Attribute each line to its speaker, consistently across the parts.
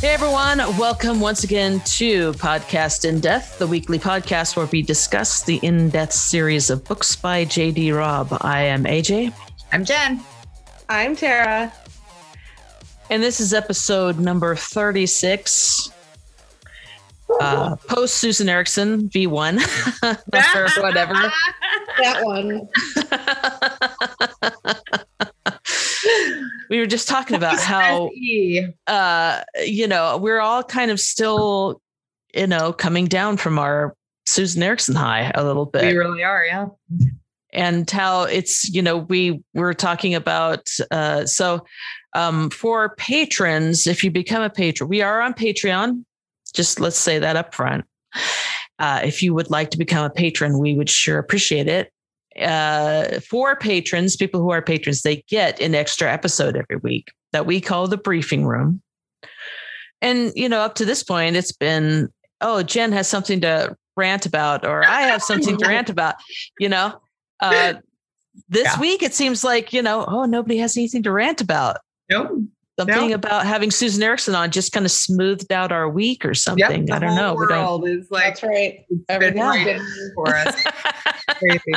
Speaker 1: Hey everyone, welcome once again to Podcast in Depth, the weekly podcast where we discuss the in depth series of books by JD Robb. I am AJ,
Speaker 2: I'm Jen.
Speaker 3: I'm Tara.
Speaker 1: and this is episode number 36. Uh, post Susan Erickson V1 or whatever.
Speaker 3: That one.
Speaker 1: we were just talking about how
Speaker 2: E.
Speaker 1: uh, you know, we're all kind of still, you know, coming down from our Susan Erickson high a little bit.
Speaker 2: We really are, yeah.
Speaker 1: and how it's, you know, we were talking about uh so um for patrons, if you become a patron, we are on Patreon. Just let's say that up front. Uh, if you would like to become a patron, we would sure appreciate it. Uh, for patrons, people who are patrons, they get an extra episode every week that we call the briefing room. And, you know, up to this point, it's been, oh, Jen has something to rant about, or I have something to rant about, you know. Uh, this
Speaker 2: Yeah.
Speaker 1: week, it seems like, you know, oh, nobody has anything to rant about.
Speaker 2: Nope.
Speaker 1: Something
Speaker 2: Yeah.
Speaker 1: about having Susan Erickson on just kind of smoothed out our week or something. I don't know. We don't,
Speaker 2: World is like
Speaker 3: That's right.
Speaker 2: been
Speaker 3: Everything's
Speaker 2: right
Speaker 3: been-
Speaker 2: for us. Crazy.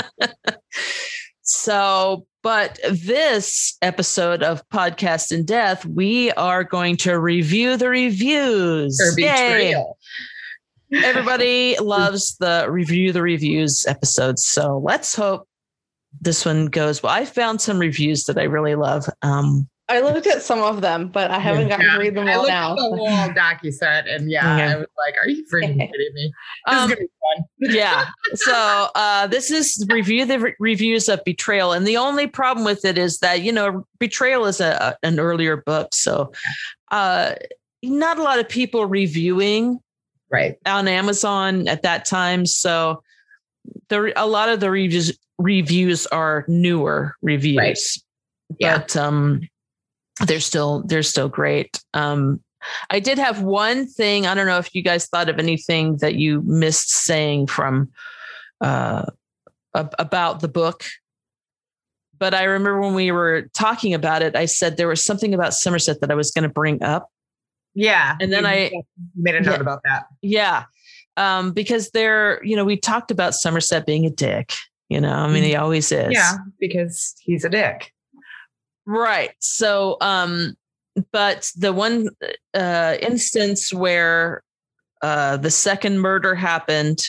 Speaker 1: So, but this episode of Podcast in Death, we are going to review the reviews.
Speaker 2: Or
Speaker 1: Yay!
Speaker 2: betrayal.
Speaker 1: Everybody loves the review the reviews episodes. So let's hope this one goes well. I found some reviews that I really love. Um,
Speaker 3: I looked at some of them, but I haven't gotten
Speaker 2: Yeah.
Speaker 3: to read them
Speaker 2: I
Speaker 3: all
Speaker 2: looked
Speaker 3: now.
Speaker 2: at the whole docu set, and yeah,
Speaker 1: Okay.
Speaker 2: I was like, "Are you freaking kidding me?" This
Speaker 1: um,
Speaker 2: is gonna be fun.
Speaker 1: yeah. So uh, this is review the re- reviews of Betrayal, and the only problem with it is that you know Betrayal is a, a- an earlier book, so uh, not a lot of people reviewing
Speaker 2: Right.
Speaker 1: on Amazon at that time. So there a lot of the reviews reviews are newer reviews.
Speaker 2: Yeah.
Speaker 1: But um they're still they're still great. Um I did have one thing. I don't know if you guys thought of anything that you missed saying from uh ab- about the book. But I remember when we were talking about it, I said there was something about Somerset that I was going to bring up.
Speaker 2: Yeah.
Speaker 1: And then
Speaker 2: You
Speaker 1: I-
Speaker 2: made a note
Speaker 1: Yeah.
Speaker 2: about that.
Speaker 1: Yeah. Um, because they're, you know, we talked about Somerset being a dick, you know, I mean, he always is.
Speaker 2: Yeah, because he's a dick.
Speaker 1: Right. So, um, but the one uh, instance where uh, the second murder happened,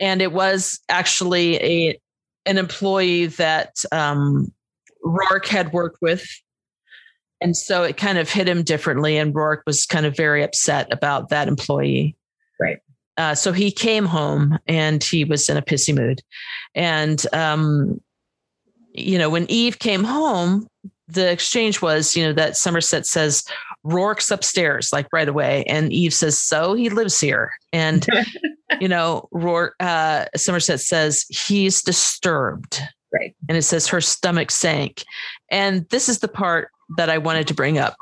Speaker 1: and it was actually a an employee that um, Rourke had worked with, and so it kind of hit him differently, and Rourke was kind of very upset about that employee.
Speaker 2: Right.
Speaker 1: Uh, so he came home and he was in a pissy mood, and um, you know, when Eve came home, the exchange was, you know, that Somerset says, Rourke's upstairs, like right away. And Eve says, So he lives here. And, you know, Rourke, uh, Somerset says, He's disturbed.
Speaker 2: Right.
Speaker 1: And it says, Her stomach sank. And this is the part that I wanted to bring up.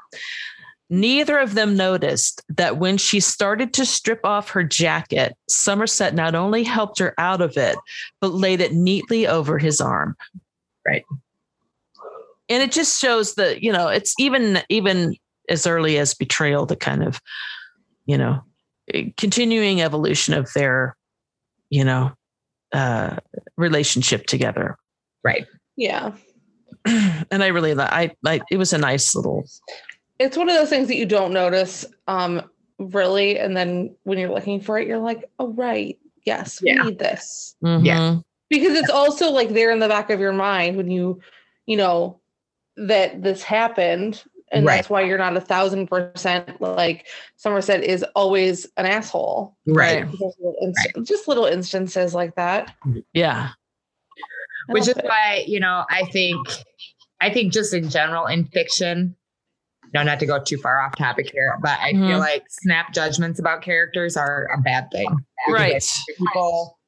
Speaker 1: Neither of them noticed that when she started to strip off her jacket, Somerset not only helped her out of it, but laid it neatly over his arm and it just shows that you know it's even even as early as betrayal the kind of you know eh, continuing evolution of their you know uh relationship together
Speaker 2: Right.
Speaker 3: Yeah.
Speaker 1: and i really li- i like it was a nice little
Speaker 3: It's one of those things that you don't notice um really. And then when you're looking for it, you're like, oh right. Yes,
Speaker 2: Yeah.
Speaker 3: we need this.
Speaker 2: Yeah.
Speaker 3: Because it's also like there in the back of your mind when you, you know, that this happened. And
Speaker 2: Right.
Speaker 3: that's why you're not a thousand percent like Somerset is always an asshole.
Speaker 2: Right.
Speaker 3: Just little, inst- just little instances like that.
Speaker 1: yeah
Speaker 3: I
Speaker 2: Which is
Speaker 3: love it.
Speaker 2: why, you know, I think I think just in general in fiction, no, not to go too far off topic here, but I
Speaker 1: Mhm.
Speaker 3: Mm-hmm.
Speaker 2: feel like snap judgments about characters are a bad thing.
Speaker 1: right
Speaker 2: People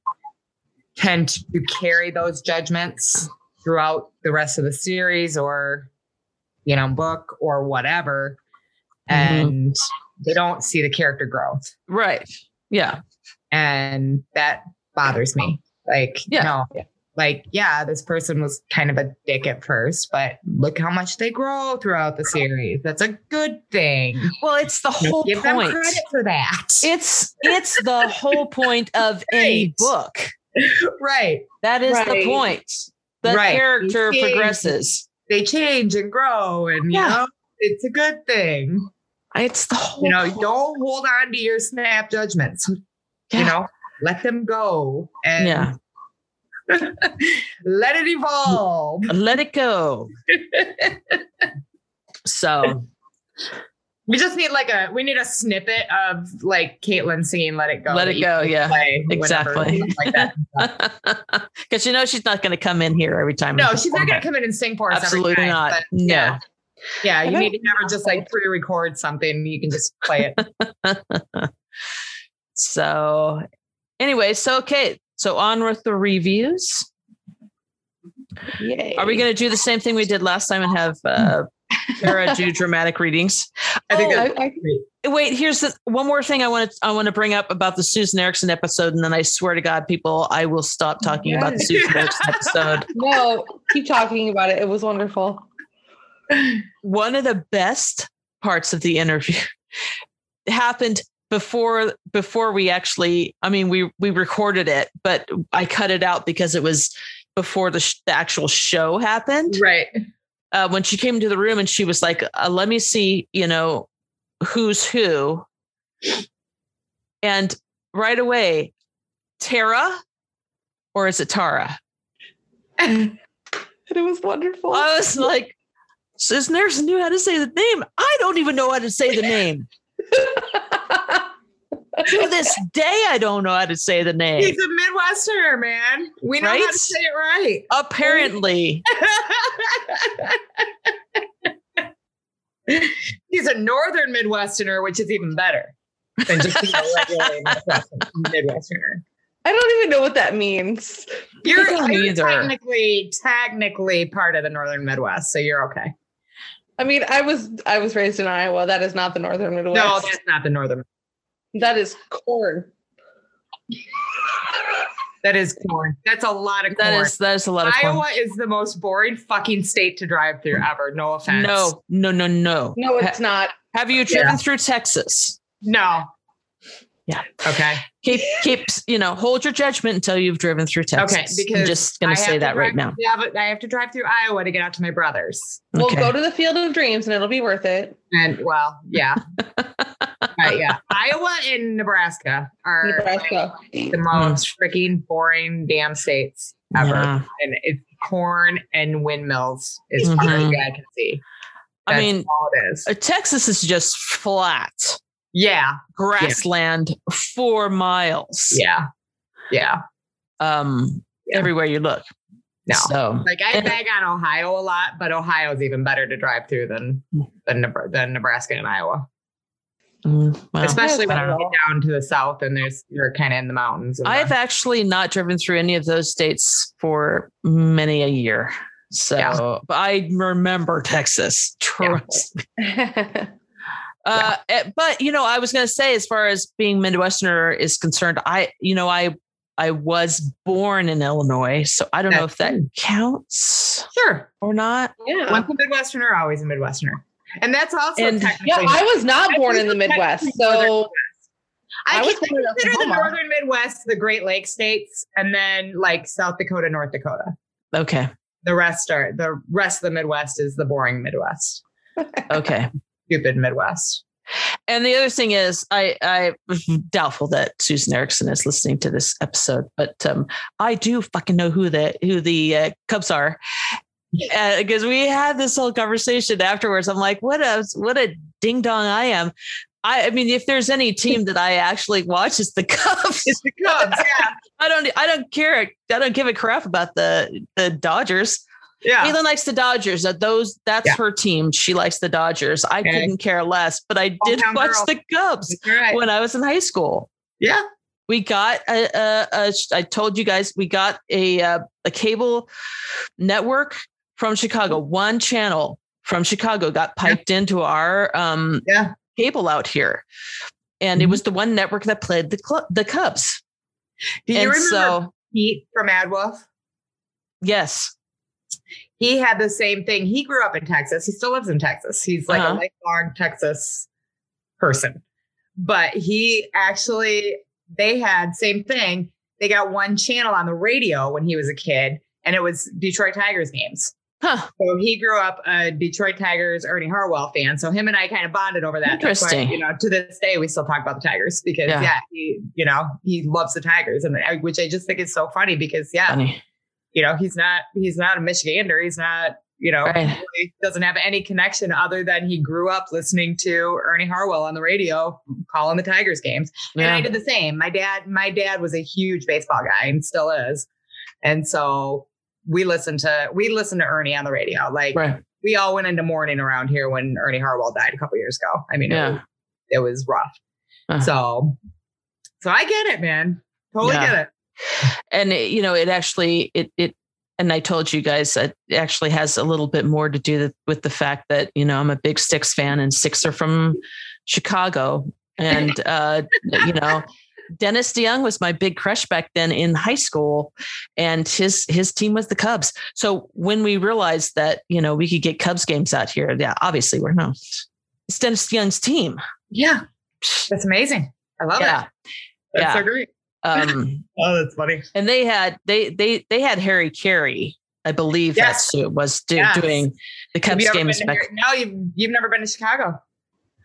Speaker 2: tend to carry those judgments throughout the rest of the series or you know, book or whatever.
Speaker 1: Mhm.
Speaker 3: Mm-hmm.
Speaker 2: And they don't see the character growth.
Speaker 1: right yeah
Speaker 2: and that bothers me. Like,
Speaker 1: Yeah.
Speaker 2: no, like, yeah, this person was kind of a dick at first, but look how much they grow throughout the series. That's a good thing.
Speaker 1: Well, it's the whole
Speaker 2: Give them
Speaker 1: point.
Speaker 2: credit for that.
Speaker 1: It's it's the whole point of any
Speaker 2: Right.
Speaker 1: book.
Speaker 2: right.
Speaker 1: That is the
Speaker 3: Right.
Speaker 1: point. The
Speaker 2: Right.
Speaker 1: character
Speaker 2: You see-
Speaker 1: progresses.
Speaker 2: They change and grow, and
Speaker 1: Yeah.
Speaker 2: you know, it's a good thing.
Speaker 1: It's the whole
Speaker 2: You know,
Speaker 1: point.
Speaker 2: don't hold on to your snap judgments.
Speaker 1: Yeah.
Speaker 2: You know, let them go and
Speaker 1: Yeah.
Speaker 2: let it evolve.
Speaker 1: let it go. so
Speaker 2: We just need like a we need a snippet of like Caitlyn singing "Let It Go."
Speaker 1: Let
Speaker 2: that
Speaker 1: It
Speaker 2: you
Speaker 1: Go,
Speaker 2: can
Speaker 1: yeah.
Speaker 2: play whenever,
Speaker 1: Exactly.
Speaker 2: something Like that.
Speaker 1: because you know she's not going to come in here every time.
Speaker 2: No,
Speaker 1: we
Speaker 2: she's not
Speaker 1: perform
Speaker 2: going
Speaker 1: it.
Speaker 2: to come in and sing for us. every
Speaker 1: Absolutely
Speaker 2: time,
Speaker 1: not.
Speaker 2: but
Speaker 1: No.
Speaker 2: Yeah, yeah
Speaker 3: I
Speaker 2: you
Speaker 3: don't
Speaker 2: need to have her just like pre-record something. You can just play it.
Speaker 1: So, anyway, so okay, so on with the reviews.
Speaker 3: Yay.
Speaker 1: Are we going to do the same thing we did last time and have uh, Tara do dramatic readings?
Speaker 2: I think
Speaker 1: Oh,
Speaker 2: that's
Speaker 3: I, I,
Speaker 2: great.
Speaker 1: Wait, here's the, one more thing I want to I want to bring up about the Susan Erickson episode, and then I swear to God, people, I will stop talking about the Susan Erickson episode.
Speaker 3: no, keep talking about it. It was wonderful.
Speaker 1: One of the best parts of the interview happened before before we actually I mean we we recorded it, but I cut it out because it was before the, sh- the actual show happened.
Speaker 2: right.
Speaker 1: uh, when she came into the room and she was like, uh, let me see, you know, who's who. And right away, Tara, or is it Tara?
Speaker 3: And it was wonderful.
Speaker 1: I was like, Sis Nurse knew how to say the name. I don't even know how to say the name. to this day, I don't know how to say the name.
Speaker 2: He's a Midwesterner, man. We know how
Speaker 1: Right?
Speaker 2: to say it right.
Speaker 1: Apparently,
Speaker 2: He's a northern Midwesterner, which is even better than just being a regular Midwestern- Midwesterner.
Speaker 3: I don't even know what that means.
Speaker 2: You're,
Speaker 1: don't
Speaker 2: you're
Speaker 1: either.
Speaker 2: technically technically part of the northern Midwest, so you're okay.
Speaker 3: I mean, I was I was raised in Iowa. That is not the northern Midwest.
Speaker 2: No, that's not the northern.
Speaker 3: that is corn.
Speaker 2: That is corn. That's a lot of corn.
Speaker 1: that is that is a lot of corn.
Speaker 2: Iowa is the most boring fucking state to drive through ever. No offense.
Speaker 1: No, no, no, no.
Speaker 3: No, it's
Speaker 1: Ha-
Speaker 3: not.
Speaker 1: have you driven through Texas?
Speaker 2: No.
Speaker 1: Yeah.
Speaker 2: Okay.
Speaker 1: keep keep you know hold your judgment until you've driven through texas
Speaker 2: Okay,
Speaker 1: i'm
Speaker 2: because
Speaker 1: just gonna
Speaker 2: I
Speaker 1: say
Speaker 2: have to
Speaker 1: that right
Speaker 2: drive-
Speaker 1: now
Speaker 2: Yeah, but I have to drive through Iowa to get out to my brother's.
Speaker 3: We'll
Speaker 1: Okay.
Speaker 3: go to the Field of Dreams and it'll be worth it.
Speaker 2: And well, yeah. Right, yeah. Iowa and Nebraska are
Speaker 3: Nebraska.
Speaker 2: like, the most freaking boring damn states ever.
Speaker 1: Mm. Yeah.
Speaker 2: And it's corn and windmills is
Speaker 1: Mhm.
Speaker 2: far as I can see.
Speaker 1: I
Speaker 2: That's
Speaker 1: mean-
Speaker 2: all it is.
Speaker 1: Uh, texas is just flat
Speaker 2: Yeah.
Speaker 1: grassland four miles
Speaker 2: Yeah. Yeah.
Speaker 1: um
Speaker 2: Yeah.
Speaker 1: everywhere you look
Speaker 2: No.
Speaker 1: so
Speaker 2: Like I
Speaker 1: And-
Speaker 2: bag on Ohio a lot, but Ohio's even better to drive through than than, Nebra- than Nebraska and Iowa,
Speaker 1: mm, well.
Speaker 2: especially when
Speaker 3: Yeah,
Speaker 2: you
Speaker 3: well.
Speaker 2: get down to the south and there's you're kind of in the mountains. and
Speaker 1: i've
Speaker 2: the-
Speaker 1: actually not driven through any of those states for many a year so
Speaker 2: Yeah.
Speaker 1: but i remember texas
Speaker 2: Yeah.
Speaker 1: trust Uh, eh, but you know, I was going to say, as far as being Midwesterner is concerned, I, you know, I, I was born in Illinois, so I don't know
Speaker 2: Yeah.
Speaker 1: if that counts
Speaker 2: sure
Speaker 1: or not.
Speaker 3: yeah.
Speaker 2: once a Midwesterner, always a Midwesterner, and that's also
Speaker 1: And-
Speaker 2: technically.
Speaker 3: Yeah, I was not
Speaker 2: I
Speaker 3: born
Speaker 2: think
Speaker 3: in the
Speaker 2: it's
Speaker 3: Midwest.
Speaker 2: technically
Speaker 3: So
Speaker 2: I,
Speaker 3: I was
Speaker 2: can
Speaker 3: born in
Speaker 2: consider the
Speaker 3: Oklahoma.
Speaker 2: northern Midwest, the Great Lakes states, and then like South Dakota, North Dakota.
Speaker 1: Okay,
Speaker 2: The rest are the rest of the Midwest is the boring Midwest,
Speaker 1: okay.
Speaker 2: stupid Midwest.
Speaker 1: and the other thing is, I, I doubtful that Susan Erickson is listening to this episode, but um, I do fucking know who the who the uh, Cubs are. Because we had this whole conversation afterwards, I'm like, what a what a ding dong I am. I, I mean, if there's any team that I actually watch, it's the Cubs.
Speaker 2: It's the Cubs, yeah,
Speaker 1: I don't I don't care. I don't give a crap about the the Dodgers.
Speaker 2: yeah.
Speaker 1: Caitlin likes the Dodgers. That those that's
Speaker 2: Yeah.
Speaker 1: her team. She likes the Dodgers. I
Speaker 2: Okay.
Speaker 1: couldn't care less, but I did
Speaker 2: Hometown
Speaker 1: watch
Speaker 2: girl.
Speaker 1: the Cubs
Speaker 2: All right.
Speaker 1: when I was in high school.
Speaker 2: Yeah.
Speaker 1: We got a, a, a I told you guys we got a uh, a cable network from Chicago. One channel from Chicago got piped into our um
Speaker 2: Yeah.
Speaker 1: cable out here. And it
Speaker 2: Mhm.
Speaker 1: was the one network that played the club, the Cubs.
Speaker 2: Do you
Speaker 1: and
Speaker 2: remember
Speaker 1: so
Speaker 2: Pete from Adwolf?
Speaker 1: Yes.
Speaker 2: He had the same thing. He grew up in Texas. He still lives in Texas. He's like
Speaker 1: Uh-huh.
Speaker 2: a lifelong Texas person. But he actually, they had same thing. They got one channel on the radio when he was a kid, and it was Detroit Tigers games.
Speaker 1: Huh.
Speaker 2: So he grew up a Detroit Tigers Ernie Harwell fan. So him and I kind of bonded over that. That's why,
Speaker 1: Interesting.
Speaker 2: you know, to this day we still talk about the Tigers because
Speaker 1: Yeah.
Speaker 2: yeah, he, you know, he loves the Tigers, and I- which I just think is so funny because yeah,
Speaker 1: Funny.
Speaker 2: you know, he's not he's not a Michigander. He's not you know
Speaker 1: Right.
Speaker 2: he doesn't have any connection other than he grew up listening to Ernie Harwell on the radio calling the Tigers games. And I
Speaker 1: Yeah.
Speaker 2: did the same. My dad, my dad was a huge baseball guy and still is. And so we listened to we listened to Ernie on the radio. Like
Speaker 1: Right.
Speaker 2: we all went into mourning around here when Ernie Harwell died a couple years ago. I mean, it,
Speaker 1: Yeah.
Speaker 2: was, it was rough.
Speaker 1: Uh-huh.
Speaker 2: So so I get it, man. Totally
Speaker 1: Yeah.
Speaker 2: get it.
Speaker 1: and it, you know it actually it it and i told you guys that it actually has a little bit more to do with the fact that you know i'm a big six fan and six are from chicago and uh you know dennis deyoung was my big crush back then in high school and his his team was the cubs so when we realized that you know we could get cubs games out here yeah obviously we're not it's dennis deyoung's team
Speaker 2: Yeah. That's amazing. I love
Speaker 1: yeah
Speaker 2: it. That's
Speaker 1: yeah.
Speaker 2: so great.
Speaker 1: um
Speaker 2: Oh, that's funny.
Speaker 1: and they had they they they had Harry Carey, I believe
Speaker 2: Yes.
Speaker 1: that's who was do,
Speaker 2: Yes.
Speaker 1: doing the
Speaker 2: Have
Speaker 1: Cubs
Speaker 2: you ever
Speaker 1: games
Speaker 2: been to
Speaker 1: back.
Speaker 2: Harry- No, you've you've never been to Chicago.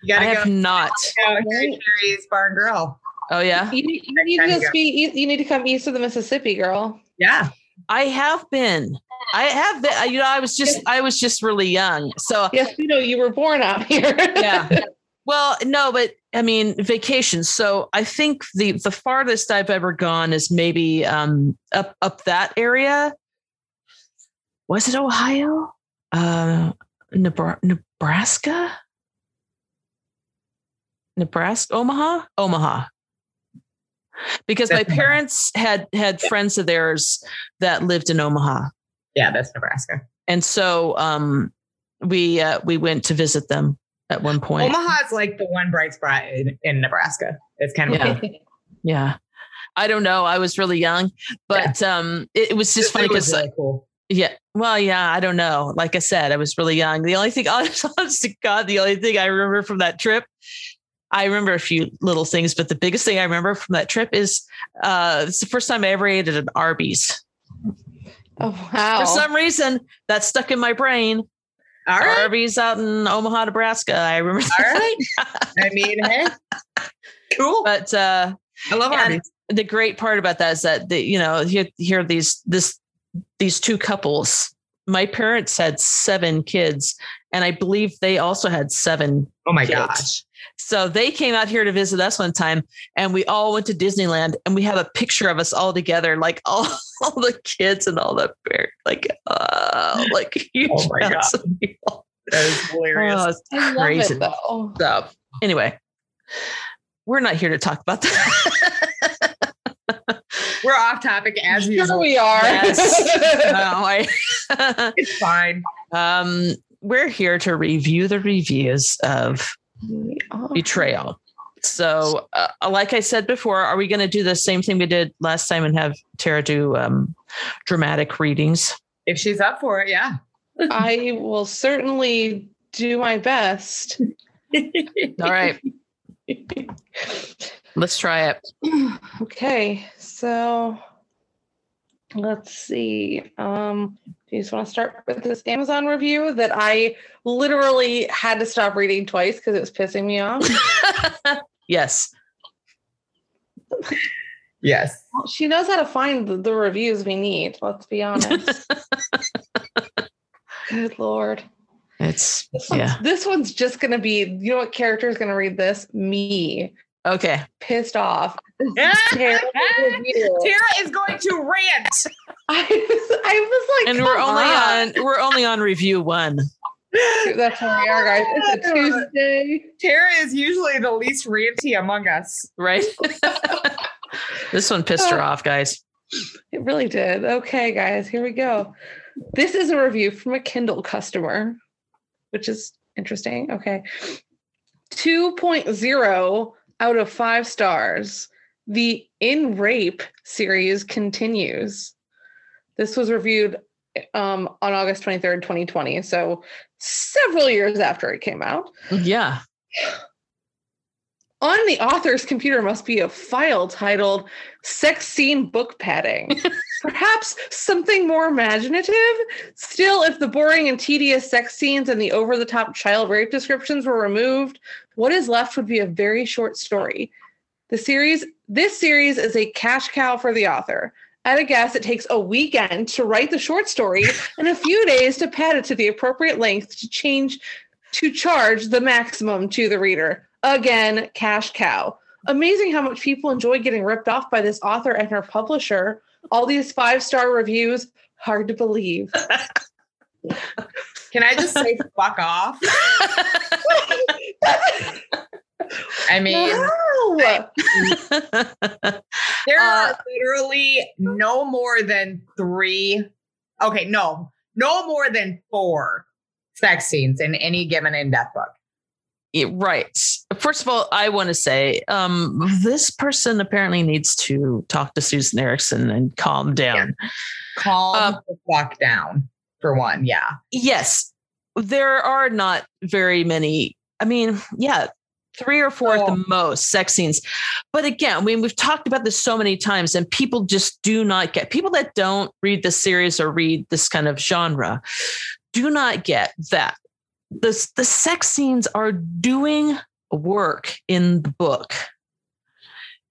Speaker 2: You
Speaker 1: I
Speaker 2: gotta
Speaker 1: have
Speaker 2: go.
Speaker 1: not.
Speaker 2: Harry Carey's Barn Grill.
Speaker 1: Oh yeah,
Speaker 3: You, need- you need to just be. You, you need to come east of the Mississippi, girl.
Speaker 2: Yeah.
Speaker 1: I have been. I have been. I- You know, I was just I was just really young. So
Speaker 3: Yes, we know you were born out here.
Speaker 1: yeah. Well, no, but I mean vacations. So I think the the farthest I've ever gone is maybe um up up that area. Was it Ohio? Uh, Nebra- Nebraska? Nebraska, Omaha, Omaha. Because my
Speaker 2: That's Nebraska.
Speaker 1: parents had had friends of theirs that lived in Omaha,
Speaker 2: Yeah, that's Nebraska.
Speaker 1: and so um, we uh, we went to visit them at one point.
Speaker 2: Omaha's like the one bright spot in, in Nebraska. It's kind of
Speaker 1: Yeah. Yeah. I don't know. I was really young, but um it, it was just funny because
Speaker 2: really cool.
Speaker 1: yeah, well, yeah, I don't know. Like I said, I was really young. The only thing, honest, honest to God, the only thing I remember from that trip, I remember a few little things, but the biggest thing I remember from that trip is uh it's the first time I ever ate at an Arby's.
Speaker 3: Oh wow.
Speaker 1: For some reason, that stuck in my brain.
Speaker 2: All right.
Speaker 1: Arby's out in Omaha, Nebraska. I remember.
Speaker 2: All right. I mean, hey. Cool.
Speaker 1: But uh
Speaker 2: I love
Speaker 1: and-
Speaker 2: Arby's.
Speaker 1: the great part about that is that the, you know here here are these this these two couples my parents had seven kids and i believe they also had seven
Speaker 2: Oh my
Speaker 1: kids.
Speaker 2: gosh.
Speaker 1: so they came out here to visit us one time and we all went to disneyland and we have a picture of us all together like all, all the kids and all the parents like uh like huge
Speaker 2: Oh my God.
Speaker 1: amounts of people.
Speaker 2: That is hilarious.
Speaker 1: Oh, it's
Speaker 3: I love
Speaker 1: crazy
Speaker 3: it though.
Speaker 1: so anyway we're not here to talk about that
Speaker 2: We're off topic as
Speaker 3: Sure
Speaker 2: usual.
Speaker 3: we are.
Speaker 1: Yes. no, I,
Speaker 2: It's fine.
Speaker 1: Um, we're here to review the reviews of
Speaker 3: We are.
Speaker 1: Betrayal. So, uh, like I said before, are we going to do the same thing we did last time and have Tara do um, dramatic readings?
Speaker 2: If she's up for it, yeah.
Speaker 3: I will certainly do my best.
Speaker 1: All right, let's try it.
Speaker 3: okay, so let's see. Um, do you just want to start with this Amazon review that I literally had to stop reading twice because it was pissing me off?
Speaker 1: yes.
Speaker 2: yes.
Speaker 3: Well, she knows how to find the, the reviews we need. Let's be honest. Good lord.
Speaker 1: It's
Speaker 3: This one's,
Speaker 1: yeah.
Speaker 3: this one's just gonna be. You know what character is gonna read this? Me,
Speaker 1: Okay.
Speaker 3: pissed off.
Speaker 2: Tara
Speaker 3: Terrible review.
Speaker 2: is going to rant.
Speaker 3: I was, I was like,
Speaker 1: And we're
Speaker 3: come
Speaker 1: only on we're only on review one.
Speaker 3: That's how we are, guys. It's a Tuesday.
Speaker 2: Tara is usually the least ranty among us.
Speaker 1: Right. this one pissed her off, guys.
Speaker 3: It really did. Okay, guys, here we go. This is a review from a Kindle customer, which is interesting. Okay. 2.0 out of five stars. The In Rape series continues. This was reviewed um, on August 23rd, 2020. So several years after it came out.
Speaker 1: Yeah.
Speaker 3: On the author's computer must be a file titled Sex Scene Book Padding. Perhaps something more imaginative? Still, if the boring and tedious sex scenes and the over the top child rape descriptions were removed, what is left would be a very short story. The series, this series is a cash cow for the author. At a guess, it takes a weekend to write the short story and a few days to pad it to the appropriate length to change to charge the maximum to the reader. Again, cash cow. Amazing how much people enjoy getting ripped off by this author and her publisher. All these five star reviews, hard to believe.
Speaker 2: Can I just say fuck off? I mean,
Speaker 3: No!
Speaker 2: There
Speaker 1: Uh,
Speaker 2: are literally no more than three. Okay, no, no more than four sex scenes in any given in death book.
Speaker 1: Yeah, right. First of all, I want to say um, this person apparently needs to talk to Susan Erickson and calm down.
Speaker 2: Calm
Speaker 1: Uh,
Speaker 2: the fuck down for one. Yeah,
Speaker 1: Yes, there are not very many. I mean, yeah, three or four at
Speaker 2: Oh.
Speaker 1: the most sex scenes. But again, I mean, we've talked about this so many times, and people just do not get people that don't read this series or read this kind of genre do not get that. The, the sex scenes are doing work in the book.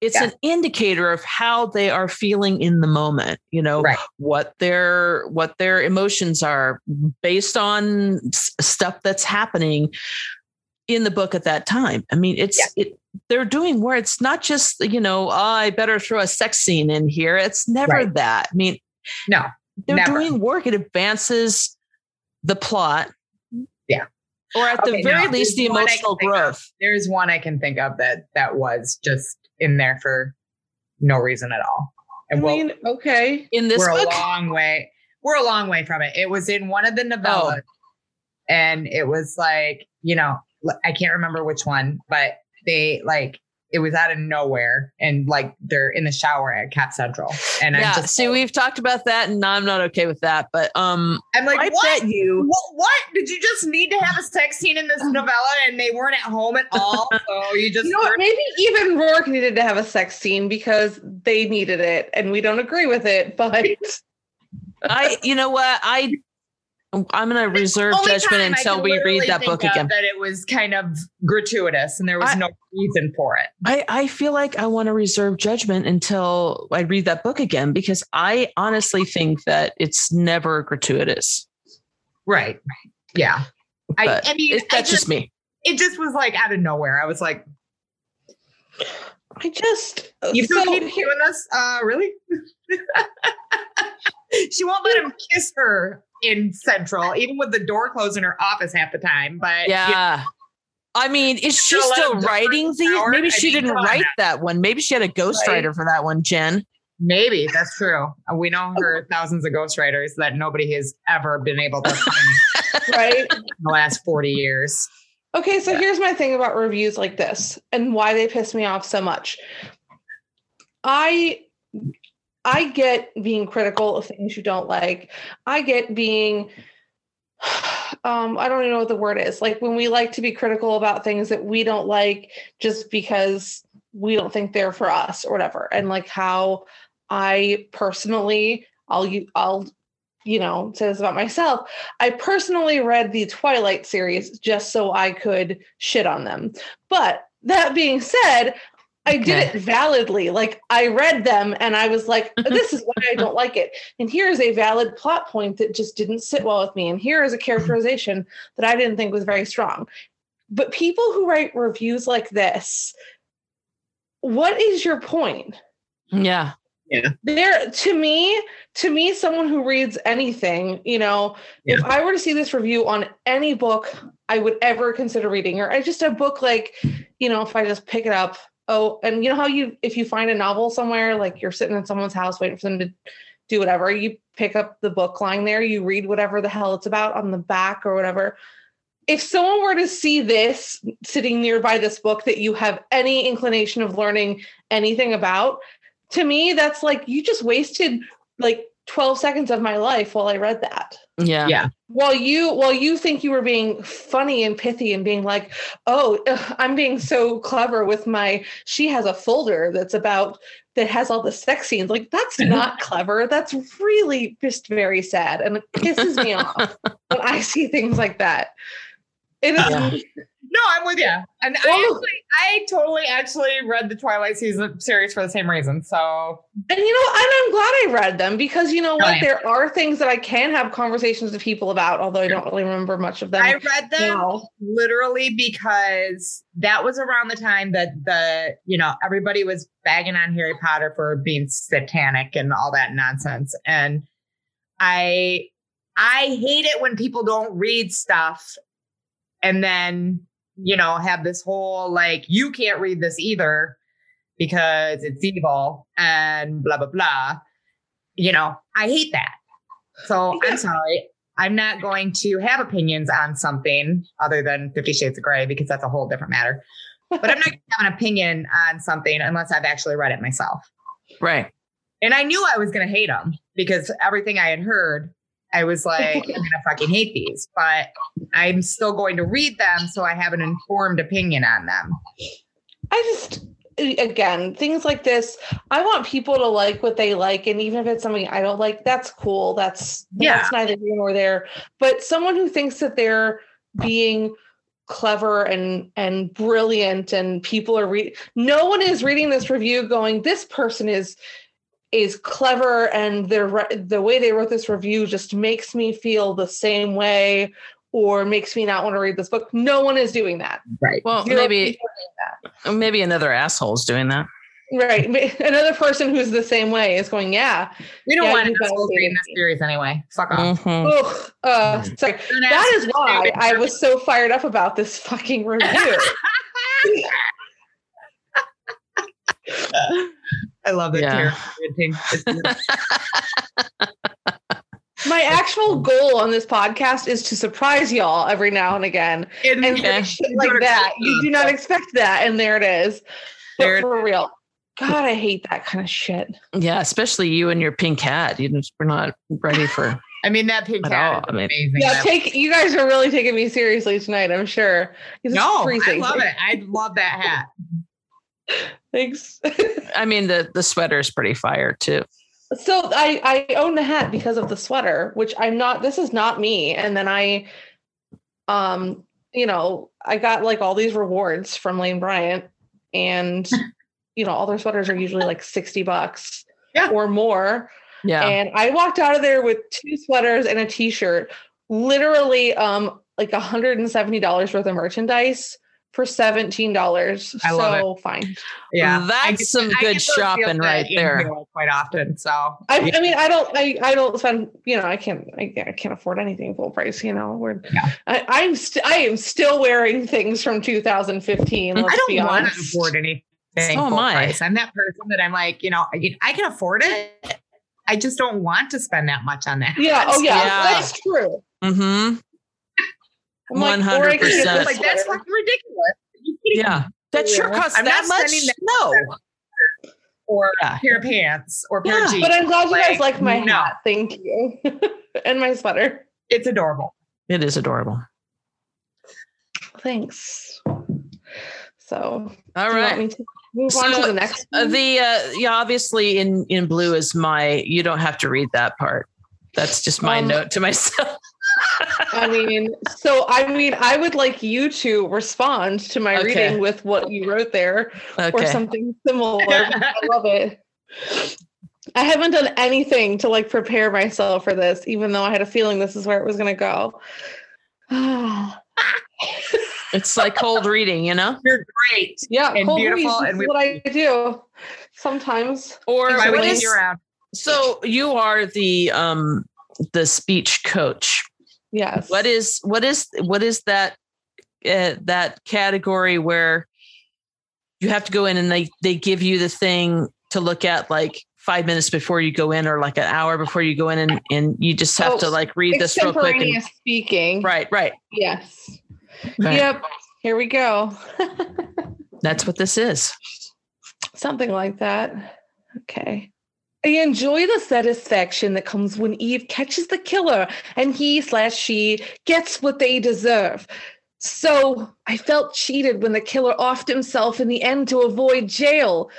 Speaker 1: It's
Speaker 2: Yeah.
Speaker 1: an indicator of how they are feeling in the moment, you know,
Speaker 2: Right.
Speaker 1: what their what their emotions are based on s- stuff that's happening in the book at that time. I mean, it's it they're doing where it's not just, you know, "Oh, I better throw a sex scene in here. It's never
Speaker 2: Right.
Speaker 1: that. I mean,
Speaker 2: no,
Speaker 1: they're
Speaker 2: Never.
Speaker 1: doing work. It advances the plot.
Speaker 2: Yeah.
Speaker 1: Or at
Speaker 2: Okay,
Speaker 1: the very
Speaker 2: no,
Speaker 1: least, the
Speaker 2: there's one I can
Speaker 1: emotional
Speaker 2: think of.
Speaker 1: growth.
Speaker 2: there's one I can think of that that was just in there for no reason at all.
Speaker 3: I
Speaker 2: And we'll-
Speaker 3: mean, okay.
Speaker 1: In this
Speaker 2: we're
Speaker 1: book,
Speaker 2: a long way. We're a long way from it. It was in one of the novellas,
Speaker 1: Oh.
Speaker 2: and it was like you know l- I can't remember which one, but they like it was out of nowhere, and like they're in the shower at Cap Central, and
Speaker 1: yeah.
Speaker 2: I'm just
Speaker 1: see, we've talked about that, and I'm not okay with that. But um,
Speaker 2: I'm like
Speaker 1: I
Speaker 2: what?
Speaker 1: bet you.
Speaker 2: What, what did you just need to have a sex scene in this novella and they weren't at home at all? So you just
Speaker 3: You know what? Maybe even Rourke needed to have a sex scene because they needed it and we don't agree with it, but
Speaker 1: I, you know what, I, I'm gonna reserve
Speaker 2: Only
Speaker 1: judgment
Speaker 2: time I
Speaker 1: until
Speaker 2: can
Speaker 1: we
Speaker 2: literally
Speaker 1: read that
Speaker 2: think
Speaker 1: book
Speaker 2: of
Speaker 1: again.
Speaker 2: That it was kind of gratuitous and there was
Speaker 1: I-
Speaker 2: no reason for it.
Speaker 1: I, I feel like I want to reserve judgment until I read that book again because I honestly think that it's never gratuitous.
Speaker 2: Right. Yeah. I,
Speaker 1: But
Speaker 2: I mean,
Speaker 1: It,
Speaker 2: I
Speaker 1: that's
Speaker 2: just,
Speaker 1: just me.
Speaker 2: it just was like out of nowhere. I was like,
Speaker 3: I just
Speaker 2: you still
Speaker 3: so
Speaker 2: keep doing this? Uh, really? she won't let him kiss her in Central, even with the door closed in her office half the time. But
Speaker 1: Yeah.
Speaker 2: you know,
Speaker 1: I mean, is she
Speaker 2: Still let
Speaker 1: still
Speaker 2: him just
Speaker 1: writing
Speaker 2: run
Speaker 1: these?
Speaker 2: sour?
Speaker 1: Maybe
Speaker 2: I
Speaker 1: she
Speaker 2: mean,
Speaker 1: didn't
Speaker 2: come on
Speaker 1: write
Speaker 2: now.
Speaker 1: that one. Maybe she had a ghostwriter for that one, Jen.
Speaker 2: maybe that's true. We know her thousands of ghostwriters that nobody has ever been able to find
Speaker 3: right.
Speaker 2: in the last 40 years.
Speaker 3: Okay, so here's my thing about reviews like this and why they piss me off so much. I I get being critical of things you don't like. I get being um I don't even know what the word is. Like when we like to be critical about things that we don't like just because we don't think they're for us or whatever. And like how I personally I'll you I'll you know say this about myself. I personally read the Twilight series just so I could shit on them. But that being said, I did
Speaker 1: Okay.
Speaker 3: it validly. Like I read them and I was like, this is why I don't like it. And here is a valid plot point that just didn't sit well with me. And here is a characterization that I didn't think was very strong. But people who write reviews like this, what is your point?
Speaker 1: Yeah.
Speaker 3: there to me to me someone who reads anything you know if i were to see this review on any book i would ever consider reading or i just a book like you know if i just pick it up oh and you know how you if you find a novel somewhere like you're sitting in someone's house waiting for them to do whatever you pick up the book lying there you read whatever the hell it's about on the back or whatever if someone were to see this sitting nearby this book that you have any inclination of learning anything about to me that's like you just wasted like 12 seconds of my life while I read that.
Speaker 1: Yeah.
Speaker 2: Yeah.
Speaker 3: While you while you think you were being funny and pithy and being like, "Oh, ugh, I'm being so clever with my she has a folder that's about that has all the sex scenes." Like that's not clever. That's really just very sad and it pisses me off when I see things like that. It is
Speaker 1: Yeah.
Speaker 2: No, I'm with you. And I
Speaker 3: Oh.
Speaker 2: actually, I totally actually read the Twilight season series for the same reason. So
Speaker 3: And you know, and I'm glad I read them because you know what?
Speaker 2: Right.
Speaker 3: There are things that I can have conversations with people about, although I don't really remember much of them.
Speaker 2: I read them
Speaker 3: now.
Speaker 2: literally because that was around the time that the you know everybody was bagging on Harry Potter for being satanic and all that nonsense and I I hate it when people don't read stuff and then you know have this whole like you can't read this either because it's evil and blah blah blah you know I hate that so I'm sorry I'm not going to have opinions on something other than Fifty Shades of Grey because that's a whole different matter. But I'm not going to have an opinion on something unless I've actually read it myself.
Speaker 1: Right.
Speaker 2: And I knew I was going to hate them because everything I had heard, I was like, I'm going to fucking hate these, but I'm still going to read them so I have an informed opinion on them.
Speaker 3: I just again things like this. I want people to like what they like, and even if it's something I don't like, that's cool. That's
Speaker 2: Yeah.
Speaker 3: that's neither here nor there. But someone who thinks that they're being clever and and brilliant, and people are read. No one is reading this review going, "This person is." is clever and their re- the way they wrote this review just makes me feel the same way or makes me not want to read this book no one is doing that
Speaker 2: Right.
Speaker 1: Well,
Speaker 3: Zero
Speaker 1: maybe
Speaker 3: people are doing that.
Speaker 1: maybe another asshole's doing that.
Speaker 3: Right. Ma- Another person who's the same way is going, yeah.
Speaker 2: We don't
Speaker 3: Yeah,
Speaker 2: want
Speaker 3: you
Speaker 2: an
Speaker 3: guys
Speaker 2: asshole
Speaker 3: hate
Speaker 2: reading
Speaker 3: me.
Speaker 2: this series anyway. Fuck off.
Speaker 1: Mhm.
Speaker 3: Ugh. Uh, sorry.
Speaker 2: An
Speaker 3: That is
Speaker 2: asshole
Speaker 3: why
Speaker 2: reading-
Speaker 3: I was so fired up about this fucking review.
Speaker 2: I love that.
Speaker 1: Yeah.
Speaker 2: Tara. Good thing. It's-
Speaker 3: My actual goal on this podcast is to surprise y'all every now and again.
Speaker 2: And
Speaker 3: And
Speaker 1: Yeah.
Speaker 3: shit like that. You do not expect that. And there it is.
Speaker 1: There
Speaker 3: But
Speaker 1: it-
Speaker 3: for real. God, I hate that kind of shit.
Speaker 1: Yeah, especially you and your pink cat. You just, we're not ready for.
Speaker 2: I mean, that pig
Speaker 1: At
Speaker 2: cat
Speaker 1: all,
Speaker 2: is
Speaker 1: I mean-
Speaker 2: amazing.
Speaker 3: Yeah,
Speaker 2: That-
Speaker 3: take you guys are really taking me seriously tonight, I'm sure. This is
Speaker 2: no, I
Speaker 3: freezing.
Speaker 2: love it. I love that hat.
Speaker 3: Thanks.
Speaker 1: I mean, the the sweater is pretty fire too.
Speaker 3: So I I own the hat because of the sweater, which I'm not. This is not me. And then I, um, you know, I got like all these rewards from Lane Bryant, and you know, all their sweaters are usually like sixty bucks
Speaker 2: Yeah.
Speaker 3: or more.
Speaker 1: Yeah.
Speaker 3: And I walked out of there with two sweaters and a T-shirt, literally um like hundred and seventy dollars worth of merchandise for seventeen dollars.
Speaker 2: I love
Speaker 3: So fine.
Speaker 2: Yeah,
Speaker 1: That's
Speaker 2: I
Speaker 1: some
Speaker 2: I
Speaker 1: good
Speaker 2: those
Speaker 1: shopping
Speaker 2: deals
Speaker 1: right
Speaker 2: at Inhale
Speaker 1: there.
Speaker 2: Quite often, so
Speaker 3: I,
Speaker 2: yeah.
Speaker 3: I mean, I don't, I, I don't spend, you know, I can't, I, I can't afford anything full price, you know, we're,
Speaker 2: Yeah.
Speaker 3: I, I'm, st- I am still wearing things from 2015. Let's
Speaker 2: I
Speaker 3: be
Speaker 2: don't want to
Speaker 3: honest.
Speaker 2: afford anything.
Speaker 1: So am
Speaker 2: full
Speaker 1: I.
Speaker 2: price. I'm that person that I'm like, you know, I, I can afford it. I just don't want to spend that much on that.
Speaker 3: Yeah. Oh yeah,
Speaker 1: Yeah.
Speaker 3: That's true.
Speaker 1: Mm-hmm.
Speaker 3: I'm like, or I could get
Speaker 1: 100%.
Speaker 3: this
Speaker 2: like that's
Speaker 3: sweater.
Speaker 2: fucking ridiculous.
Speaker 1: Yeah. That sure
Speaker 3: Yeah.
Speaker 1: costs
Speaker 2: I'm
Speaker 1: that
Speaker 2: not
Speaker 1: much.
Speaker 2: spending that
Speaker 1: no.
Speaker 2: Or
Speaker 1: Yeah.
Speaker 2: a pair of pants or a pair of
Speaker 1: Yeah.
Speaker 2: jeans.
Speaker 3: but I'm glad you guys
Speaker 2: Like,
Speaker 3: like my
Speaker 2: no.
Speaker 3: hat. Thank you. and my sweater.
Speaker 2: it's adorable.
Speaker 1: It is adorable.
Speaker 3: Thanks. So
Speaker 1: All
Speaker 3: do you want
Speaker 1: right.
Speaker 3: me to move on
Speaker 1: So,
Speaker 3: to the next.
Speaker 1: Uh,
Speaker 3: one?
Speaker 1: the uh, yeah, obviously in in blue is my. You don't have to read that part. That's just my
Speaker 3: Um,
Speaker 1: note to myself.
Speaker 3: I mean, so I mean, I would like you to respond to my
Speaker 1: Okay.
Speaker 3: reading with what you wrote there or
Speaker 1: Okay.
Speaker 3: something similar. I love it. I haven't done anything to like prepare myself for this, even though I had a feeling this is where it was going to go.
Speaker 1: It's like cold reading, you know.
Speaker 2: Great.
Speaker 3: yeah,
Speaker 2: And
Speaker 3: cold
Speaker 2: beautiful,
Speaker 3: reads,
Speaker 2: and we-
Speaker 3: this is what I do sometimes.
Speaker 1: Or
Speaker 2: Why
Speaker 1: what
Speaker 2: would
Speaker 1: is,
Speaker 2: you around?
Speaker 1: so you are the um the speech coach.
Speaker 3: Yes.
Speaker 1: What is what is what is that uh, that category where you have to go in and they they give you the thing to look at like five minutes before you go in or like an hour before you go in and, and you just have
Speaker 3: Oh,
Speaker 1: to like read this real quick and,
Speaker 3: Extemporaneous speaking.
Speaker 1: right right
Speaker 3: Yes.
Speaker 1: Right.
Speaker 3: Yep. Here we go.
Speaker 1: that's what this is
Speaker 3: Something like that. Okay. I enjoy the satisfaction that comes when Eve catches the killer and he slash she gets what they deserve. So I felt cheated when the killer offed himself in the end to avoid jail.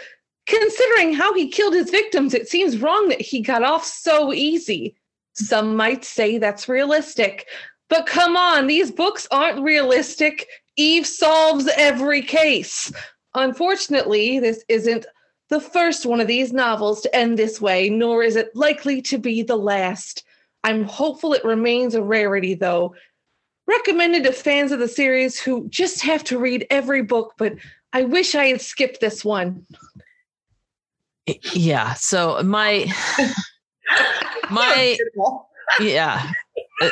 Speaker 3: Considering how he killed his victims, it seems wrong that he got off so easy. Some might say that's realistic, but come on, these books aren't realistic. Eve solves every case. Unfortunately, this isn't the first one of these novels to end this way, nor is it likely to be the last. I'm hopeful it remains a rarity, though. Recommended to fans of the series who just have to read every book, but I wish I had skipped this one.
Speaker 1: Yeah. So my my yeah. Uh,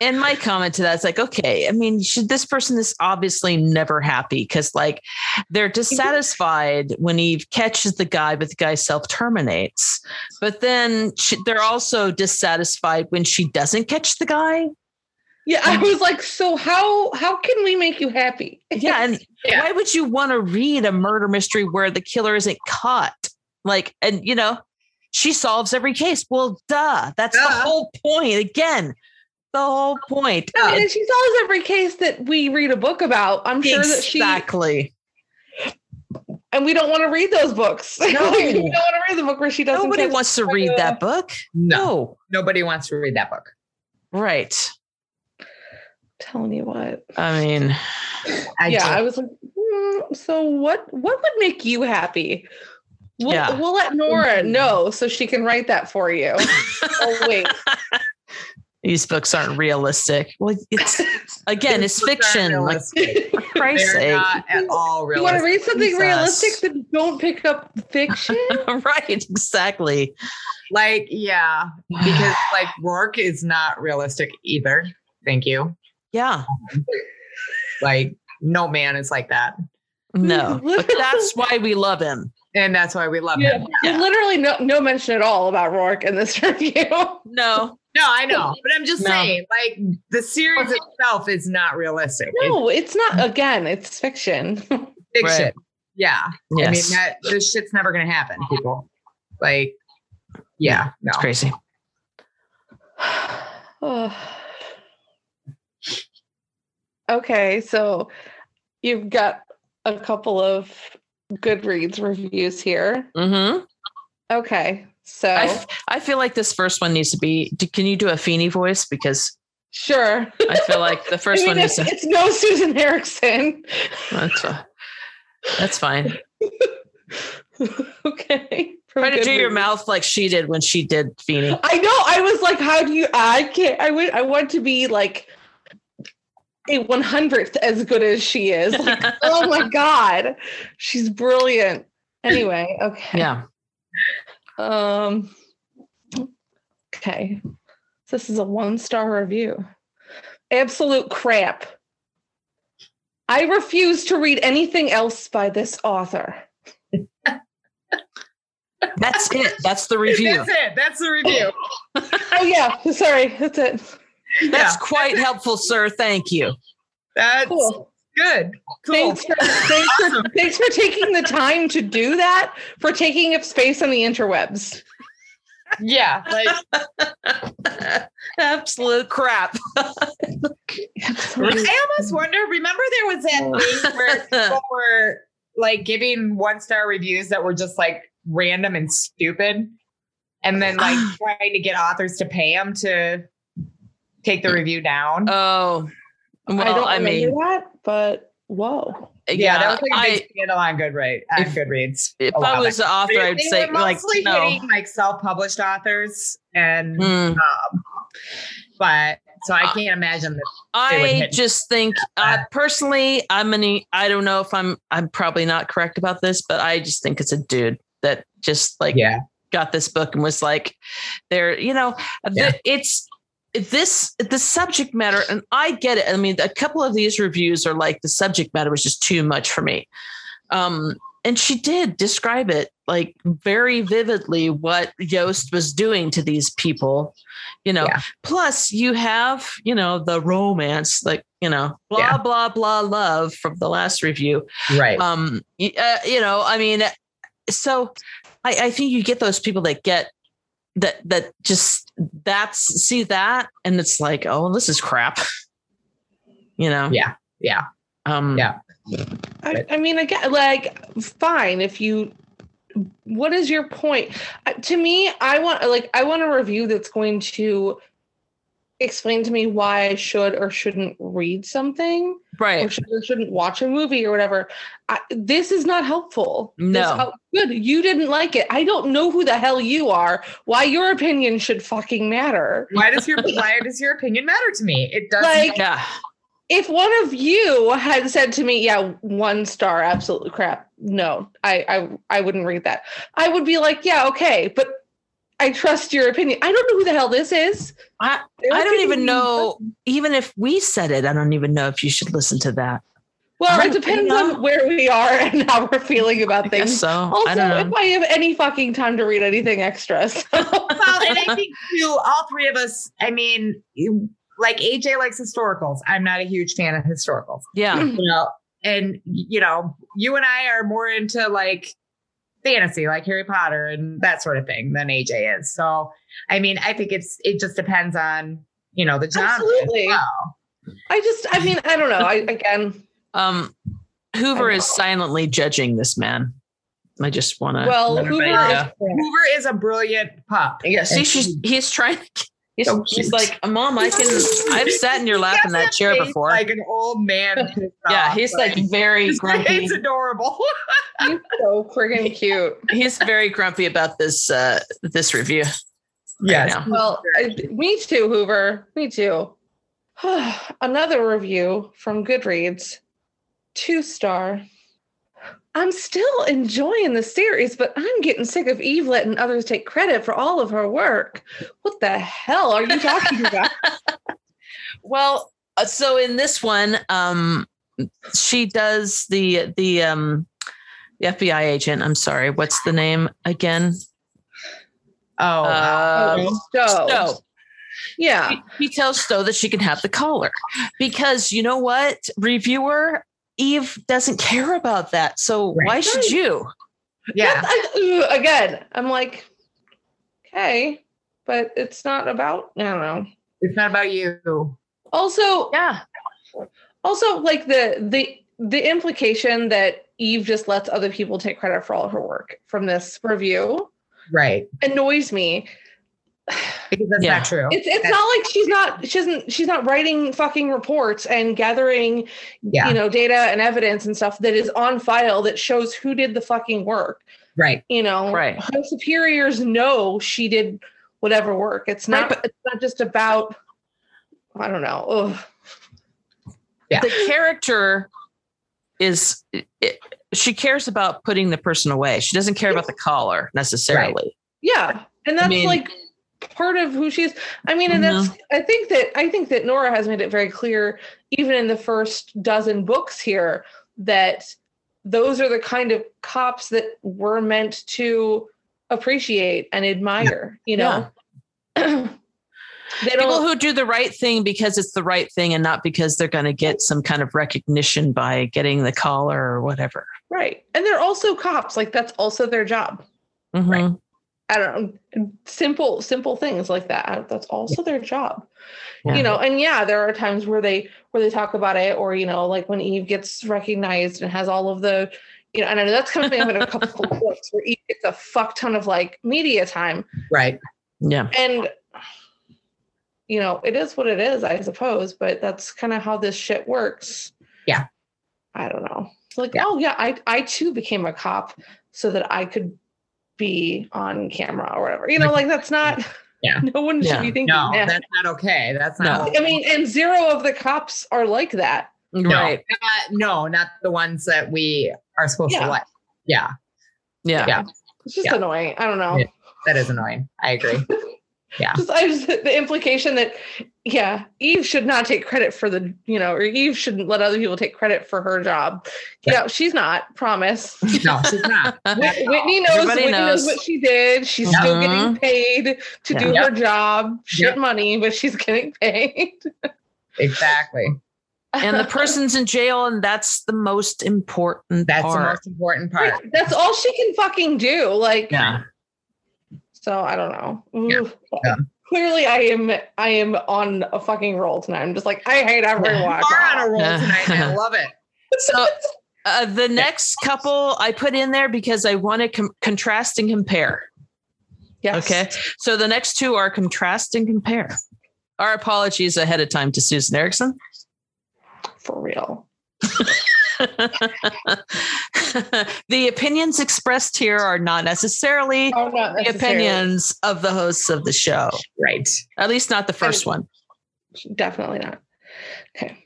Speaker 1: And my comment to that is like, okay, I mean, should this person is obviously never happy because like they're dissatisfied when Eve catches the guy, but the guy self terminates. But then she, they're also dissatisfied when she doesn't catch the guy.
Speaker 3: Yeah, I was like, so how how can we make you happy?
Speaker 1: Yeah, and yeah. why would you want to read a murder mystery where the killer isn't caught? Like, and you know, she solves every case. Well, duh, that's duh. the whole point. Again, the whole point.
Speaker 3: No, and she solves every case that we read a book about. I'm sure exactly. that she
Speaker 1: exactly.
Speaker 3: And we don't want to read those books. No. we don't want to read the book where she doesn't.
Speaker 1: Nobody wants to read that book.
Speaker 2: No. no. Nobody wants to read that book.
Speaker 1: Right.
Speaker 3: I'm telling you what.
Speaker 1: I mean,
Speaker 3: I yeah, do. I was like, mm, so what? What would make you happy? We'll, yeah. we'll let Nora know so she can write that for you. oh wait.
Speaker 1: these books aren't realistic. Well, it's again, it's fiction. Like for Christ's
Speaker 2: They're sake, at all realistic.
Speaker 3: You want to read something Jesus. realistic? Then don't pick up fiction.
Speaker 1: right, exactly.
Speaker 2: Like yeah, because like Rourke is not realistic either. Thank you.
Speaker 1: Yeah.
Speaker 2: Like no man is like that.
Speaker 1: No, but that's why we love him
Speaker 2: and that's why we love yeah. him.
Speaker 3: Yeah. Literally, no no mention at all about Rourke in this review.
Speaker 1: No,
Speaker 2: no, I know, but I'm just no. saying, like the series itself is not realistic.
Speaker 3: No, it's, it's not. Again, it's fiction.
Speaker 2: Fiction. Right. Yeah. Yes. I mean, that this shit's never gonna happen, people. Like, yeah, no,
Speaker 1: it's crazy.
Speaker 3: okay, so you've got a couple of Goodreads reviews here.
Speaker 1: Mm-hmm.
Speaker 3: Okay. So
Speaker 1: I, f- I feel like this first one needs to be. Do, can you do a Feeny voice? Because
Speaker 3: sure,
Speaker 1: I feel like the first I mean, one needs to.
Speaker 3: It's no Susan Erickson.
Speaker 1: That's a, that's fine.
Speaker 3: okay.
Speaker 1: From Try to do reason. your mouth like she did when she did Feeny.
Speaker 3: I know. I was like, how do you? I can't. I would. I want to be like a 100th as good as she is. Like, oh my God. She's brilliant. Anyway, okay.
Speaker 1: Yeah.
Speaker 3: Um, okay. So this is a one star review. Absolute crap. I refuse to read anything else by this author.
Speaker 1: That's it. That's the review.
Speaker 2: That's it. That's the review.
Speaker 3: oh, yeah. Sorry. That's it.
Speaker 1: That's yeah, quite that's helpful, sir. Thank you.
Speaker 2: That's cool. good. Cool.
Speaker 3: Thanks for, thanks, for, thanks for taking the time to do that, for taking up space on the interwebs.
Speaker 2: Yeah.
Speaker 1: Like absolute crap.
Speaker 2: I almost wonder, remember there was that thing where people were like giving one star reviews that were just like random and stupid. And then like trying to get authors to pay them to take the review down.
Speaker 1: Oh, well, I don't I mean
Speaker 3: that, but whoa.
Speaker 2: Yeah, yeah that was like a big I, scandal on Goodreads. On if, Goodreads,
Speaker 1: if I was the author, I'd
Speaker 2: they
Speaker 1: say like no.
Speaker 2: hitting like self-published authors, and mm. Uh, um, but so I can't imagine that.
Speaker 1: I just think
Speaker 2: Ah.
Speaker 1: uh, personally, I'm an. e, I don't know if I'm. I'm probably not correct about this, but I just think it's a dude that just like
Speaker 2: yeah.
Speaker 1: got this book and was like, there. You know, yeah. the, it's this the subject matter and i get it i mean a couple of these reviews are like the subject matter was just too much for me um and she did describe it like very vividly what Yost was doing to these people, you know. Yeah. Plus, you have, you know, the romance, like, you know, blah, yeah. blah, blah, love from the last review.
Speaker 2: Right.
Speaker 1: uh, Um, uh, you know, I mean, so I, I think you get those people that get that that just that's see that and it's like, oh, this is crap. You know?
Speaker 2: Yeah. Yeah.
Speaker 1: Um
Speaker 2: Yeah.
Speaker 3: I, I mean, again, like, fine if you. What is your point? Uh, To me, I want like I want a review that's going to explain to me why I should or shouldn't read something or
Speaker 1: right.
Speaker 3: should or shouldn't watch a movie or whatever. I, this is not helpful. This
Speaker 1: No.
Speaker 3: hel- good. You didn't like it. I don't know who the hell you are. Why your opinion should fucking matter.
Speaker 2: Why does your why does your opinion matter to me? It doesn't.
Speaker 3: Like-
Speaker 1: Yeah.
Speaker 3: if one of you had said to me, "Yeah, one star, absolute crap," no, I, I, I wouldn't read that. I would be like, "Yeah, okay," but I trust your opinion. I don't know who the hell this is.
Speaker 1: I
Speaker 3: Their
Speaker 1: I don't
Speaker 3: opinion
Speaker 1: even
Speaker 3: means
Speaker 1: know even if we said it, I don't even know if you should listen to that.
Speaker 3: nothing. Well,
Speaker 1: Right,
Speaker 3: it depends
Speaker 1: you know?
Speaker 3: on where we are and how we're feeling about
Speaker 1: I
Speaker 3: things.
Speaker 1: guess so.
Speaker 3: Also,
Speaker 1: I don't
Speaker 3: if
Speaker 1: know.
Speaker 3: I have any fucking time to read anything extra, so
Speaker 2: well, and I think too, all three of us. I mean, you- like AJ likes historicals. I'm not a huge fan of historicals.
Speaker 1: Yeah.
Speaker 2: You know, and you know, you and I are more into like fantasy, like Harry Potter and that sort of thing, than AJ is. So, I mean, I think it's it just depends on you know the genre. as
Speaker 3: Absolutely.
Speaker 2: well.
Speaker 3: I just, I mean, I don't know. I again,
Speaker 1: Um Hoover is silently judging this man. I just wanna
Speaker 3: well,
Speaker 1: let
Speaker 3: Hoover.
Speaker 1: everybody know.
Speaker 3: is-
Speaker 2: Hoover is a brilliant pup.
Speaker 1: Yeah, see,
Speaker 2: And
Speaker 1: she's
Speaker 2: she-
Speaker 1: he's trying. He's,
Speaker 2: So
Speaker 1: she's
Speaker 2: cute.
Speaker 1: like, Mom, I can. I've sat in your lap in that chair
Speaker 2: He's
Speaker 1: before.
Speaker 2: Like an old man. pissed
Speaker 1: yeah,
Speaker 2: off,
Speaker 1: he's
Speaker 2: but
Speaker 1: like very
Speaker 2: it's,
Speaker 1: grumpy.
Speaker 2: it's adorable.
Speaker 3: He's so friggin' cute.
Speaker 1: He's very grumpy about this uh this review.
Speaker 2: Yes.
Speaker 1: now.
Speaker 3: Well, I, me too, Hoover. Me too. Another review from Goodreads, two star. I'm still enjoying the series, but I'm getting sick of Eve letting others take credit for all of her work. What the hell are you talking about?
Speaker 1: Well, uh, so in this one, um, she does the the um the FBI agent. I'm sorry, what's the name again?
Speaker 2: Oh,
Speaker 1: Uh,
Speaker 3: so,
Speaker 1: Stowe.
Speaker 3: yeah,
Speaker 1: She- She tells Stowe that she can have the collar because you know what, reviewer. Eve doesn't care about that. So
Speaker 2: Right.
Speaker 1: why should you?
Speaker 2: yeah.
Speaker 3: That's- I- ugh, again, I'm like, okay, but it's not about. I don't know.
Speaker 2: It's not about you.
Speaker 3: Also,
Speaker 1: Yeah.
Speaker 3: also like the the the implication that eve just lets other people take credit for all her work from this review
Speaker 2: Right.
Speaker 3: annoys me
Speaker 2: Because that's
Speaker 1: Yeah.
Speaker 2: not true.
Speaker 3: it's it's
Speaker 2: That's-
Speaker 3: not like she's not she isn't she's not writing fucking reports and gathering
Speaker 2: yeah.
Speaker 3: you know data and evidence and stuff that is on file that shows who did the fucking work
Speaker 2: right.
Speaker 3: you know
Speaker 1: Right.
Speaker 3: her superiors know she did whatever work it's
Speaker 1: Right,
Speaker 3: not it's not just about i don't know Ugh.
Speaker 1: the character is it, she cares about putting the person away. She doesn't care about the collar necessarily.
Speaker 3: Yeah. And that's
Speaker 1: mean-
Speaker 3: like part of who she is. I mean, and that's I think that I think that Nora has made it very clear, even in the first dozen books here, that those are the kind of cops that we're meant to appreciate and admire, you know. they
Speaker 1: People
Speaker 3: don't
Speaker 1: who do the right thing because it's the right thing and not because they're going to get some kind of recognition by getting the collar or whatever.
Speaker 3: right. And they're also cops. Like that's also their job.
Speaker 1: Mhm.
Speaker 2: Right.
Speaker 3: I don't know, simple, simple things like that. That's also their job,
Speaker 1: Yeah.
Speaker 3: you know. And yeah, there are times where they where they talk about it, or you know, like when Eve gets recognized and has all of the, you know, and I know that's coming up in a couple of books where Eve gets a fuck ton of like media time,
Speaker 2: Right.
Speaker 1: Yeah.
Speaker 3: and you know, it is what it is, I suppose. But that's kind of how this shit works.
Speaker 2: Yeah.
Speaker 3: I don't know. It's like,
Speaker 2: Yeah.
Speaker 3: oh yeah, I I too became a cop so that I could be on camera or whatever. You know, like that's not.
Speaker 2: Yeah.
Speaker 3: No one should
Speaker 1: Yeah.
Speaker 3: be thinking
Speaker 2: No,
Speaker 3: that.
Speaker 2: that's not okay. That's not.
Speaker 3: I mean, and zero of the cops are like that.
Speaker 2: no,
Speaker 1: Right.
Speaker 2: Not- Uh, no, not the ones that we are supposed
Speaker 3: Yeah.
Speaker 2: to like. Yeah.
Speaker 1: Yeah.
Speaker 2: Yeah.
Speaker 3: It's just
Speaker 2: Yeah.
Speaker 3: annoying. I don't know.
Speaker 2: Yeah. That is annoying. I agree. Yeah.
Speaker 3: Just I just the implication that yeah, Eve should not take credit for the you know, or Eve shouldn't let other people take credit for her job. Yeah,
Speaker 2: Yeah.
Speaker 3: she's not. Promise.
Speaker 2: No, she's not. Not at all.
Speaker 3: Whitney knows.
Speaker 1: Everybody
Speaker 3: Whitney knows.
Speaker 1: knows.
Speaker 3: what she did. She's still getting
Speaker 1: Mhm.
Speaker 3: paid to do
Speaker 2: Uh-huh. Yeah.
Speaker 3: her job. Shit
Speaker 2: Yep.
Speaker 3: money, but she's getting paid.
Speaker 2: Exactly.
Speaker 1: and the person's in jail, and that's the most important
Speaker 2: That's the
Speaker 1: part.
Speaker 2: most important part.
Speaker 3: Right, That's all she can fucking do. Like,
Speaker 2: Yeah.
Speaker 3: so I don't know.
Speaker 2: Yeah.
Speaker 3: Oof.
Speaker 2: Yeah.
Speaker 3: Clearly, I am. I am on a fucking roll tonight. I'm just like, I hate everyone.
Speaker 2: You are on a roll tonight. and I love it.
Speaker 1: so uh, the next couple I put in there because I want to com- contrast and compare.
Speaker 3: Yes.
Speaker 1: Okay. So the next two are contrast and compare. Our apologies ahead of time to Susan Erickson.
Speaker 3: For real.
Speaker 1: the opinions expressed here are not necessarily
Speaker 3: Oh, not
Speaker 1: the
Speaker 3: necessarily.
Speaker 1: opinions of the hosts of the show,
Speaker 2: Right.
Speaker 1: at least not the first one.
Speaker 3: Definitely not. Okay.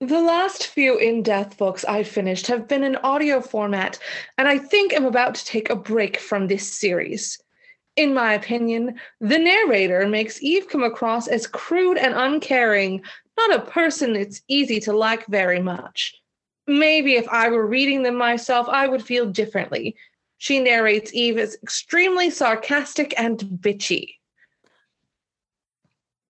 Speaker 3: The last few in death books I finished have been in audio format, and I think I'm about to take a break from this series. In my opinion, the narrator makes Eve come across as crude and uncaring, not a person it's easy to like very much. Maybe if I were reading them myself, I would feel differently. She narrates Eve as extremely sarcastic and bitchy.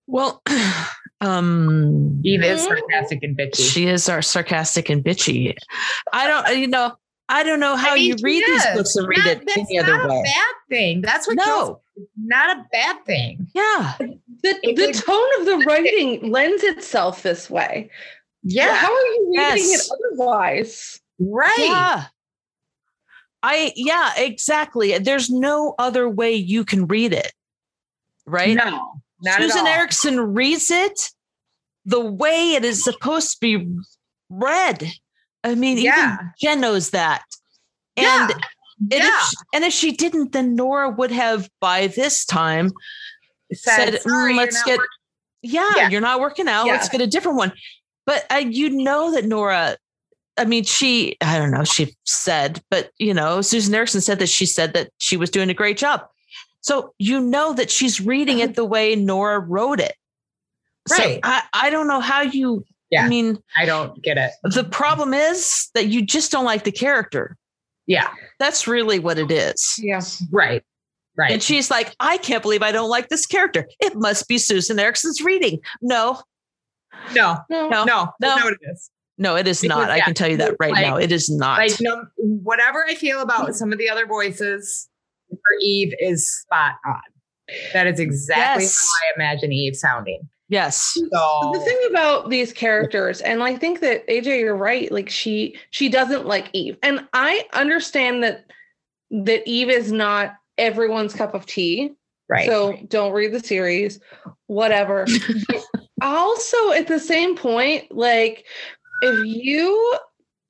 Speaker 1: Well, um,
Speaker 2: Eve is
Speaker 3: Mhm.
Speaker 2: sarcastic and bitchy.
Speaker 1: she is our sarcastic and bitchy. I don't, you know, I don't know how
Speaker 2: I mean,
Speaker 1: you read
Speaker 2: she
Speaker 1: these
Speaker 2: is.
Speaker 1: books and read
Speaker 2: Not-
Speaker 1: it
Speaker 2: that's
Speaker 1: any other
Speaker 2: not
Speaker 1: way.
Speaker 2: a bad thing. That's what kills
Speaker 1: No,
Speaker 2: not a bad thing.
Speaker 1: yeah,
Speaker 3: The,
Speaker 2: It
Speaker 3: the
Speaker 2: would-
Speaker 3: tone of the writing lends itself this way.
Speaker 2: Yeah,
Speaker 3: How are you reading
Speaker 1: Yes.
Speaker 3: it otherwise?
Speaker 2: right.
Speaker 1: yeah. I yeah, exactly. There's no other way you can read it, right?
Speaker 2: No, not
Speaker 1: Susan
Speaker 2: at all.
Speaker 1: Erickson reads it the way it is supposed to be read. I mean,
Speaker 2: Yeah.
Speaker 1: even Jen knows that. And,
Speaker 2: Yeah.
Speaker 1: and,
Speaker 2: Yeah.
Speaker 1: if she, and if she didn't, then Nora would have by this time said, "Mm,
Speaker 2: "Sorry, you're
Speaker 1: let's
Speaker 2: not
Speaker 1: get,
Speaker 2: working."
Speaker 1: yeah,
Speaker 2: Yeah.
Speaker 1: you're not working out. Let's
Speaker 3: Yeah.
Speaker 1: get a different one. But uh, you know that Nora, I mean, she, I don't know, she said, but you know, Susan Erickson said that she said that she was doing a great job. So you know that she's reading it the way Nora wrote it. So
Speaker 2: Uh-huh. Right.
Speaker 1: I, I don't know how you,
Speaker 2: Yeah.
Speaker 1: I mean,
Speaker 2: I don't get it.
Speaker 1: the problem is that you just don't like the character.
Speaker 2: Yeah,
Speaker 1: That's really what it is.
Speaker 3: Yeah.
Speaker 2: right, right.
Speaker 1: And she's like, I can't believe I don't like this character. It must be Susan Erickson's reading. No,
Speaker 2: no, no,
Speaker 3: No.
Speaker 2: no,
Speaker 1: Oh, No.
Speaker 2: that's not what it is.
Speaker 1: no, it is
Speaker 2: Because,
Speaker 1: not. I
Speaker 2: yeah,
Speaker 1: can tell you that right
Speaker 2: like-
Speaker 1: now. It is not.
Speaker 2: Like, no, whatever I feel about some of the other voices for Eve is spot on. That is exactly
Speaker 1: Yes.
Speaker 2: how I imagine Eve sounding.
Speaker 1: yes.
Speaker 2: So
Speaker 3: The thing about these characters, and I think that AJ, you're right. Like she, she doesn't like Eve, and I understand that that Eve is not everyone's cup of tea.
Speaker 2: right,
Speaker 3: So don't read the series, whatever. But also, at the same point, like if you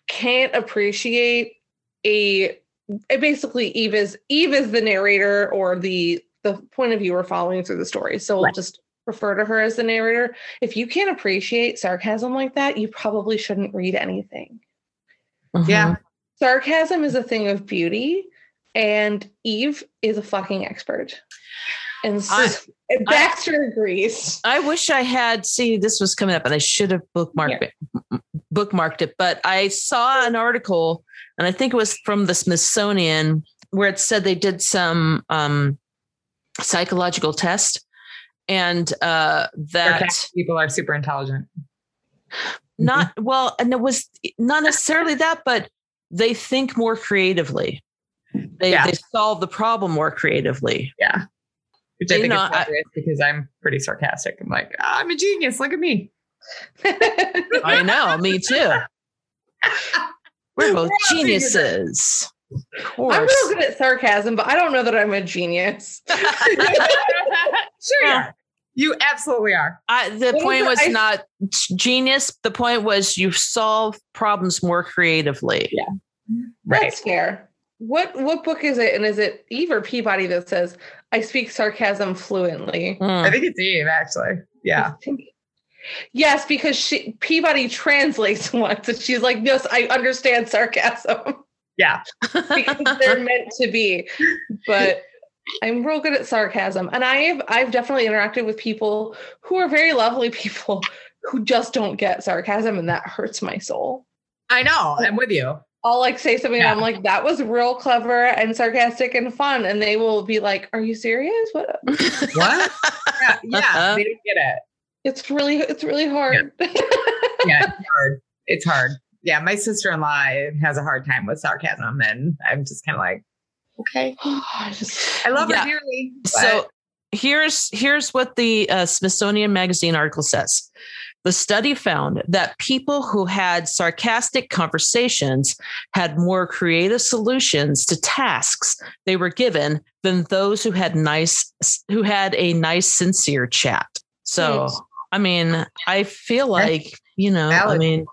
Speaker 3: can't appreciate a it basically Eve is Eve is the narrator or the the point of view we're following through the story. So we'll
Speaker 2: Right.
Speaker 3: just refer to her as the narrator. If you can't appreciate sarcasm like that, you probably shouldn't read anything
Speaker 2: yeah,
Speaker 1: Mhm.
Speaker 3: sarcasm is a thing of beauty and eve is a fucking expert and so
Speaker 1: I-
Speaker 3: and baxter agrees
Speaker 1: I wish I had, see, this was coming up and I should have bookmarked it, bookmarked it, but I saw an article and I think it was from the Smithsonian where it said they did some um, psychological test and uh, that.
Speaker 2: Sarcastic people are super intelligent.
Speaker 1: not
Speaker 2: Mm-hmm.
Speaker 1: well and it was not necessarily that but they think more creatively they,
Speaker 2: Yeah.
Speaker 1: they solve the problem more creatively
Speaker 2: Which I
Speaker 1: You
Speaker 2: think
Speaker 1: know,
Speaker 2: is
Speaker 1: I-
Speaker 2: hilarious because I'm pretty sarcastic. I'm like, "Ah, I'm a genius. Look at me.
Speaker 1: i know me too we're both
Speaker 2: all geniuses.
Speaker 1: geniuses of
Speaker 3: i'm
Speaker 1: course
Speaker 3: real good at sarcasm but i don't know that i'm a genius
Speaker 2: sure
Speaker 1: Yeah.
Speaker 2: you are. You absolutely are.
Speaker 1: I, the
Speaker 3: What
Speaker 1: point
Speaker 3: was
Speaker 1: was
Speaker 3: it? I-
Speaker 1: not genius the point was you solve problems more creatively
Speaker 2: Yeah.
Speaker 3: that's fair what what book is it and is it eve or peabody that says i speak sarcasm fluently
Speaker 2: I
Speaker 1: Mm.
Speaker 2: think it's Eve, actually. Yeah.
Speaker 3: I think- Yes, because she Peabody translates once and she's like, Yes, I understand sarcasm.
Speaker 2: Yeah.
Speaker 3: because they're meant to be. But I'm real good at sarcasm, and I've I've definitely interacted with people who are very lovely people who just don't get sarcasm, and that hurts my soul.
Speaker 2: I know. I'm with you.
Speaker 3: I'll like say something,
Speaker 2: Yeah.
Speaker 3: and I'm like, "That was real clever and sarcastic and fun," and they will be like, "Are you serious? What?"
Speaker 1: Uh-huh.
Speaker 2: What? Yeah. yeah, they don't get it.
Speaker 3: It's really it's really hard.
Speaker 2: yeah, it's hard. It's hard. Yeah, my sister in law has a hard time with sarcasm, and I'm just kind of like, okay,
Speaker 3: I just-
Speaker 2: I love
Speaker 1: Yeah.
Speaker 2: her dearly. but-
Speaker 1: So here's here's what the uh, Smithsonian Magazine article says. The study found that people who had sarcastic conversations had more creative solutions to tasks they were given than those who had nice who had a nice sincere chat. So,
Speaker 3: Yes.
Speaker 1: I mean, I feel like, you know, I
Speaker 2: valid.
Speaker 1: mean,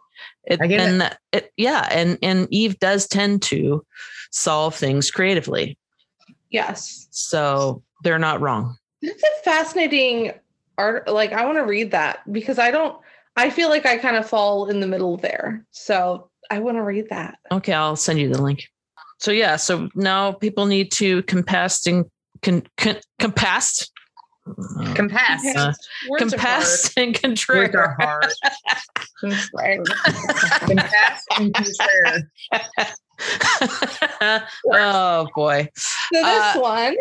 Speaker 1: it,
Speaker 2: I get it.
Speaker 1: and it. yeah, and and Eve does tend to solve things creatively.
Speaker 3: yes.
Speaker 1: So, they're not wrong.
Speaker 3: That's a fascinating art. Like, I want to read that because I don't, I feel like I kind of fall in the middle there. So I want to read that.
Speaker 1: Okay, I'll send you the link. So yeah, so now people need to compass and con, con, compass,
Speaker 2: compass.
Speaker 1: Uh,
Speaker 3: Words are
Speaker 1: compass and contrary.
Speaker 2: Words are hard.
Speaker 3: hard. Right.
Speaker 2: Compass and compare.
Speaker 1: oh boy,
Speaker 3: So this
Speaker 1: Uh,
Speaker 3: one,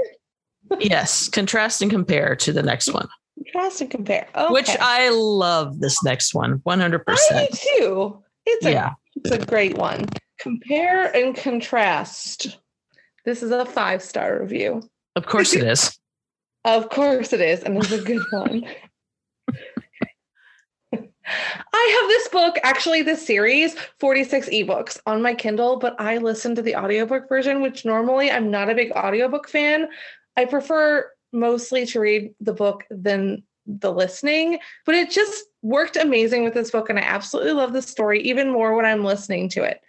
Speaker 1: yes, contrast and compare to the next one,
Speaker 3: contrast and compare. Okay.
Speaker 1: which I love. This next one, one hundred
Speaker 3: I
Speaker 1: percent.
Speaker 3: do too. It's a,
Speaker 1: Yeah,
Speaker 3: it's a great one. Compare and contrast. This is a five star review.
Speaker 1: of course it is.
Speaker 3: Of course it is, and it's a good one. I have this book, actually, this series, 46 ebooks on my Kindle, but I listen to the audiobook version, which normally I'm not a big audiobook fan. I prefer mostly to read the book than the listening, but it just worked amazing with this book, and I absolutely love this story even more when I'm listening to it.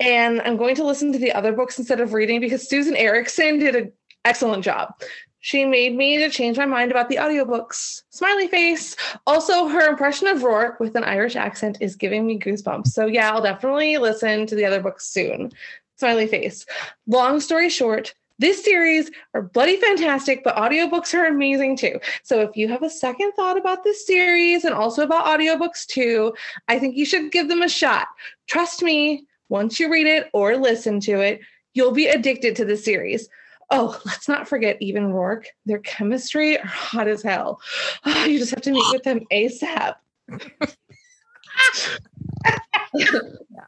Speaker 3: And I'm going to listen to the other books instead of reading because Susan Erickson did an excellent job. She made me to change my mind about the audiobooks. Smiley face. Also, her impression of Rourke with an Irish accent is giving me goosebumps. So, yeah, I'll definitely listen to the other books soon. Smiley face. Long story short, this series are bloody fantastic, but audiobooks are amazing too. So, if you have a second thought about this series and also about audiobooks too, I think you should give them a shot. Trust me, once you read it or listen to it, you'll be addicted to the series. Oh, let's not forget even Rourke. Their chemistry are hot as hell. Ah, you just have to meet with them ASAP.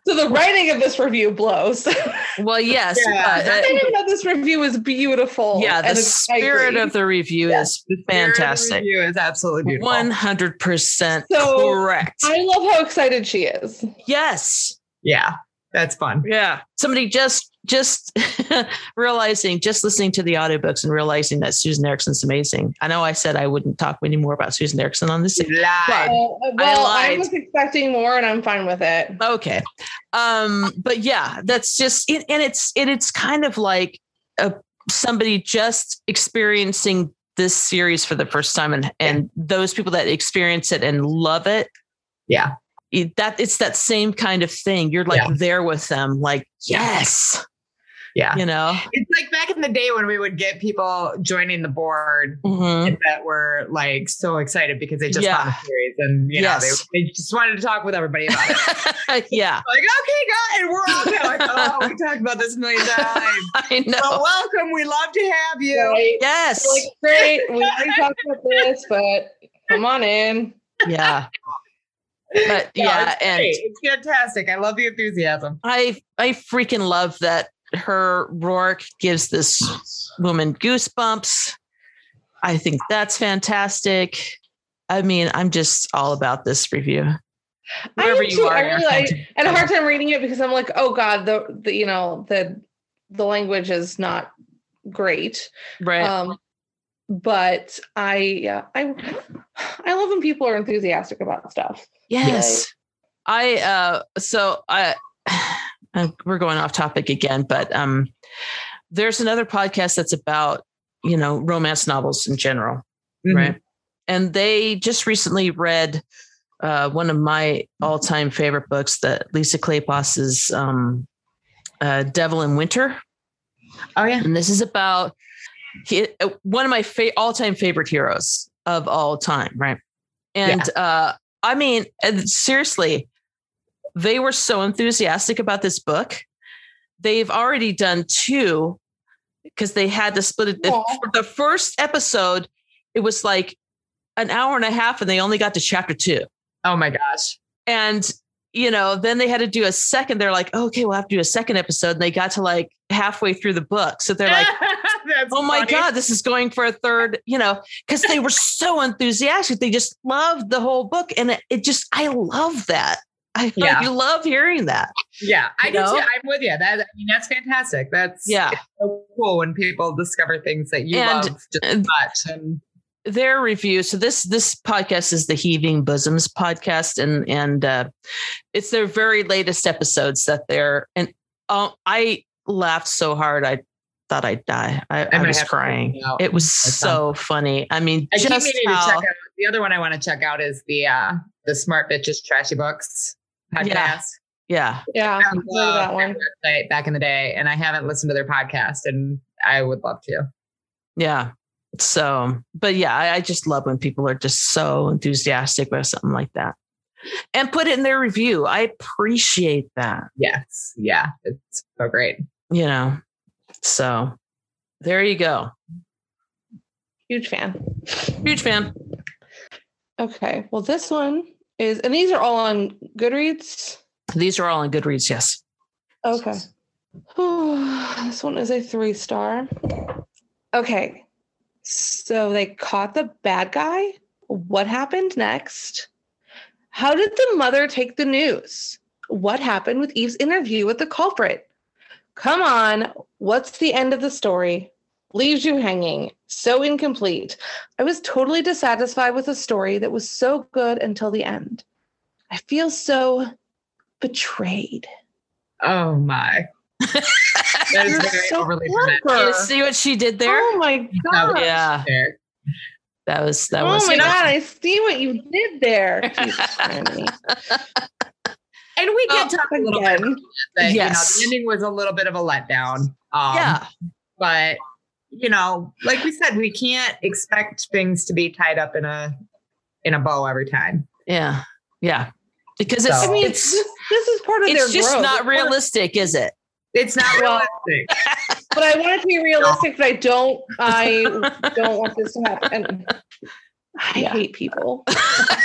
Speaker 3: so the writing of this review blows.
Speaker 1: Well, yes,
Speaker 2: Yeah.
Speaker 1: but, uh,
Speaker 3: I didn't know this review was beautiful.
Speaker 1: yeah. The
Speaker 3: and I
Speaker 1: spirit
Speaker 3: agree.
Speaker 1: of the review
Speaker 3: Yeah.
Speaker 1: is
Speaker 2: Your
Speaker 1: fantastic.
Speaker 2: review is absolutely beautiful.
Speaker 1: One hundred percent
Speaker 3: So,
Speaker 1: correct.
Speaker 3: I love how excited she is.
Speaker 1: yes.
Speaker 2: Yeah, that's fun.
Speaker 1: Yeah. Somebody just just realizing, just listening to the audiobooks and realizing that Susan Erickson's amazing. I know I said I wouldn't talk anymore about Susan Erickson on this.
Speaker 2: Live.
Speaker 3: Uh, well, I,
Speaker 1: lied.
Speaker 3: was expecting more, and I'm fine with it.
Speaker 1: Okay. Um, but yeah, that's just it, and it's it, it's kind of like a, somebody just experiencing this series for the first time and and those people that experience it and love it
Speaker 2: Yeah.
Speaker 1: it- that it's that same kind of thing you're like there with them like yes
Speaker 2: Yeah.
Speaker 1: you know
Speaker 2: It's like back in the day when we would get people joining the board
Speaker 1: Mhm.
Speaker 2: that were like so excited because they just
Speaker 1: Yeah.
Speaker 2: found the series and you know
Speaker 1: Yes.
Speaker 2: they, they just wanted to talk with everybody about it.
Speaker 1: yeah,
Speaker 2: like, okay, God, and we're all kind of like, oh, we talked about this a million times.
Speaker 1: I
Speaker 2: Well,
Speaker 1: know.
Speaker 2: welcome. We love to have you.
Speaker 3: Right?
Speaker 1: Yes.
Speaker 3: Like, great. We already talked about this, but come on in.
Speaker 1: Yeah. But yeah,
Speaker 2: it's
Speaker 1: and
Speaker 2: great. it's fantastic. I love the enthusiasm.
Speaker 1: I I freaking love that her Rourke gives this woman goosebumps. I think that's fantastic. I mean, I'm just all about this review.
Speaker 3: I
Speaker 1: Wherever
Speaker 3: am
Speaker 1: you
Speaker 3: too.
Speaker 1: are,
Speaker 3: I
Speaker 1: you're
Speaker 3: really like-
Speaker 1: fine.
Speaker 3: I had a hard time reading it because I'm like, oh god, the, the you know the the language is not great.
Speaker 1: right?
Speaker 3: Um, but I yeah, I I love when people are enthusiastic about stuff.
Speaker 1: Yes. I uh so I uh, we're going off topic again, but um there's another podcast that's about, you know, romance novels in general, right?
Speaker 2: Mm-hmm.
Speaker 1: And they just recently read uh one of my all-time favorite books that Lisa Kleypas's um uh Devil in Winter.
Speaker 2: Oh yeah.
Speaker 1: And this is about he, uh, one of my fa- all-time favorite heroes of all time, right? And uh, I mean, and seriously, they were so enthusiastic about this book. They've already done two because they had to split it. The,
Speaker 3: Aw.
Speaker 1: the first episode, it was like an hour and a half and they only got to chapter two.
Speaker 2: Oh my gosh.
Speaker 1: And, you know, then they had to do a second. They're like, okay, we'll have to do a second episode. And they got to like halfway through the book. So they're like,
Speaker 2: That's
Speaker 1: oh my
Speaker 2: funny.
Speaker 1: God, this is going for a third, you know, because they were so enthusiastic. They just loved the whole book. And it, it just, I love that. I
Speaker 2: Yeah.
Speaker 1: you love hearing that.
Speaker 2: Yeah, I
Speaker 1: You
Speaker 2: do
Speaker 1: know?
Speaker 2: too. I'm with you. That I mean, that's fantastic. That's
Speaker 1: Yeah.
Speaker 2: it's so cool when people discover things that you
Speaker 1: And-
Speaker 2: love just as
Speaker 1: and-
Speaker 2: much. And
Speaker 1: their review. So this this podcast is the Heaving Bosoms podcast, and and uh, it's their very latest episodes that they're and um, I laughed so hard I thought I'd die. I, I
Speaker 2: might
Speaker 1: was
Speaker 2: have to check
Speaker 1: crying.
Speaker 2: it out.
Speaker 1: It was
Speaker 2: That sounds-
Speaker 1: so funny. I mean,
Speaker 2: I keep
Speaker 1: just
Speaker 2: meaning to
Speaker 1: how
Speaker 2: check out the other one I want to check out is the uh the Smart Bitches Trashy Books podcast.
Speaker 1: Yeah. yeah.
Speaker 3: Yeah,
Speaker 2: I
Speaker 3: I remember
Speaker 2: love
Speaker 3: that one.
Speaker 2: Website back in the day, and I haven't listened to their podcast, and I would love to.
Speaker 1: Yeah. So, but yeah, I, I just love when people are just so enthusiastic about something like that. And put it in their review. I appreciate that.
Speaker 2: Yes, yeah, it's so great.
Speaker 1: You know. So there you go.
Speaker 3: Huge fan.
Speaker 1: Huge fan.
Speaker 3: Okay, well, this one is, and these are all on Goodreads.
Speaker 1: These are all on Goodreads, yes.
Speaker 3: Okay. this one is a three star. Okay. So they caught the bad guy. What happened next? How did the mother take the news? What happened with Eve's interview with the culprit? Come on. What's the end of the story? Leaves you hanging. So incomplete. I was totally dissatisfied with a story that was so good until the end. I feel so betrayed.
Speaker 2: Oh my, that is
Speaker 3: You're
Speaker 2: very
Speaker 3: so
Speaker 2: overly
Speaker 3: clever.
Speaker 2: dramatic.
Speaker 1: You see what she did there?
Speaker 3: Oh my god.
Speaker 1: yeah,
Speaker 2: There.
Speaker 1: that was that
Speaker 3: oh
Speaker 1: was.
Speaker 3: my
Speaker 1: good.
Speaker 3: god, I see what you did there. Jesus, Franny.
Speaker 2: And we
Speaker 1: Oh,
Speaker 2: can talk a little bit
Speaker 3: Again.
Speaker 2: that
Speaker 1: Yes.
Speaker 2: you know the ending was a little bit of a letdown. Um,
Speaker 1: Yeah,
Speaker 2: but you know, like we said, we can't expect things to be tied up in a in a bow every time.
Speaker 1: yeah, yeah. Because it's
Speaker 2: So-
Speaker 3: I mean,
Speaker 1: it's
Speaker 3: this, this is part of
Speaker 1: it's
Speaker 3: their
Speaker 1: just
Speaker 3: growth.
Speaker 1: not
Speaker 3: Of course,
Speaker 1: realistic, is it?
Speaker 2: It's not
Speaker 3: Well-
Speaker 2: realistic.
Speaker 3: But I want it to be realistic, but I don't I don't want this to happen. And I
Speaker 1: Yeah.
Speaker 3: hate people.
Speaker 2: Uh,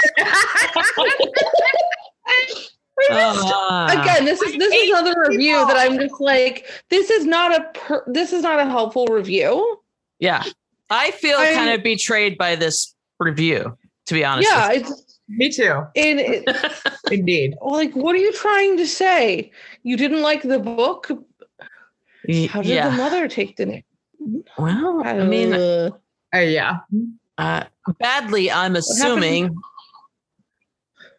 Speaker 1: Come on.
Speaker 3: Again, this is this
Speaker 2: I hate
Speaker 3: is another review
Speaker 2: people.
Speaker 3: that I'm just like, this is not a per, this is not a helpful review.
Speaker 1: yeah. I feel
Speaker 3: I-
Speaker 1: kind of betrayed by this review, to be honest.
Speaker 3: yeah,
Speaker 1: with
Speaker 3: it's
Speaker 2: Me too.
Speaker 3: and it,
Speaker 2: Indeed.
Speaker 3: like, what are you trying to say? You didn't like the book.
Speaker 1: you. Y-
Speaker 3: How did the
Speaker 1: yeah.
Speaker 3: mother take the name?
Speaker 1: Well, I mean,
Speaker 3: Uh,
Speaker 2: Uh, yeah.
Speaker 1: uh, badly. I'm assuming.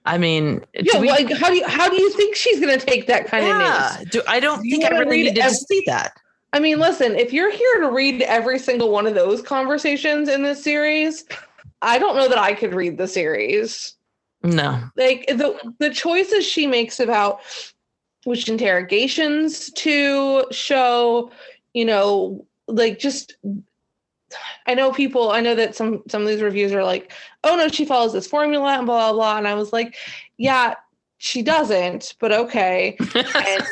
Speaker 1: I mean,
Speaker 3: Yeah,
Speaker 1: do we,
Speaker 3: like how do you how do you think she's gonna take that kind of
Speaker 1: yeah.
Speaker 3: news?
Speaker 1: Do, I don't
Speaker 3: You
Speaker 1: think I
Speaker 3: wanna
Speaker 1: really
Speaker 3: read
Speaker 1: needed to
Speaker 3: every-
Speaker 1: see that.
Speaker 3: I mean, listen, if you're here to read every single one of those conversations in this series, I don't know that I could read the series.
Speaker 1: No,
Speaker 3: Like the the choices she makes about which interrogations to show, you know, like just I know people, I know that some some of these reviews are like, oh no, she follows this formula and blah blah blah. And I was like, yeah, she doesn't, but okay. and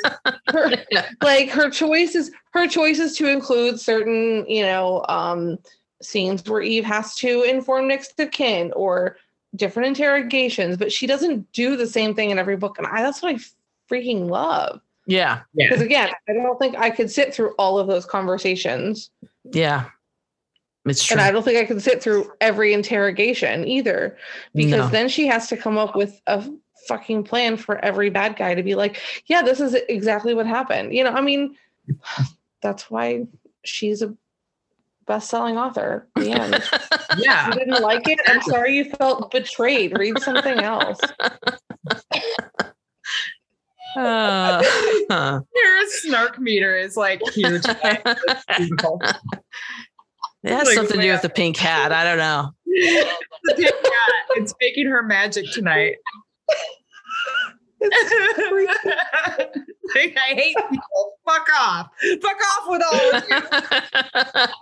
Speaker 3: her,
Speaker 1: Yeah.
Speaker 3: like her choices her choices to include certain you know um scenes where eve has to inform next of kin or different interrogations but she doesn't do the same thing in every book and i that's what i freaking love
Speaker 1: yeah,
Speaker 2: Yeah.
Speaker 3: because again i don't think i could sit through all of those conversations
Speaker 1: yeah. It's true.
Speaker 3: and i don't think i could sit through every interrogation either because
Speaker 1: No.
Speaker 3: then she has to come up with a fucking plan for every bad guy to be like, yeah, this is exactly what happened. You know, I mean, that's why she's a best-selling author. Yeah, if
Speaker 2: Yeah.
Speaker 3: you didn't like it, I'm sorry you felt betrayed. Read something else.
Speaker 1: Uh, huh.
Speaker 2: Your snark meter is like huge. It's beautiful.
Speaker 1: It has
Speaker 2: Like,
Speaker 1: something to do
Speaker 2: yeah.
Speaker 1: with the pink hat. I don't know.
Speaker 2: yeah, it's making her magic tonight. like, I hate people. Fuck off. Fuck off with all of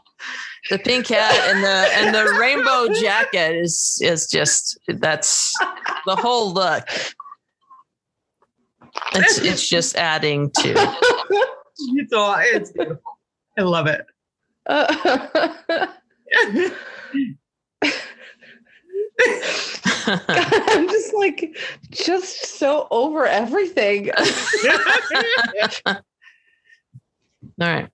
Speaker 1: the pink hat and the and the rainbow jacket is is just that's the whole look. It's it's just adding to
Speaker 2: you. It's, all, it's beautiful. I love it.
Speaker 3: Uh, I'm just like, just so over everything. Let's
Speaker 1: All right.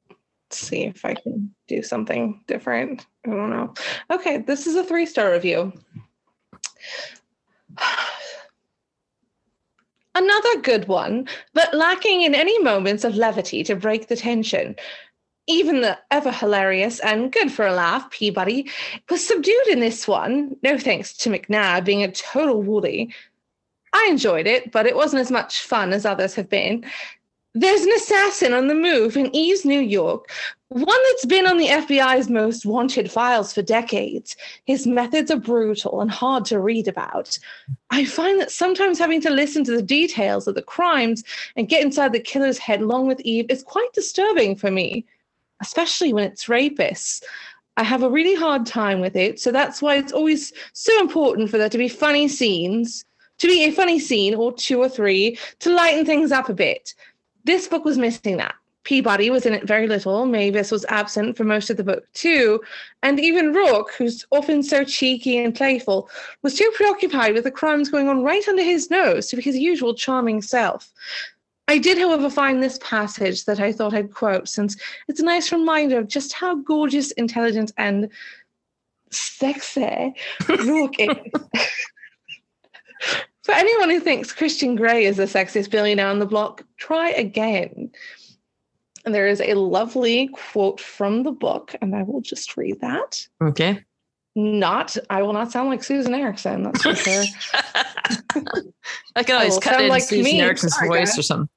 Speaker 3: see if I can do something different. I don't know. Okay, this is a three star review. Another good one, but lacking in any moments of levity to break the tension. Even the ever hilarious and good for a laugh Peabody was subdued in this one, no thanks to McNabb being a total woolly. I enjoyed it, but it wasn't as much fun as others have been. There's an assassin on the move in Eves, New York, one that's been on the FBI's most wanted files for decades. His methods are brutal and hard to read about. I find that sometimes having to listen to the details of the crimes and get inside the killer's head along with Eve is quite disturbing for me, especially when it's rapists. I have a really hard time with it, so that's why it's always so important for there to be funny scenes, to be a funny scene or two or three to lighten things up a bit this book was missing that. Peabody was in it very little. Mavis was absent for most of the book, too. And even Rourke, who's often so cheeky and playful, was too preoccupied with the crimes going on right under his nose to be his usual charming self. I did, however, find this passage that I thought I'd quote, since it's a nice reminder of just how gorgeous, intelligent, and sexy Rourke is. For anyone who thinks Christian Grey is the sexiest billionaire on the block, try again. And there is a lovely quote from the book, and I will just read that.
Speaker 1: Okay.
Speaker 3: Not, I will not sound like Susan Erickson, that's for sure.
Speaker 1: I can always
Speaker 3: will
Speaker 1: cut
Speaker 3: Oh, sound
Speaker 1: in
Speaker 3: like
Speaker 1: Susan
Speaker 3: me.
Speaker 1: Erickson's
Speaker 3: Sorry,
Speaker 1: voice
Speaker 3: guys.
Speaker 1: or something.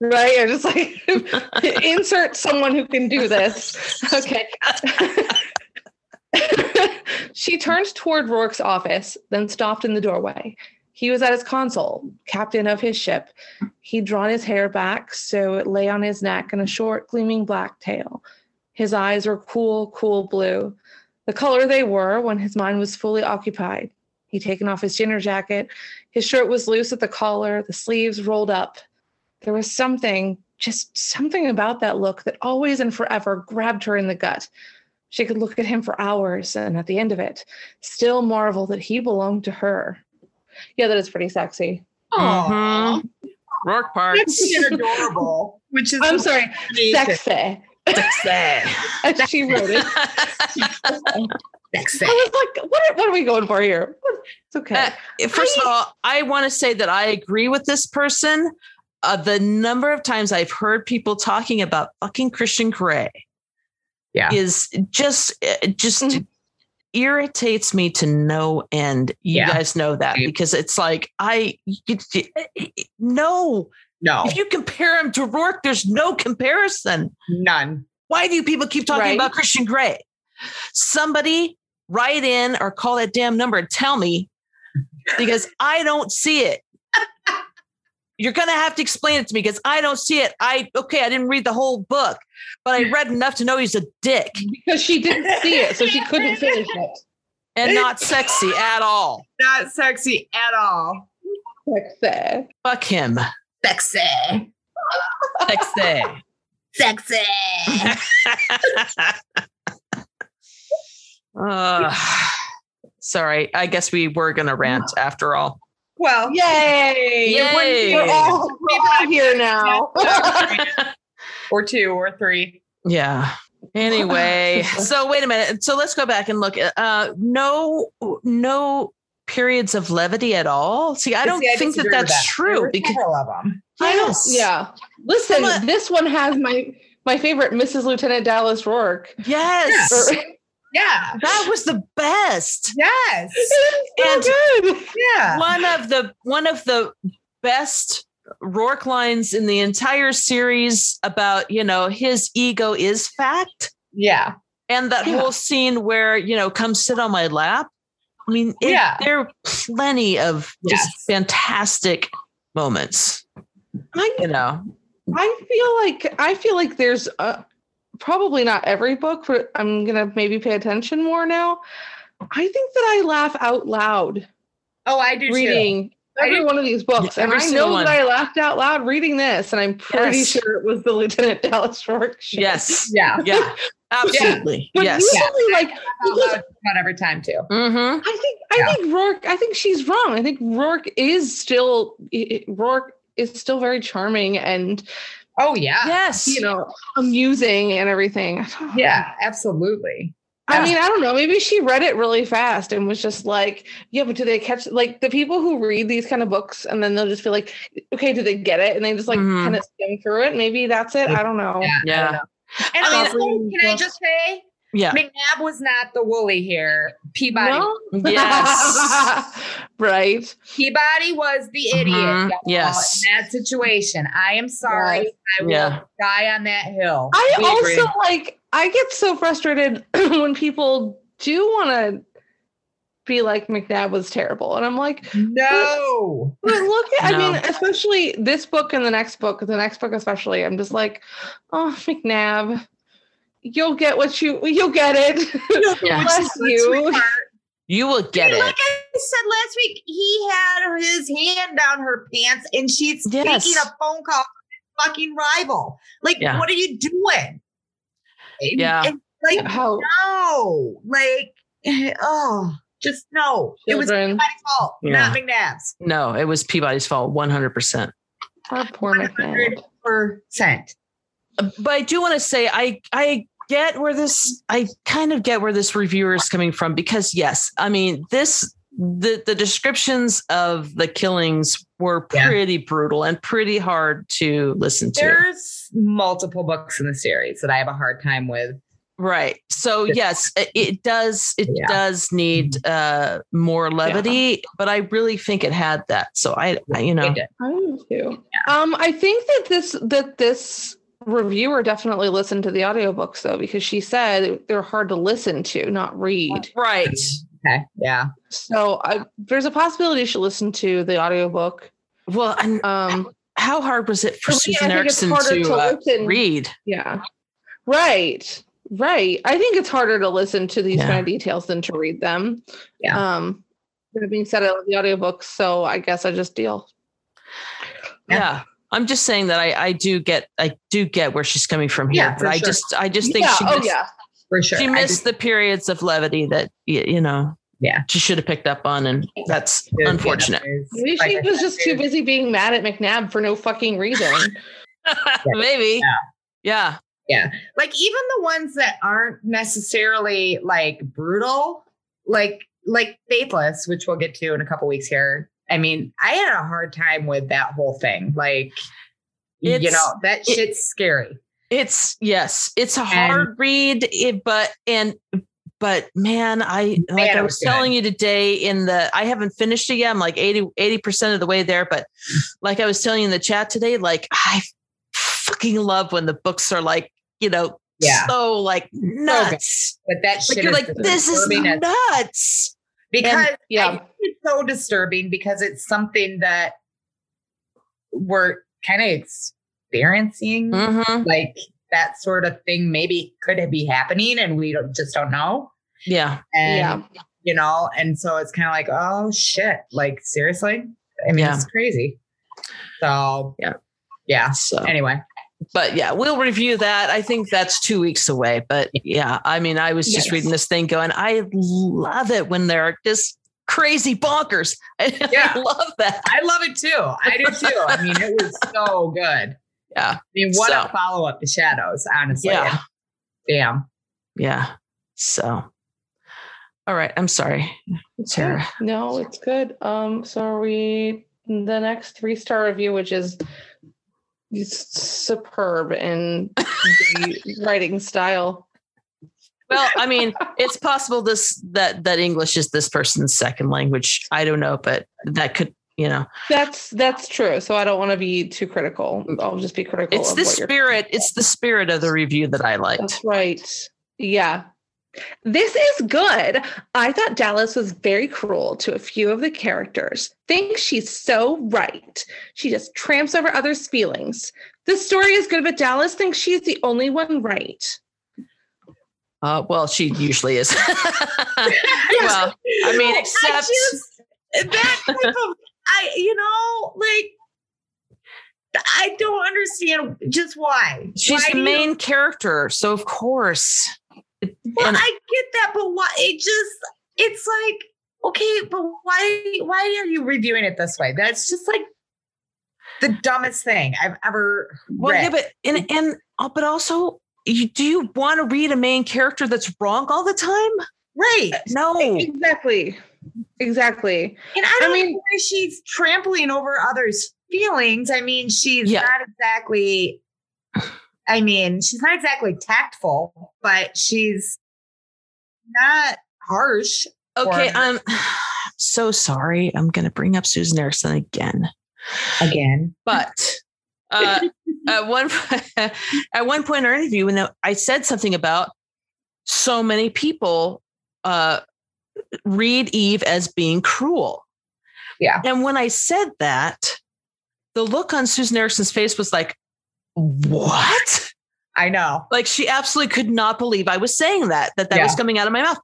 Speaker 3: right? I'm just like, insert someone who can do this. Okay. she turned toward Rourke's office, then stopped in the doorway. He was at his console, captain of his ship. He'd drawn his hair back so it lay on his neck in a short, gleaming black tail. His eyes were cool, cool blue, the color they were when his mind was fully occupied. He'd taken off his dinner jacket. His shirt was loose at the collar, the sleeves rolled up. There was something, just something about that look that always and forever grabbed her in the gut. She could look at him for hours and at the end of it, still marvel that he belonged to her. Yeah, that is pretty sexy.
Speaker 2: Aw.
Speaker 1: Mhm. Rourke parts.
Speaker 2: It's adorable, which is
Speaker 3: I'm sorry, sexy.
Speaker 2: Sexy.
Speaker 3: As she wrote it.
Speaker 2: Sexy.
Speaker 3: I was like, what are, what are we going for here? It's okay.
Speaker 1: Uh, First of
Speaker 3: I-
Speaker 1: all, I want to say that I agree with this person. Uh, the number of times I've heard people talking about fucking Christian Grey
Speaker 2: Yeah. Mm-hmm.
Speaker 1: is just it just
Speaker 3: Mhm.
Speaker 1: irritates me to no end. You
Speaker 2: Yeah.
Speaker 1: guys know that
Speaker 2: Right.
Speaker 1: because it's like I you, you- no.
Speaker 2: No,
Speaker 1: If you compare him to Rourke, there's no comparison
Speaker 2: none.
Speaker 1: why do you people keep talking
Speaker 3: Right.
Speaker 1: about Christian Gray? Somebody write in or call that damn number and tell me because I don't see it. You're gonna have to explain it to me because I don't see it. I okay, I didn't read the whole book, but I read enough to know he's a dick
Speaker 3: because she didn't see it, so she couldn't finish it.
Speaker 1: and not sexy at all.
Speaker 2: Not sexy at all.
Speaker 3: Sexy.
Speaker 1: Fuck him.
Speaker 2: Sexy.
Speaker 1: Sexy.
Speaker 2: Sexy.
Speaker 1: uh, sorry, I guess we were gonna rant after all.
Speaker 2: Well,
Speaker 3: Yay!
Speaker 1: Yay.
Speaker 3: We're all, we're all here now.
Speaker 2: or two or three.
Speaker 1: Yeah. Anyway, so wait a minute. So let's go back and look. Uh, no, no periods of levity at all. See, I don't
Speaker 2: See,
Speaker 1: think that
Speaker 2: disagree with
Speaker 1: that's
Speaker 2: There
Speaker 1: true
Speaker 2: were
Speaker 1: because
Speaker 2: several of them.
Speaker 1: I don't.
Speaker 3: Yeah. Listen,
Speaker 1: Come on.
Speaker 3: this one has my my favorite Mrs. Lieutenant Dallas Rourke.
Speaker 1: Yes,
Speaker 3: Or-
Speaker 2: Yeah.
Speaker 1: that was the best.
Speaker 2: Yes.
Speaker 3: It's so good.
Speaker 2: Yeah.
Speaker 1: One of the one of the best Rourke lines in the entire series about you know his ego is fact,
Speaker 2: Yeah.
Speaker 1: and that
Speaker 3: Yeah.
Speaker 1: whole scene where you know come sit on my lap. I mean, it-
Speaker 2: Yeah.
Speaker 1: there are plenty of just
Speaker 2: Yes.
Speaker 1: fantastic moments.
Speaker 3: I
Speaker 1: You know,
Speaker 3: I feel like I feel like there's a, probably not every book, but I'm gonna maybe pay attention more now. I think that I laugh out loud
Speaker 2: Oh, I do too.
Speaker 3: reading every one of these books.
Speaker 1: Yeah,
Speaker 3: and
Speaker 1: every
Speaker 3: I
Speaker 1: single
Speaker 3: know
Speaker 1: one.
Speaker 3: that I laughed out loud reading this, and I'm pretty
Speaker 1: Yes.
Speaker 3: sure it was the Lieutenant Dallas Rourke. show.
Speaker 1: Yes.
Speaker 2: Yeah.
Speaker 1: Yeah. Absolutely.
Speaker 3: But
Speaker 1: Yes.
Speaker 3: usually, like
Speaker 2: Out loud, Not every time too.
Speaker 1: Mm-hmm.
Speaker 3: I think I
Speaker 2: Yeah.
Speaker 3: think Rourke. I think she's wrong. I think Rourke is still i- i- Rourke is still very charming and
Speaker 2: Oh yeah.
Speaker 1: Yes.
Speaker 3: you know amusing and everything.
Speaker 2: Yeah, absolutely.
Speaker 3: I mean, I don't know. Maybe she read it really fast and was just like, yeah, but do they catch like the people who read these kind of books and then they'll just be like, okay, do they get it? And they just like
Speaker 1: Mhm.
Speaker 3: kind of skim through it. Maybe that's it. I don't know.
Speaker 2: Mm-hmm. Yeah.
Speaker 1: yeah.
Speaker 2: And
Speaker 1: I
Speaker 2: also,
Speaker 3: mean-
Speaker 2: can I just say,
Speaker 1: Yeah.
Speaker 2: McNabb was not the woolly here. Peabody,
Speaker 3: No?
Speaker 1: Yes.
Speaker 3: right.
Speaker 2: Peabody was the idiot.
Speaker 1: Mhm.
Speaker 2: y'all,
Speaker 1: Yes.
Speaker 2: in that situation. I am sorry.
Speaker 3: Right.
Speaker 2: I will
Speaker 1: Yeah.
Speaker 2: die on that hill.
Speaker 3: I
Speaker 1: We
Speaker 3: also
Speaker 1: agree.
Speaker 3: like I get so frustrated when people do want to be like McNabb was terrible. And I'm like,
Speaker 2: no.
Speaker 3: but look at I mean,
Speaker 1: No.
Speaker 3: especially this book and the next book, the next book especially, I'm just like, oh McNabb, you'll get what you you'll get it.
Speaker 1: Yeah.
Speaker 3: Bless you.
Speaker 1: You will get
Speaker 2: like
Speaker 1: it.
Speaker 2: I said last week, he had his hand down her pants and she's
Speaker 1: Yes.
Speaker 2: taking a phone call from his fucking rival. Like,
Speaker 1: Yeah.
Speaker 2: what are you doing? And-
Speaker 1: Yeah.
Speaker 2: and, like,
Speaker 3: How
Speaker 2: no. Like, oh, just no. It was my
Speaker 3: children
Speaker 2: fault,
Speaker 1: Yeah.
Speaker 2: not McNabb's.
Speaker 1: No, it was Peabody's fault, one hundred percent.
Speaker 3: are poor McNabb.
Speaker 2: Percent.
Speaker 1: But I do want to say, I I get where this, I kind of get where this reviewer is coming from because yes, I mean this, the the descriptions of the killings were
Speaker 2: Yeah.
Speaker 1: pretty brutal and pretty hard to listen to.
Speaker 2: There's multiple books in the series that I have a hard time with.
Speaker 1: Right. So
Speaker 2: Yeah.
Speaker 1: yes, it- it does it
Speaker 2: Yeah.
Speaker 1: does
Speaker 3: Mm-hmm.
Speaker 1: need uh more levity, but I really think it had that. So I, I Uh, you know,
Speaker 2: It did.
Speaker 3: I do too. Um, I think that this that this reviewer definitely listened to the audiobooks though, because she said they're hard to listen to, not read.
Speaker 1: right.
Speaker 2: Okay. Yeah.
Speaker 3: So I, there's a possibility she listened to the audiobook.
Speaker 1: Well, and
Speaker 3: Um,
Speaker 1: how hard was it for
Speaker 3: For me, I
Speaker 1: Susan
Speaker 3: think it's
Speaker 1: Erickson
Speaker 3: harder
Speaker 1: to,
Speaker 3: to
Speaker 1: uh,
Speaker 3: listen.
Speaker 1: read?
Speaker 3: yeah, right, right. I think it's harder to listen to these
Speaker 1: Yeah.
Speaker 3: kind of details than to read them.
Speaker 2: Yeah.
Speaker 3: Um, that being said, I love the audiobooks, so I guess I just deal.
Speaker 1: Yeah.
Speaker 2: Yeah.
Speaker 1: I'm just saying that I I do get I do get where she's coming from here,
Speaker 2: Yeah,
Speaker 1: but
Speaker 2: for
Speaker 1: I
Speaker 2: sure.
Speaker 1: just I just think
Speaker 3: yeah.
Speaker 1: she
Speaker 3: oh
Speaker 1: missed,
Speaker 3: yeah.
Speaker 2: For sure.
Speaker 1: she
Speaker 2: I
Speaker 1: missed
Speaker 2: just-
Speaker 1: the periods of levity that y- you know
Speaker 2: Yeah.
Speaker 1: she should have picked up on, and that's
Speaker 2: Yeah,
Speaker 1: unfortunate.
Speaker 2: there's-
Speaker 3: Maybe
Speaker 2: like
Speaker 3: she
Speaker 2: I
Speaker 3: was
Speaker 2: said,
Speaker 3: just too
Speaker 2: there's-
Speaker 3: busy being mad at McNabb for no fucking reason.
Speaker 1: Maybe, yeah,
Speaker 2: Like even the ones that aren't necessarily like brutal, like like Faithless, which we'll get to in a couple weeks here. I mean, I had a hard time with that whole thing. Like, you
Speaker 1: It's-
Speaker 2: know, that
Speaker 1: it-
Speaker 2: shit's scary.
Speaker 1: it's yes, it's a hard read, it, but and but man, I like
Speaker 2: Man,
Speaker 1: I
Speaker 2: it
Speaker 1: was
Speaker 2: was good.
Speaker 1: telling you today in the I haven't finished it yet. I'm like 80 percent of the way there, but like I was telling you in the chat today, like I fucking love when the books are like you know
Speaker 2: Yeah.
Speaker 1: so like nuts.
Speaker 2: But that shit
Speaker 1: Like you're
Speaker 2: is
Speaker 1: like this is
Speaker 2: disturbing as-
Speaker 1: nuts.
Speaker 2: because
Speaker 3: yeah.
Speaker 2: I think it's so disturbing because it's something that we're kind of experiencing.
Speaker 1: hmm
Speaker 2: Like that sort of thing maybe could be happening and we don't, just don't know.
Speaker 1: Yeah,
Speaker 2: And
Speaker 3: yeah.
Speaker 2: you know and so it's kind of like oh shit like seriously i mean
Speaker 1: Yeah.
Speaker 2: it's crazy so
Speaker 1: Yeah.
Speaker 2: yeah
Speaker 1: so
Speaker 2: anyway
Speaker 1: but yeah, we'll review that. I think that's two weeks away. But yeah, I mean, I was just
Speaker 3: Yes.
Speaker 1: reading this thing going, I love it when they're just crazy bonkers.
Speaker 2: Yeah.
Speaker 1: I love that.
Speaker 2: i love it too i do too i mean it was so good
Speaker 1: Yeah.
Speaker 2: i mean what
Speaker 1: So.
Speaker 2: a follow-up to shadows honestly
Speaker 1: Yeah.
Speaker 2: damn
Speaker 1: Yeah. So, all right. I'm sorry, Sarah.
Speaker 3: No, it's good. Um, so are we the next three star review, which is superb in the writing style.
Speaker 1: Well, I mean, it's possible this that that English is this person's second language. I don't know, but that could, you know,
Speaker 3: That's that's true. So I don't want to be too critical. I'll just be critical.
Speaker 1: Mm. it's
Speaker 3: of
Speaker 1: the
Speaker 3: what you're-
Speaker 1: spirit. It's the spirit of the review that I liked.
Speaker 3: That's right. Yeah. This is good. I thought Dallas was very cruel to a few of the characters. Think she's so right. She just tramps over others' feelings. The story is good, but Dallas thinks she's the only one right.
Speaker 1: Uh, well, she usually is. well, I mean,
Speaker 2: I
Speaker 1: except-
Speaker 2: just- that type of I, you know, like I don't understand just why.
Speaker 1: She's
Speaker 2: Why do
Speaker 1: the
Speaker 2: you-
Speaker 1: main character, so of course.
Speaker 2: well,
Speaker 1: and-
Speaker 2: I get that, but why? It just, it's like, okay, but why? Why are you reviewing it this way? That's just like the dumbest thing I've ever
Speaker 1: Well,
Speaker 2: read.
Speaker 1: yeah, but and and uh, but also, you, do you want to read a main character that's wrong all the time?
Speaker 2: right?
Speaker 1: No,
Speaker 3: Exactly. Exactly.
Speaker 2: And I don't know
Speaker 3: mean-
Speaker 2: why she's trampling over others' feelings. I mean, she's
Speaker 1: Yeah.
Speaker 2: not exactly. I mean, she's not exactly tactful, but she's not harsh.
Speaker 1: okay.
Speaker 2: Or-
Speaker 1: I'm so sorry. I'm going to bring up Susan Erickson again,
Speaker 2: Again,
Speaker 1: but. Uh, at one at one point in our interview, when I said something about so many people uh, read Eve as being cruel.
Speaker 2: Yeah.
Speaker 1: And when I said that, the look on Susan Erickson's face was like, "What?"
Speaker 2: I know.
Speaker 1: Like she absolutely could not believe I was saying that that that was coming out of my mouth.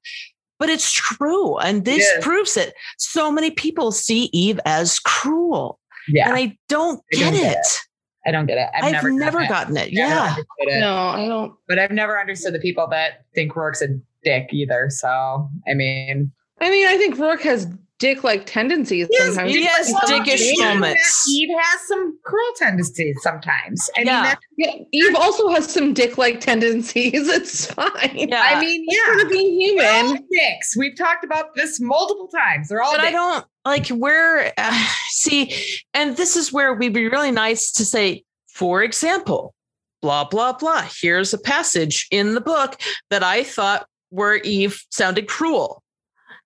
Speaker 1: But it's true, and this
Speaker 2: It is.
Speaker 1: proves it. So many people see Eve as cruel,
Speaker 2: Yeah,
Speaker 1: and I don't
Speaker 2: I
Speaker 1: get
Speaker 2: don't get
Speaker 1: it.
Speaker 2: I don't get it. I've,
Speaker 1: I've,
Speaker 2: never,
Speaker 1: never,
Speaker 2: done it.
Speaker 1: gotten it.
Speaker 2: Never
Speaker 1: Yeah.
Speaker 2: understood it.
Speaker 3: No, I don't.
Speaker 2: But I've never understood the people that think Rourke's a dick either. So I mean,
Speaker 3: I mean, I think Rourke has dick like tendencies
Speaker 2: Yes,
Speaker 3: sometimes.
Speaker 1: he has
Speaker 3: Well,
Speaker 1: dickish
Speaker 3: Eve-
Speaker 1: moments.
Speaker 2: Eve has some cruel tendencies sometimes. I
Speaker 1: Yeah.
Speaker 2: mean, that's,
Speaker 3: Yeah, Eve also has some dick like tendencies. It's fine.
Speaker 1: Yeah.
Speaker 2: I mean, yeah.
Speaker 3: Sort of being
Speaker 2: They're all
Speaker 3: human.
Speaker 2: dicks. We've talked about this multiple times. They're all
Speaker 1: but I
Speaker 2: dicks.
Speaker 1: don't like where uh, see, and this is where we'd be really nice to say, for example, blah blah blah. Here's a passage in the book that I thought where Eve sounded cruel,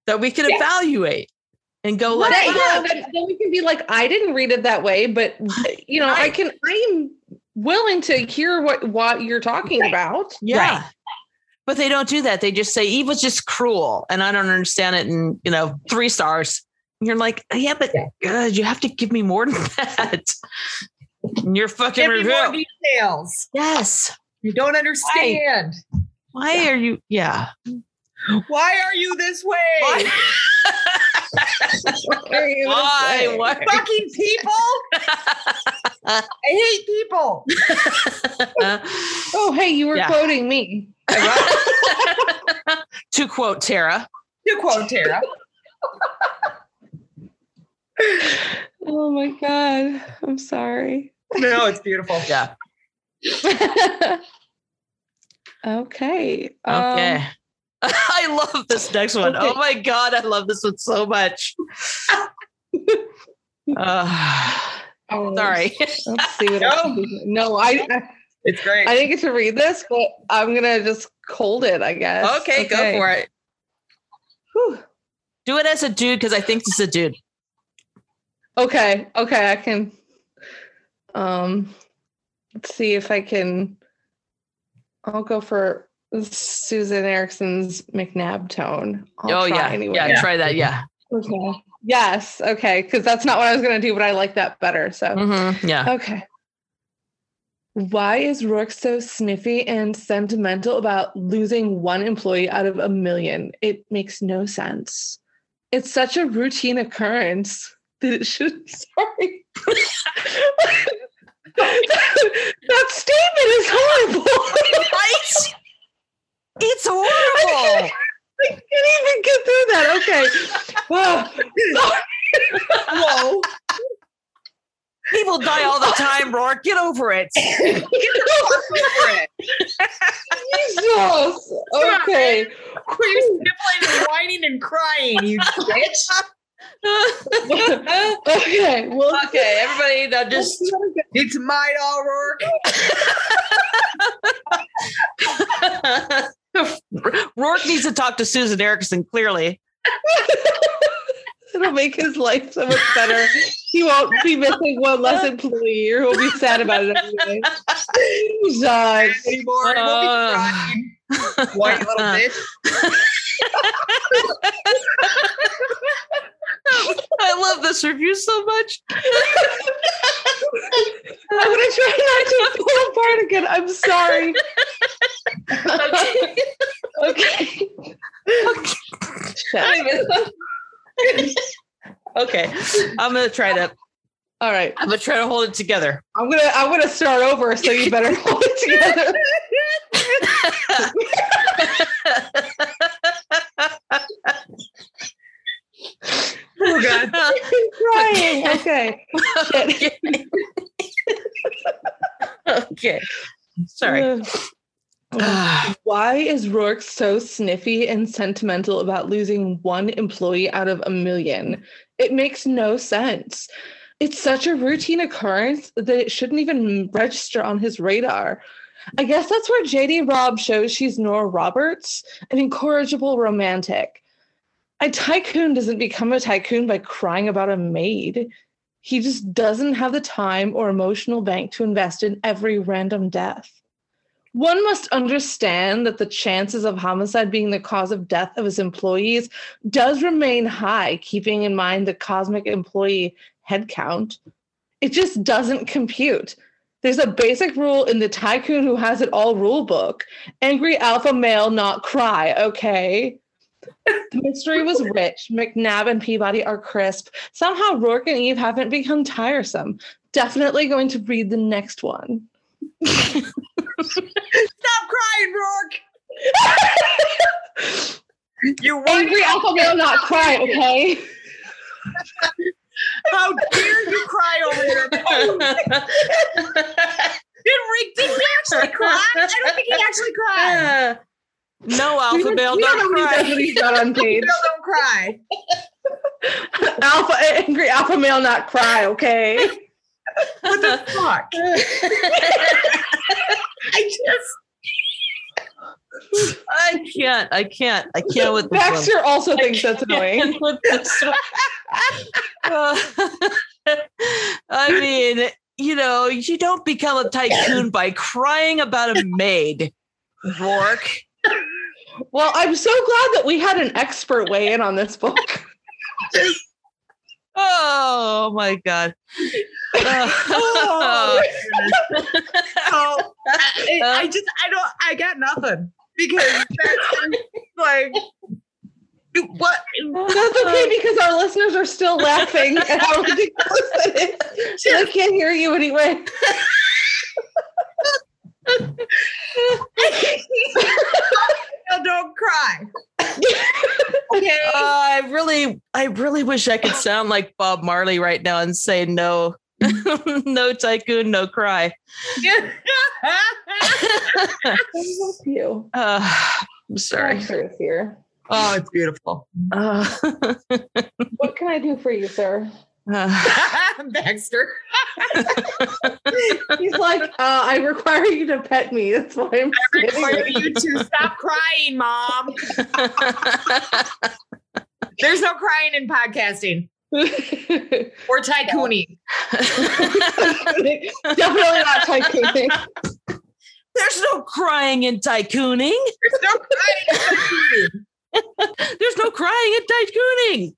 Speaker 1: that we could
Speaker 2: Yeah.
Speaker 1: evaluate and go like,
Speaker 3: That-
Speaker 1: "Wow,
Speaker 3: yeah, that- then we can be like, I didn't read it that way, but you know, I
Speaker 1: Right.
Speaker 3: can. I am willing to hear what what you're talking
Speaker 2: Right.
Speaker 3: about.
Speaker 1: yeah. But they don't do that. They just say Eve was just cruel, and I don't understand it. And you know, three stars. And you're like, yeah, but uh, you have to give me more than that. in your fucking
Speaker 2: Give me more
Speaker 1: review.
Speaker 2: details.
Speaker 1: Yes.
Speaker 2: You don't understand.
Speaker 1: Why are you? Yeah.
Speaker 2: Why are you this way?
Speaker 1: Why?
Speaker 3: What are you gonna
Speaker 1: Why?
Speaker 3: say?
Speaker 1: Why?
Speaker 2: Fucking people. I hate people.
Speaker 3: Oh, hey, you were
Speaker 1: Yeah.
Speaker 3: quoting me.
Speaker 1: to quote Tara,
Speaker 2: To quote Tara.
Speaker 3: Oh my god, I'm sorry.
Speaker 2: No, it's beautiful.
Speaker 1: yeah,
Speaker 3: okay. um,
Speaker 1: okay. I love this next one. Oh
Speaker 3: okay.
Speaker 1: my god, I love this one so much. Uh,
Speaker 3: oh,
Speaker 1: sorry.
Speaker 3: Let's see what I can do. No, I
Speaker 2: It's great.
Speaker 3: I didn't get to read this, but I'm gonna just cold it, I guess.
Speaker 1: it.
Speaker 3: Whew.
Speaker 1: Do it as a dude because I think this is a dude.
Speaker 3: Okay, okay, I can. Um, let's see if I can. I'll go for Susan Erickson's McNabb tone. I'll
Speaker 1: oh
Speaker 3: try
Speaker 1: yeah,
Speaker 3: anyway.
Speaker 1: yeah. Try that. Yeah.
Speaker 3: Okay. Yes. Okay. Because that's not what I was gonna do, but I like that better. So.
Speaker 1: Mhm, Yeah.
Speaker 3: Okay. Why is Rourke so sniffy and sentimental about losing one employee out of a million? It makes no sense. It's such a routine occurrence that it should. Sorry. that statement is horrible.
Speaker 1: Right? It's horrible.
Speaker 3: I can't even get through that. Okay. Oh,
Speaker 2: Whoa.
Speaker 1: People die all the time, Rourke. Get over it.
Speaker 3: Jesus. Okay.
Speaker 2: Quit sniffling and whining and crying, you bitch.
Speaker 3: okay. Well,
Speaker 1: okay, everybody, now just
Speaker 2: It's my all Rourke.
Speaker 1: Rourke needs to talk to Susan Erickson. Clearly,
Speaker 3: It'll make his life so much better. He won't be missing one less employee, or he'll be sad about it anyway. God.
Speaker 2: Anymore. We'll be
Speaker 1: Uh.
Speaker 2: crying. White little bitch.
Speaker 1: I love this review so much.
Speaker 3: I'm gonna try not to pull apart again. I'm sorry.
Speaker 1: Okay.
Speaker 3: okay.
Speaker 1: Okay.
Speaker 3: Shit.
Speaker 1: Okay. I'm going to try to,
Speaker 3: All right.
Speaker 1: I'm going to try to hold it together.
Speaker 3: I'm gonna I'm gonna start over, so you better hold it together.
Speaker 2: Oh, God.
Speaker 3: I'm crying. Okay. Shit.
Speaker 1: okay. Sorry. Ah,
Speaker 3: Why is Rourke so sniffy and sentimental about losing one employee out of a million? It makes no sense. It's such a routine occurrence that it shouldn't even register on his radar. I guess that's where JD Robb shows she's Nora Roberts, an incorrigible romantic. A tycoon doesn't become a tycoon by crying about a maid. He just doesn't have the time or emotional bank to invest in every random death. One must understand that the chances of homicide being the cause of death of his employees does remain high, keeping in mind the cosmic employee headcount. It just doesn't compute. There's a basic rule in the Tycoon Who Has It All rule book angry alpha male, not cry, okay? The mystery was rich. McNabb and Peabody are crisp. Somehow Rourke and Eve haven't become tiresome. Definitely going to read the next one.
Speaker 2: Stop crying, Rourke. You whiny
Speaker 3: angry alpha male not cry okay
Speaker 2: How dare you cry over here? Did Rick, did he actually cry? I don't think he actually cried.
Speaker 1: no alpha male,
Speaker 3: We
Speaker 1: don't
Speaker 3: know what he
Speaker 1: cry.
Speaker 3: does when he's not on page
Speaker 2: No, don't cry.
Speaker 3: alpha angry alpha male not cry okay
Speaker 2: What the fuck? I just
Speaker 1: I can't. I can't. I can't with this one.
Speaker 3: baxter also thinks that's annoying
Speaker 1: And with this one- Uh, I mean, you know, you don't become a tycoon by crying about a maid, Rourke.
Speaker 3: well i'm so glad that we had an expert weigh in on this book
Speaker 1: Oh my god.
Speaker 2: oh, so, I, I just I don't I got nothing because that's just like what
Speaker 3: that's okay because our listeners are still laughing at how ridiculous that is so they can't hear you anyway
Speaker 2: No, don't cry. Okay.
Speaker 1: Uh, I really, I really wish I could sound like Bob Marley right now and say no, no tycoon, no cry.
Speaker 3: you
Speaker 1: Uh, I'm sorry.
Speaker 3: Baxter is here
Speaker 2: oh, it's beautiful.
Speaker 1: Uh,
Speaker 3: what can i do for you sir
Speaker 1: uh,
Speaker 2: Baxter.
Speaker 3: He's like, uh, I require you to pet me. That's why I'm sitting
Speaker 2: require
Speaker 3: here.
Speaker 2: you to stop crying, mom. There's no crying in podcasting or tycooning.
Speaker 3: Definitely not typing.
Speaker 1: There's no crying in tycooning.
Speaker 2: There's no crying in tycooning.
Speaker 1: There's no crying in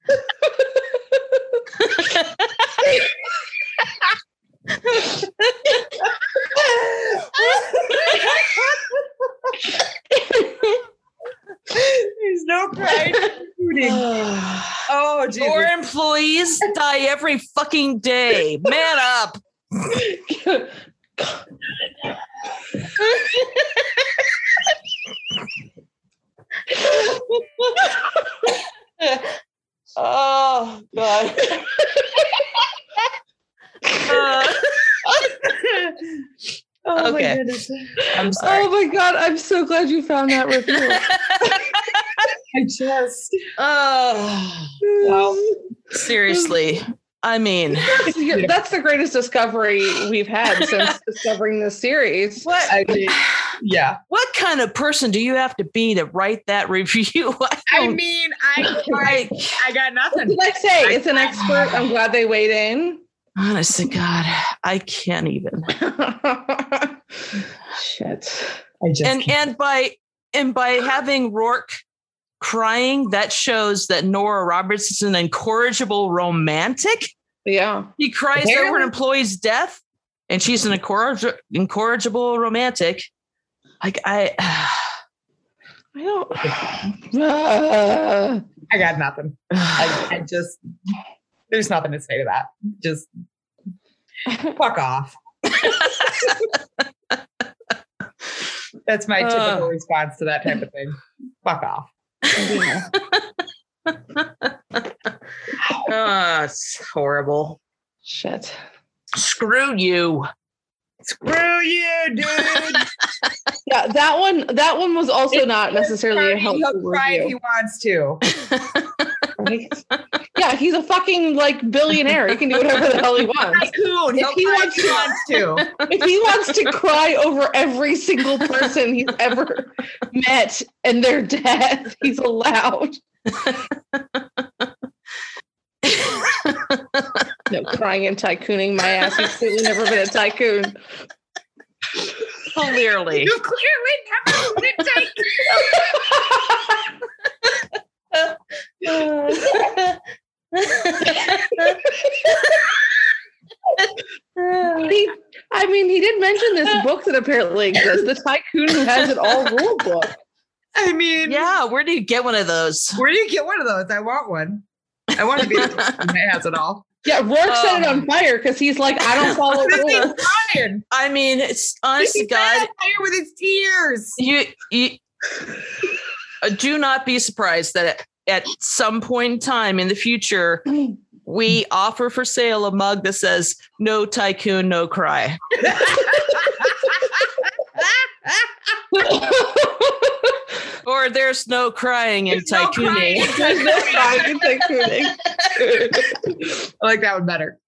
Speaker 2: There's no crying in tycooning.
Speaker 1: tycooning.
Speaker 2: Oh,
Speaker 1: Your
Speaker 2: Jesus.
Speaker 1: employees die every fucking day. Man up. Oh god. Uh,
Speaker 3: Oh,
Speaker 1: Okay.
Speaker 3: my goodness.
Speaker 1: I'm sorry.
Speaker 3: oh my god, I'm so glad you found that review.
Speaker 2: I just.
Speaker 1: Oh, seriously. I mean,
Speaker 3: That's the greatest discovery we've had since discovering this series.
Speaker 1: what
Speaker 2: I mean, yeah.
Speaker 1: what kind of person do you have to be to write that review? I
Speaker 2: I
Speaker 1: don't-
Speaker 2: mean, I
Speaker 1: like,
Speaker 2: I got
Speaker 3: What
Speaker 2: nothing.
Speaker 3: did I say? It's an expert. I'm glad they weighed in.
Speaker 1: honest to God, I can't even.
Speaker 3: Shit.
Speaker 2: I just.
Speaker 1: and and by and by having Rourke crying, that shows that Nora Roberts is an incorrigible romantic.
Speaker 3: Yeah.
Speaker 1: He cries over
Speaker 2: Apparently.
Speaker 1: an employee's death, and she's an incorrig- incorrigible romantic. Like I,
Speaker 3: I don't. Uh,
Speaker 2: I got nothing. I, I just. There's nothing to say to that. Just fuck off. That's my typical
Speaker 1: Oh.
Speaker 2: response to that type of thing. Fuck off.
Speaker 3: Yeah.
Speaker 1: Ah, it's horrible.
Speaker 3: Shit.
Speaker 1: Screw you.
Speaker 2: Screw you, dude.
Speaker 3: Yeah, that one. That one was also
Speaker 2: It's
Speaker 3: not necessarily a
Speaker 2: Bernie,
Speaker 3: helpful
Speaker 2: He'll cry if he
Speaker 3: review.
Speaker 2: wants to.
Speaker 3: right? yeah, he's a fucking like billionaire. He can do whatever the hell he wants.
Speaker 2: Tycoon.
Speaker 3: If
Speaker 2: He'll
Speaker 3: he
Speaker 2: cry if
Speaker 3: wants
Speaker 2: he
Speaker 3: to-
Speaker 2: wants to.
Speaker 3: If he wants to cry over every single person he's ever met and their death, he's allowed. No crying and tycooning my ass. He's clearly never been a tycoon.
Speaker 1: Clearly.
Speaker 2: You've clearly never been a tycoon.
Speaker 3: He, I mean, he did mention this book that apparently exists, the tycoon who has it all rule book.
Speaker 2: I mean,
Speaker 1: yeah, where do you get one of those?
Speaker 2: where do you get one of those? I want one. I want to be the person that has it all.
Speaker 3: Yeah, Rourke set it
Speaker 1: Oh.
Speaker 3: on fire because he's like, I don't follow
Speaker 2: This
Speaker 3: rules.
Speaker 2: thing's crying.
Speaker 1: I mean, it's honest to
Speaker 2: He's
Speaker 1: God,
Speaker 2: on fire with his tears.
Speaker 1: you, you uh, do not be surprised that at some point in time in the future, we offer for sale a mug that says "No tycoon, no cry." Or there's no crying in
Speaker 2: There's no
Speaker 1: tycooning.
Speaker 2: crying.
Speaker 3: There's no crying in tycooning.
Speaker 2: I like that one better.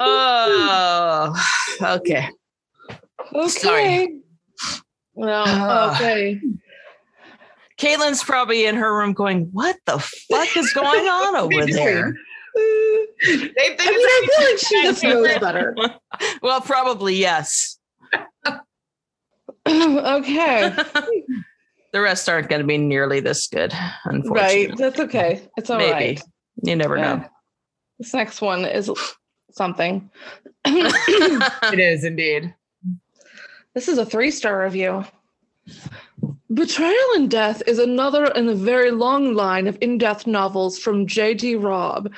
Speaker 1: oh, okay. Sorry.
Speaker 3: Okay. Well,
Speaker 1: Ah.
Speaker 3: okay.
Speaker 1: Caitlin's probably in her room going, "What the fuck is going on over there?"
Speaker 3: I
Speaker 2: They think
Speaker 3: mean, I feel like she just knows better.
Speaker 1: Well, probably yes.
Speaker 3: okay.
Speaker 1: the rest aren't going to be nearly this good, unfortunately.
Speaker 3: Right. That's okay. It's all right.
Speaker 1: Maybe you never know.
Speaker 3: Yeah. This next one is something.
Speaker 2: it is indeed.
Speaker 3: This is a three star review. Betrayal and Death is another in a very long line of in depth novels from J.D. Robb.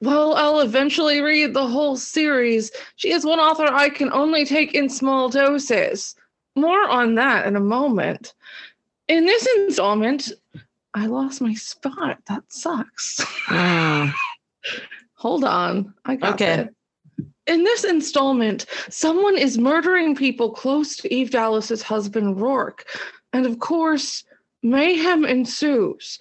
Speaker 3: While I'll eventually read the whole series, she is one author I can only take in small doses. More on that in a moment. In this installment, I lost my spot. That sucks.
Speaker 1: Mm.
Speaker 3: Hold on. I got
Speaker 1: Okay.
Speaker 3: it. In this installment, someone is murdering people close to Eve Dallas's husband, Rourke. And of course, mayhem ensues.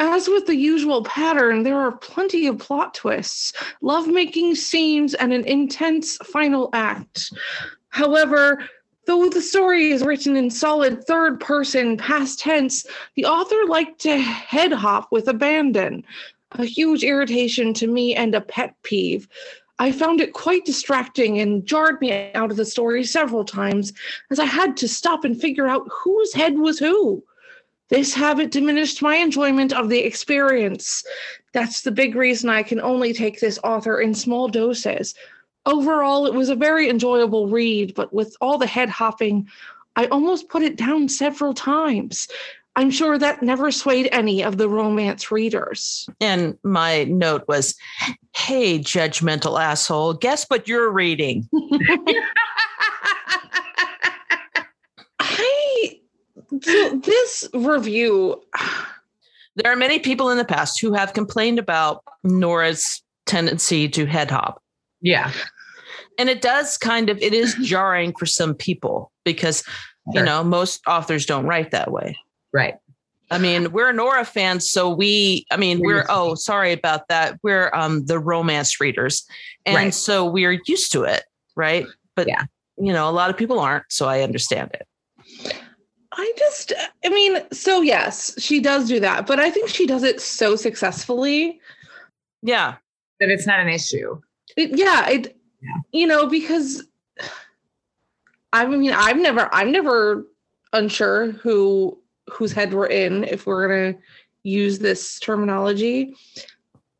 Speaker 3: As with the usual pattern, there are plenty of plot twists, lovemaking scenes, and an intense final act. However, though the story is written in solid third person past tense, the author liked to head hop with abandon a huge irritation to me and a pet peeve. I found it quite distracting and jarred me out of the story several times as I had to stop and figure out whose head was who. This habit diminished my enjoyment of the experience. That's the big reason I can only take this author in small doses. Overall, it was a very enjoyable read, but with all the head hopping, I almost put it down several times. I'm sure that never swayed any of the romance readers.
Speaker 1: And my note was, "Hey, judgmental asshole, guess what you're reading?"
Speaker 3: I so this review.
Speaker 1: There are many people in the past who have complained about Nora's tendency to head hop.
Speaker 2: yeah.
Speaker 1: and it does kind of it is jarring for some people because you
Speaker 2: Sure.
Speaker 1: know most authors don't write that way
Speaker 2: Right.
Speaker 1: i mean we're nora fans so we i mean
Speaker 2: We're
Speaker 1: we're
Speaker 2: used to
Speaker 1: oh sorry about that we're um the romance readers and
Speaker 2: Right.
Speaker 1: so we're used to it right but
Speaker 2: Yeah.
Speaker 1: you know a lot of people aren't so i understand it
Speaker 3: I just, I mean, so yes, she does do that, but I think she does it so successfully.
Speaker 1: yeah
Speaker 2: That it's not an issue.
Speaker 3: It- yeah, it, you know, because I mean, I've never, I'm never unsure who whose head we're in if we're gonna use this terminology.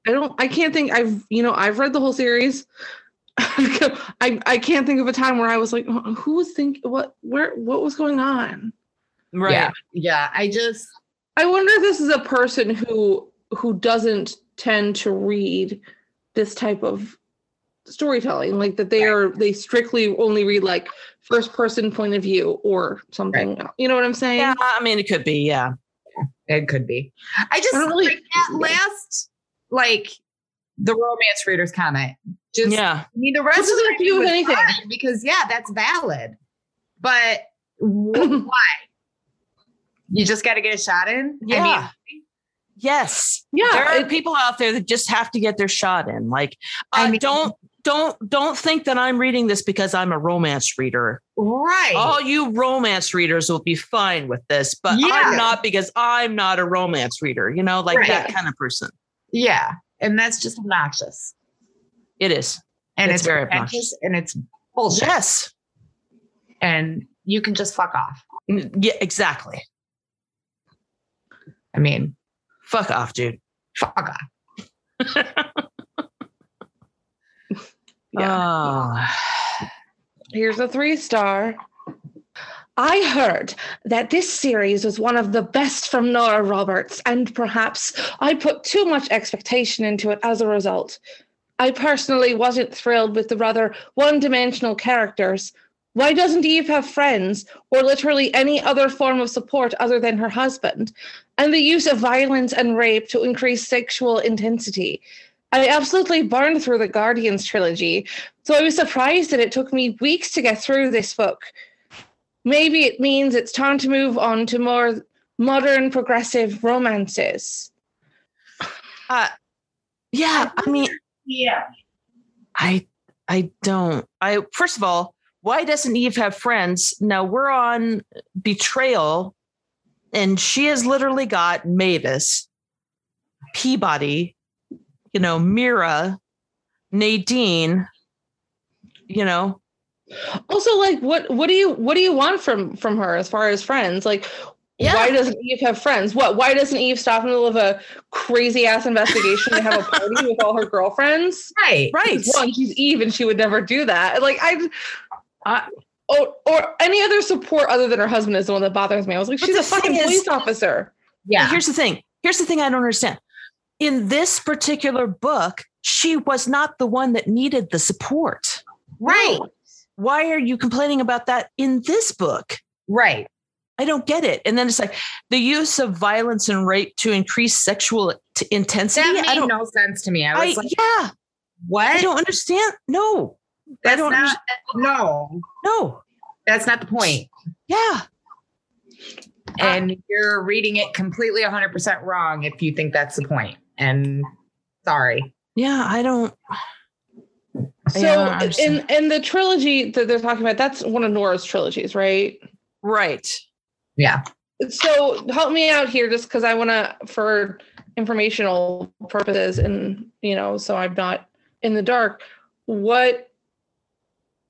Speaker 3: I don't, I can't think. I've, you know, I've read the whole series. I I can't think of a time where I was like, who was think what where what was going on.
Speaker 1: right
Speaker 2: Yeah. Yeah. I just
Speaker 3: I wonder if this is a person who who doesn't tend to read this type of storytelling like that they are they strictly only read like first person point of view or something you know what i'm saying
Speaker 1: Yeah, I mean, it could be. Yeah.
Speaker 2: It could be. I just
Speaker 3: I don't really-
Speaker 2: like that last like the romance readers comment. Just
Speaker 1: Yeah.
Speaker 2: I mean, the rest
Speaker 3: doesn't
Speaker 2: of
Speaker 3: have to do with anything.
Speaker 2: anything because yeah, that's valid. But wh- why? You just got to get a shot in.
Speaker 1: Yeah.
Speaker 2: I mean,
Speaker 1: Yes. there
Speaker 3: yeah
Speaker 1: are
Speaker 3: it-
Speaker 1: people out there that just have to get their shot in. Like,
Speaker 2: I
Speaker 1: I
Speaker 2: mean-
Speaker 1: don't don't don't think that I'm reading this because I'm a romance reader.
Speaker 2: right.
Speaker 3: Oh.
Speaker 1: All you romance readers will be fine with this, but
Speaker 2: Yeah.
Speaker 1: I'm not because I'm not a romance reader. You know, like that
Speaker 3: Right.
Speaker 1: kind of person.
Speaker 2: Yeah, and that's just obnoxious,
Speaker 1: It is.
Speaker 2: and
Speaker 1: It's
Speaker 2: it's,
Speaker 1: very
Speaker 2: pretentious, and it's bullshit,
Speaker 1: Yes.
Speaker 2: and you can just fuck off.
Speaker 1: N- Yeah. Exactly.
Speaker 2: I mean,
Speaker 1: Fuck off, dude.
Speaker 2: fuck off.
Speaker 3: yeah
Speaker 1: Oh.
Speaker 3: Here's a three star. I heard that this series was one of the best from Nora Roberts, and perhaps I put too much expectation into it as a result. I personally wasn't thrilled with the rather one dimensional characters. Why doesn't Eve have friends or literally any other form of support other than her husband? And the use of violence and rape to increase sexual intensity. I absolutely burned through the Guardians trilogy, so I was surprised that it took me weeks to get through this book. Maybe it means it's time to move on to more modern progressive romances.
Speaker 1: Yeah. I mean,
Speaker 2: Yeah,
Speaker 1: I I don't. I first of all, why doesn't Eve have friends? Now we're on betrayal, and she has literally got Mavis, Peabody, you know, Mira, Nadine, you know.
Speaker 3: Also, like what what do you what do you want from from her as far as friends? Like
Speaker 1: Yeah.
Speaker 3: why doesn't Eve have friends? What why doesn't Eve stop in the middle of a crazy ass investigation to have a party with all her girlfriends?
Speaker 2: right.
Speaker 1: Right.
Speaker 3: One, she's Eve and she would never do that. Like I
Speaker 1: I-
Speaker 3: or, or any other support other than her husband is the one that bothers me. I was like,
Speaker 1: But
Speaker 3: she's
Speaker 1: the
Speaker 3: a fucking
Speaker 1: thing is-
Speaker 3: police officer.
Speaker 1: But
Speaker 2: Yeah,
Speaker 1: Here's the thing. Here's the thing I don't understand. In this particular book, she was not the one that needed the support.
Speaker 2: right,
Speaker 1: Why are you complaining about that in this book?
Speaker 2: right.
Speaker 1: I don't get it. And then it's like the use of violence and rape to increase sexual t- intensity.
Speaker 2: That
Speaker 1: I
Speaker 2: made
Speaker 1: don't.
Speaker 2: no sense to me. I
Speaker 1: I,
Speaker 2: was like,
Speaker 1: yeah,
Speaker 2: what?
Speaker 1: I don't understand. No,
Speaker 2: that's
Speaker 1: don't
Speaker 2: not. No,
Speaker 1: no,
Speaker 2: that's not the point.
Speaker 1: yeah, Uh,
Speaker 2: and you're reading it completely 100% wrong if you think that's the point and sorry uh,
Speaker 1: yeah. I don't.
Speaker 3: So
Speaker 1: Yeah, I don't
Speaker 3: in
Speaker 1: understand.
Speaker 3: in the trilogy that they're talking about, that's one of Nora's trilogies, right?
Speaker 1: Right.
Speaker 2: yeah
Speaker 3: So help me out here, just because I want to, for informational purposes, and you know, so I'm not in the dark. What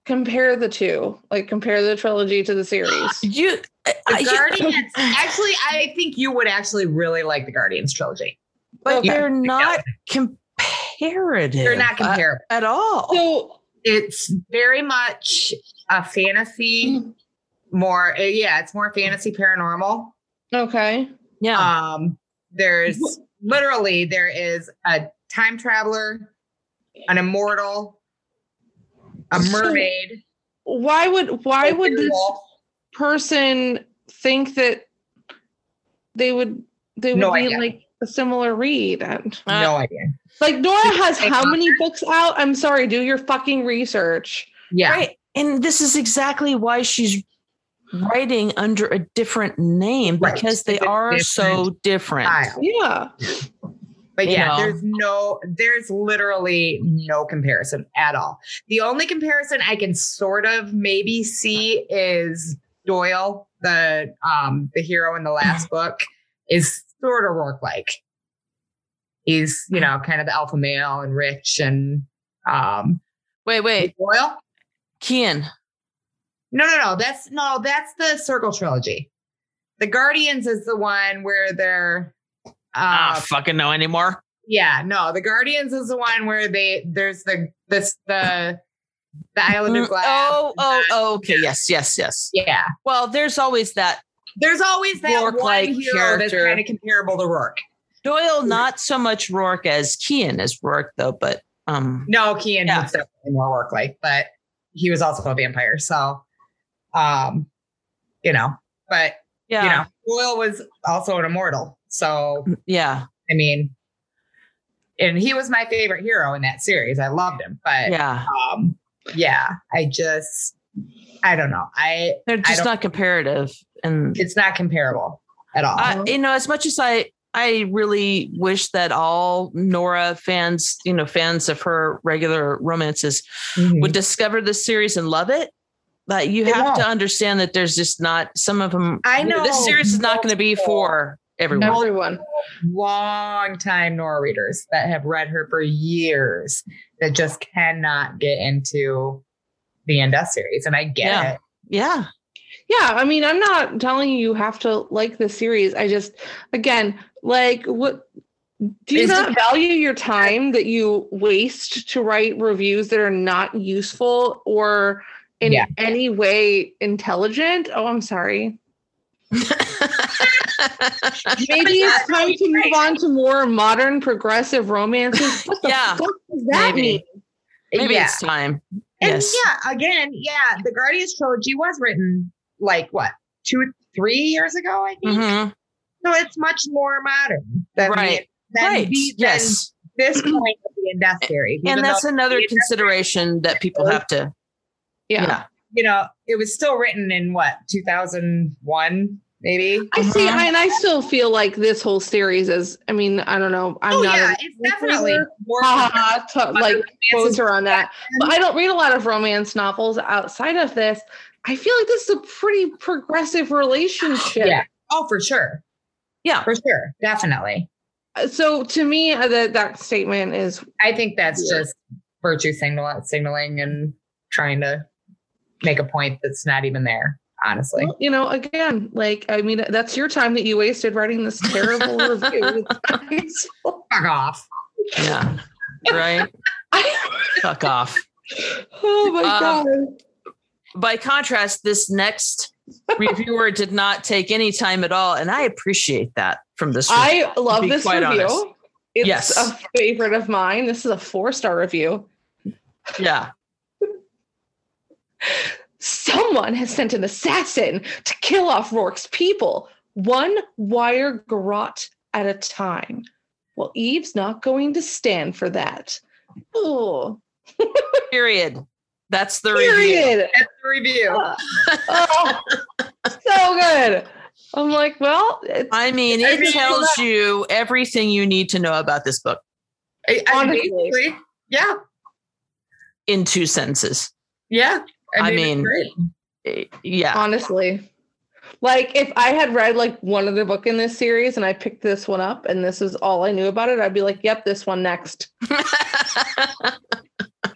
Speaker 3: compare the two? Like compare the trilogy to the series.
Speaker 1: You. I- I-
Speaker 2: the
Speaker 1: Uh, you-
Speaker 2: guardians actually i think you would actually really like the guardians trilogy
Speaker 1: but
Speaker 3: Okay.
Speaker 1: they're not comparative.
Speaker 2: they're not
Speaker 1: uh,
Speaker 2: comparable
Speaker 1: at all.
Speaker 3: So
Speaker 2: it's very much a fantasy more uh, yeah it's more fantasy paranormal
Speaker 3: okay,
Speaker 1: yeah.
Speaker 2: um there's literally there is a time traveler an immortal a
Speaker 3: So-
Speaker 2: mermaid
Speaker 3: why would why
Speaker 2: a
Speaker 3: would this
Speaker 2: werewolf.
Speaker 3: person think that they would they would
Speaker 2: No
Speaker 3: be
Speaker 2: idea.
Speaker 3: like a similar read? And,
Speaker 1: uh,
Speaker 2: no idea
Speaker 3: Like Nora has
Speaker 2: Hey,
Speaker 3: how many books out? I'm sorry, do your fucking research.
Speaker 2: yeah
Speaker 1: Right. And this is exactly why she's writing under a different name
Speaker 2: Right.
Speaker 1: because they
Speaker 2: It's a
Speaker 1: are so different.
Speaker 2: Style.
Speaker 3: Yeah.
Speaker 2: But
Speaker 1: You
Speaker 2: yeah,
Speaker 1: know. Mm-hmm.
Speaker 2: there's no, there's literally no comparison at all. The only comparison I can sort of maybe see is Doyle, the um the hero in the last book, is sort of Rourke like. He's you know kind of the alpha male and rich and um
Speaker 1: Wait, wait,
Speaker 2: Doyle.
Speaker 1: Kian.
Speaker 2: No, no, no. That's no, that's the Circle trilogy. The Guardians is the one where they're
Speaker 1: Ah,
Speaker 2: uh,
Speaker 1: fucking no anymore.
Speaker 2: Yeah, no, the Guardians is the one where they there's the this the the Island of
Speaker 1: Mm,
Speaker 2: Glass.
Speaker 1: Oh, oh, oh, okay. Yes, yes, yes.
Speaker 2: Yeah,
Speaker 1: Well, there's always that.
Speaker 2: there's always that one
Speaker 1: Rourke-like
Speaker 2: hero that's
Speaker 1: character.
Speaker 2: kind of comparable to Rourke.
Speaker 1: Doyle, not so much Rourke as Kean as Rourke though, but um,
Speaker 2: No, Kean
Speaker 1: Yeah.
Speaker 2: was definitely more work like, but he was also a vampire. So, um, you know, but
Speaker 1: yeah,
Speaker 2: you know, Doyle was also an immortal. So,
Speaker 1: yeah,
Speaker 2: I mean, and he was my favorite hero in that series. I loved him, but
Speaker 1: yeah.
Speaker 2: um, yeah, I just, I don't know. I,
Speaker 1: They're just
Speaker 2: don't-
Speaker 1: not comparative, and
Speaker 2: it's not comparable at all.
Speaker 1: I, you know, as much as I, I really wish that all Nora fans, you know, fans of her regular romances
Speaker 2: Mhm.
Speaker 1: would discover this series and love it. But you
Speaker 2: They
Speaker 1: have to
Speaker 2: won't.
Speaker 1: understand that there's just not some of them.
Speaker 2: I know
Speaker 1: this series is not going to be for everyone.
Speaker 3: Everyone.
Speaker 2: long time Nora readers that have read her for years that just cannot get into the End Death series. And I get
Speaker 1: Yeah.
Speaker 2: it.
Speaker 1: Yeah,
Speaker 3: Yeah, I mean, I'm not telling you you have to like the series. I just, again, like, what do you
Speaker 2: Is
Speaker 3: not
Speaker 2: it-
Speaker 3: value your time that you waste to write reviews that are not useful or in
Speaker 2: Yeah.
Speaker 3: any way intelligent? Oh, I'm sorry. Maybe it's time to move on to more modern, progressive romances. What the
Speaker 1: Yeah,
Speaker 3: fuck does that
Speaker 1: maybe.
Speaker 3: mean?
Speaker 1: maybe
Speaker 2: yeah.
Speaker 1: it's time.
Speaker 2: And
Speaker 1: yes.
Speaker 2: yeah, again, yeah, the Guardians trilogy was written like what, two, three years ago, I think.
Speaker 1: hmm
Speaker 2: So it's much more modern than
Speaker 1: Right.
Speaker 2: the, than
Speaker 1: Right.
Speaker 2: the- than
Speaker 1: Yes.
Speaker 2: this point of the End Death series. even
Speaker 1: and that's
Speaker 2: though,
Speaker 1: another
Speaker 2: the
Speaker 1: consideration that people have to
Speaker 3: Yeah.
Speaker 1: yeah
Speaker 2: you know, it was still written in what, 2001, maybe?
Speaker 3: I see,
Speaker 1: Uh-huh.
Speaker 3: I, and I still feel like this whole series is. I mean, I don't know. I'm
Speaker 2: oh,
Speaker 3: not.
Speaker 2: yeah,
Speaker 3: a-
Speaker 2: it's definitely more.
Speaker 3: Ha, ha, to- like
Speaker 2: romances
Speaker 3: quotes are on that. But I don't read a lot of romance novels outside of this. I feel like this is a pretty progressive relationship.
Speaker 2: Yeah. Oh, for sure.
Speaker 1: Yeah.
Speaker 2: For sure. Definitely.
Speaker 3: Uh, So to me, uh, that that statement is
Speaker 2: I think that's
Speaker 3: Yeah.
Speaker 2: just virtue signal signaling and trying to make a point that's not even there, honestly.
Speaker 3: you know again like I mean that's your time that you wasted writing this terrible review. It's-
Speaker 2: Fuck off.
Speaker 1: yeah right fuck off
Speaker 3: oh my
Speaker 1: Uh,
Speaker 3: god!
Speaker 1: by contrast this next reviewer did not take any time at all and i appreciate that from this review.
Speaker 3: I love
Speaker 1: be
Speaker 3: this
Speaker 1: quite
Speaker 3: review.
Speaker 1: honest.
Speaker 3: It's
Speaker 1: Yes.
Speaker 3: a favorite of mine. This is a four star review.
Speaker 1: yeah
Speaker 3: Someone has sent an assassin to kill off Rourke's people, one wire garrote at a time. Well, Eve's not going to stand for that. Oh,
Speaker 1: period that's the review
Speaker 3: period.
Speaker 2: That's the review.
Speaker 3: Uh, oh, so good. I'm like, well, it's,
Speaker 1: i mean
Speaker 2: I
Speaker 1: it
Speaker 2: mean,
Speaker 1: tells you everything you need to know about this book
Speaker 2: I, I
Speaker 3: honestly.
Speaker 2: basically- yeah.
Speaker 1: in two sentences
Speaker 2: Yeah.
Speaker 1: I
Speaker 2: it's
Speaker 1: mean,
Speaker 2: great.
Speaker 1: Eh, yeah
Speaker 3: honestly, like if I had read like one other book in this series and I picked this one up and this is all I knew about it, I'd be like, yep, this one next.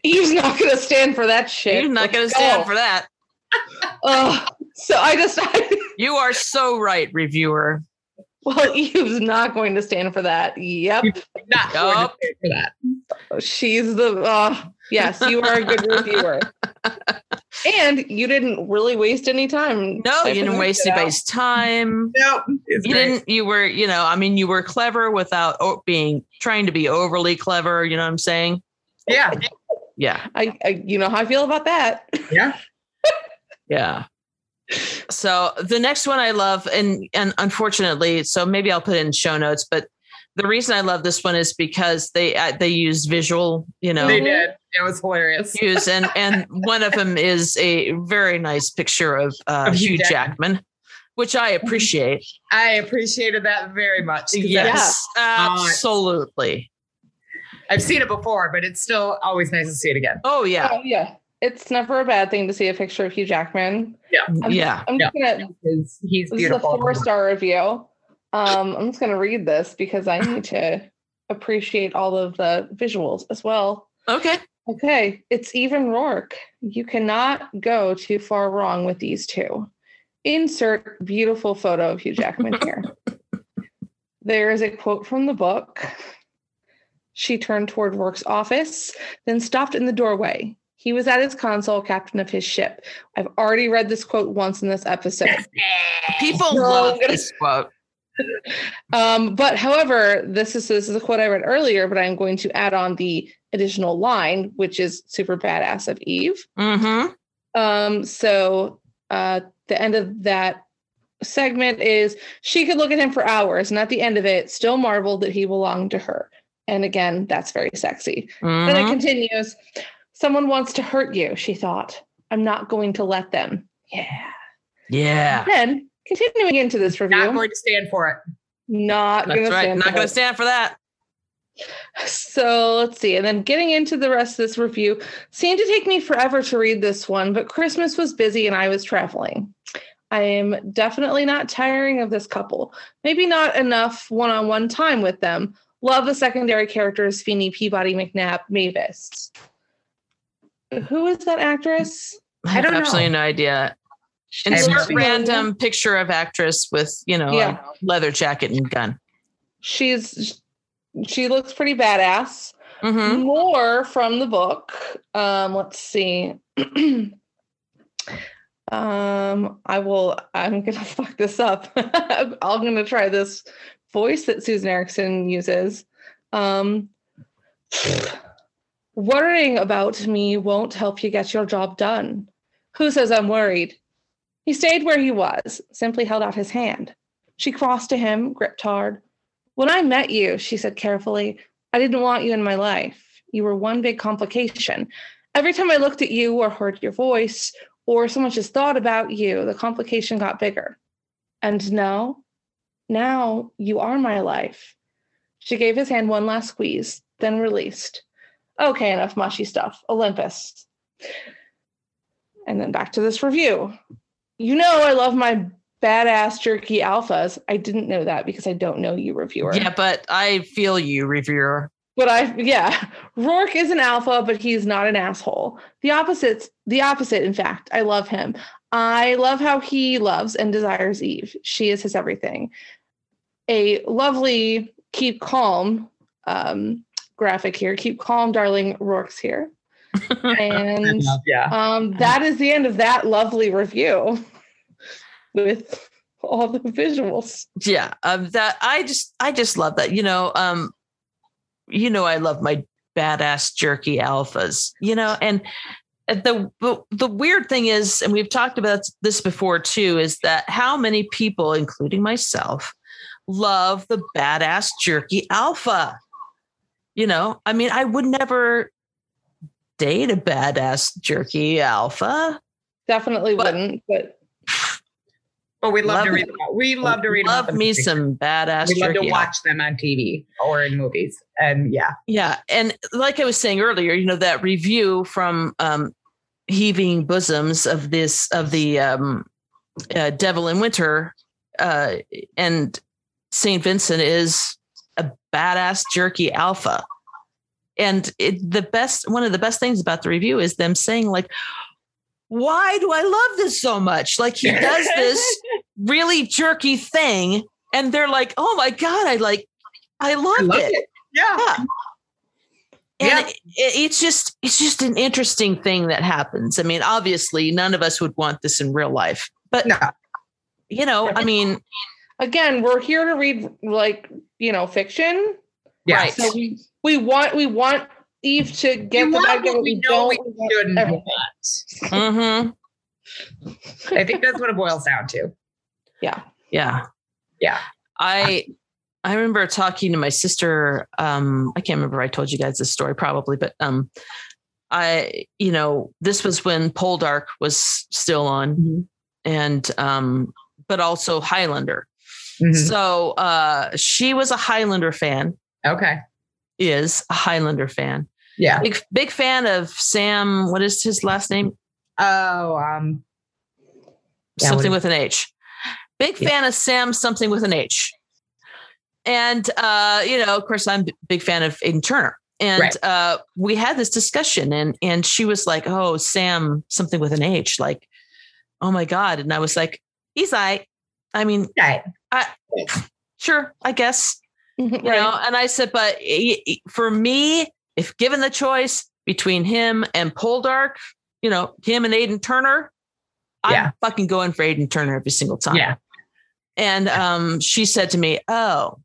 Speaker 3: Eve's not going to stand for that shit.
Speaker 1: you're not going to
Speaker 3: Let's
Speaker 1: stand
Speaker 3: go.
Speaker 1: for that
Speaker 3: Oh, so I just,
Speaker 1: you are so right reviewer
Speaker 3: well, Eve's not going to stand for that. Yep.
Speaker 2: not going to
Speaker 1: Yup.
Speaker 2: pay for that.
Speaker 3: She's the, uh, yes, you are a good reviewer. And you didn't really waste any time.
Speaker 1: no you
Speaker 3: typing
Speaker 1: didn't
Speaker 3: this
Speaker 1: waste
Speaker 3: shit out.
Speaker 1: anybody's time
Speaker 2: Nope. It's
Speaker 1: you
Speaker 2: great.
Speaker 1: didn't you were you know i mean you were clever without o- being trying to be overly clever you know what i'm saying
Speaker 2: Yeah.
Speaker 1: yeah
Speaker 3: I, I, you know how I feel about that.
Speaker 2: Yeah.
Speaker 1: yeah so the next one i love and and unfortunately so maybe i'll put it in show notes but the reason i love this one is because they uh, they use visual you know
Speaker 2: They did. It was hilarious.
Speaker 1: cues and and one of them is a very nice picture of uh,
Speaker 2: Of Hugh
Speaker 1: hugh
Speaker 2: Jackman.
Speaker 1: jackman which i appreciate
Speaker 2: I appreciated that very much. 'cause that-
Speaker 1: yes absolutely
Speaker 2: I've seen it before, but it's still always nice to see it again.
Speaker 1: oh yeah
Speaker 3: Oh, yeah. It's never a bad thing to see a picture of Hugh Jackman. I'm just-
Speaker 1: yeah
Speaker 3: I'm just gonna.
Speaker 2: He's, he's
Speaker 3: This is a
Speaker 2: beautiful.
Speaker 3: four star review. Um, I'm just gonna read this because I need to appreciate all of the visuals as well.
Speaker 1: okay
Speaker 3: Okay, it's even Rourke. You cannot go too far wrong with these two. Insert beautiful photo of Hugh Jackman here. there is a quote from the book. She turned toward Rourke's office, then stopped in the doorway. He was at his console, captain of his ship. I've already read this quote once in this episode.
Speaker 1: People
Speaker 3: No,
Speaker 1: love
Speaker 3: I'm gonna-
Speaker 1: this quote.
Speaker 3: Um, but however, this is this is a quote I read earlier, but I'm going to add on the additional line, which is super badass of Eve.
Speaker 1: Mm-hmm.
Speaker 3: Um, so uh, the end of that segment is she could look at him for hours, and at the end of it, still marveled that he belonged to her. And again, that's very sexy. Then
Speaker 1: Mm-hmm.
Speaker 3: it continues. Someone wants to hurt you, she thought. I'm not going to let them. Yeah.
Speaker 1: Yeah.
Speaker 3: Then continuing into this review,
Speaker 2: Not going to stand for it.
Speaker 3: not
Speaker 1: That's
Speaker 3: gonna
Speaker 1: right.
Speaker 3: stand for
Speaker 1: Not going
Speaker 3: it.
Speaker 1: to stand for that.
Speaker 3: So let's see. And then getting into the rest of this review seemed to take me forever to read this one, but Christmas was busy and I was traveling. I am definitely not tiring of this couple. Maybe not enough one on one time with them. Love the secondary characters Feeny, Peabody, McNabb, Mavis. Who is that actress?
Speaker 1: I have
Speaker 2: don't know.
Speaker 1: absolutely no idea.
Speaker 3: She's
Speaker 1: Insert
Speaker 2: no idea.
Speaker 1: random picture of actress with, you know, a
Speaker 3: Yeah.
Speaker 1: leather jacket and gun.
Speaker 3: She's she looks pretty badass.
Speaker 1: Mm-hmm.
Speaker 3: more from the book. Um, let's see. um, I will. I'm gonna fuck this up. I'm gonna try this voice that Susan Erickson uses. Um, worrying about me won't help you get your job done. Who says I'm worried? He stayed where he was. Simply held out his hand. She crossed to him, gripped hard. When I met you, she said carefully, I didn't want you in my life. You were one big complication. Every time I looked at you or heard your voice or so much as thought about you, the complication got bigger. And now, now you are my life. She gave his hand one last squeeze, then released. Okay, enough mushy stuff. Olympus. And then back to this review. You know, I love my badass jerky alphas. I didn't know that because I don't know you, reviewer.
Speaker 1: Yeah, but I feel you, reviewer.
Speaker 3: But I yeah, Rourke is an alpha, but he's not an asshole. The opposite's the opposite, in fact. I love him. I love how he loves and desires Eve. She is his everything. A lovely keep calm um, graphic here. Keep calm, darling. Rourke's here. And
Speaker 2: Yeah.
Speaker 3: um, that is the end of that lovely review with all the visuals.
Speaker 1: yeah um that i just i just love that you know um you know i love my badass jerky alphas you know and the the weird thing is and we've talked about this before too is that how many people including myself love the badass jerky alpha you know i mean i would never date a badass jerky alpha
Speaker 3: Definitely
Speaker 1: But-
Speaker 3: wouldn't, but
Speaker 2: But we love,
Speaker 1: Love
Speaker 2: to
Speaker 1: it.
Speaker 2: read. About, we love to read. about
Speaker 1: love
Speaker 2: them
Speaker 1: me
Speaker 2: in pictures.
Speaker 1: some E badass
Speaker 2: We love
Speaker 1: jerky
Speaker 2: to watch them on TV or in movies. And yeah,
Speaker 1: Yeah, and like I was saying earlier, you know that review from um, heaving bosoms of this of the um, uh, Devil in Winter uh, and Saint Vincent is a badass jerky alpha, and it, the best one of the best things about the review is them saying like, "Why do I love this so much? Like he does this really jerky thing." And they're like, "Oh my god, I like, I love,
Speaker 2: I love
Speaker 1: it.
Speaker 2: it. Yeah.
Speaker 1: And
Speaker 2: Yeah.
Speaker 1: it, it's just it's just an interesting thing that happens. I mean, obviously, none of us would want this in real life, but
Speaker 2: No.
Speaker 1: you know, I mean,
Speaker 3: again, we're here to read like you know fiction.
Speaker 2: Yeah.
Speaker 1: Right.
Speaker 3: So we we want we want Eve to get
Speaker 2: We
Speaker 3: the
Speaker 2: want
Speaker 3: bad guy,
Speaker 2: what
Speaker 3: but
Speaker 2: we
Speaker 3: we
Speaker 2: know
Speaker 3: don't.
Speaker 2: we
Speaker 3: want
Speaker 2: Shouldn't
Speaker 3: everything.
Speaker 1: mhm,
Speaker 2: I think that's what it boils down to.
Speaker 1: yeah,
Speaker 2: Yeah.
Speaker 1: I I remember talking to my sister. Um, I can't remember. if I told you guys this story probably, but um, I you know, this was when Poldark was still on,
Speaker 2: Mm-hmm.
Speaker 1: and um, but also Highlander.
Speaker 2: Mhm.
Speaker 1: So uh, she was a Highlander fan.
Speaker 2: Okay.
Speaker 1: Is a Highlander fan.
Speaker 2: Yeah.
Speaker 1: big big fan of Sam. What is his last name?
Speaker 2: Oh, um, Yeah,
Speaker 1: something
Speaker 2: what
Speaker 1: with an H. Big
Speaker 2: Yeah.
Speaker 1: fan of Sam. Something with an H. And uh, you know, of course, I'm a big fan of Aiden Turner. And
Speaker 2: Right.
Speaker 1: uh, we had this discussion, and and she was like, "Oh, Sam, something with an H." Like, oh my god! And I was like, "He's I. I mean,
Speaker 2: right.
Speaker 1: sure, I guess."
Speaker 3: Mhm,
Speaker 1: you
Speaker 3: right.
Speaker 1: know and i said but i- i- for me if given the choice between him and poldark you know him and aiden turner i'm
Speaker 2: Yeah.
Speaker 1: fucking going for aiden turner every single time
Speaker 2: Yeah.
Speaker 1: And um, she said to me, "Oh,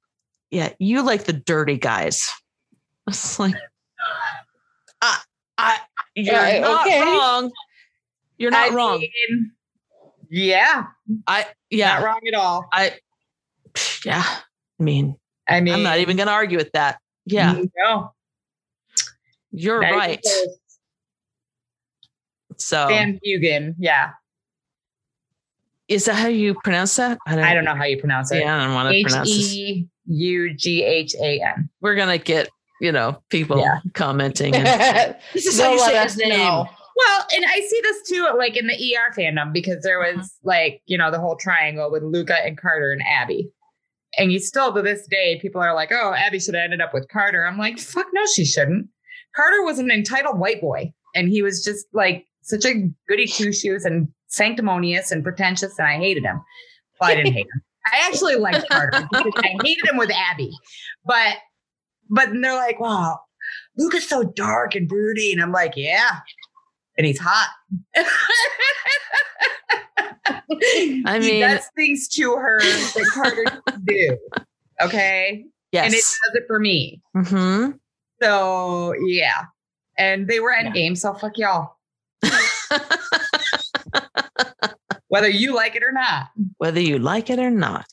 Speaker 1: yeah, you like the dirty guys." I was like, "I, I you're
Speaker 3: Yeah,
Speaker 1: not
Speaker 3: okay.
Speaker 1: wrong. You're not
Speaker 2: I
Speaker 1: wrong.
Speaker 2: mean, yeah,
Speaker 1: I yeah,
Speaker 2: not wrong at all.
Speaker 1: I yeah. I mean,
Speaker 2: I mean,
Speaker 1: I'm not even going to argue with that. Yeah,
Speaker 2: No,
Speaker 1: you're
Speaker 2: not even
Speaker 1: right. Oh.
Speaker 2: close.
Speaker 1: So
Speaker 2: Van Bugen. Yeah,
Speaker 1: is that how you pronounce that?
Speaker 2: I don't know how you pronounce it.
Speaker 1: Yeah, I don't want to
Speaker 2: H
Speaker 1: pronounce this.
Speaker 2: e u g h a n.
Speaker 1: We're gonna get you know people
Speaker 2: Yeah.
Speaker 1: commenting. And, this is how
Speaker 3: They'll
Speaker 1: you
Speaker 3: let
Speaker 1: say
Speaker 3: us
Speaker 1: his name.
Speaker 3: know.
Speaker 2: Well, and I see this too, like in the ER fandom, because there
Speaker 1: Uh-huh.
Speaker 2: was like you know the whole triangle with Luca and Carter and Abby, and you still to this day people are like, "Oh, Abby should have ended up with Carter." I'm like, "Fuck no, she shouldn't." Carter was an entitled white boy, and he was just like such a goody two shoes and sanctimonious and pretentious, and I hated him. Well, I didn't hate him. I actually liked Carter. because I hated him with Abby, but but then they're like, "Wow, Luke is so dark and broody," and I'm like, "Yeah." And he's hot.
Speaker 1: I
Speaker 2: he
Speaker 1: mean-
Speaker 2: does things to her that Carter didn't do. Okay, and it
Speaker 1: Yes.
Speaker 2: does it for me.
Speaker 1: hmm
Speaker 2: So yeah. And they were endgame, game, so fuck y'all. Whether you like it or not.
Speaker 1: Whether you like it or not.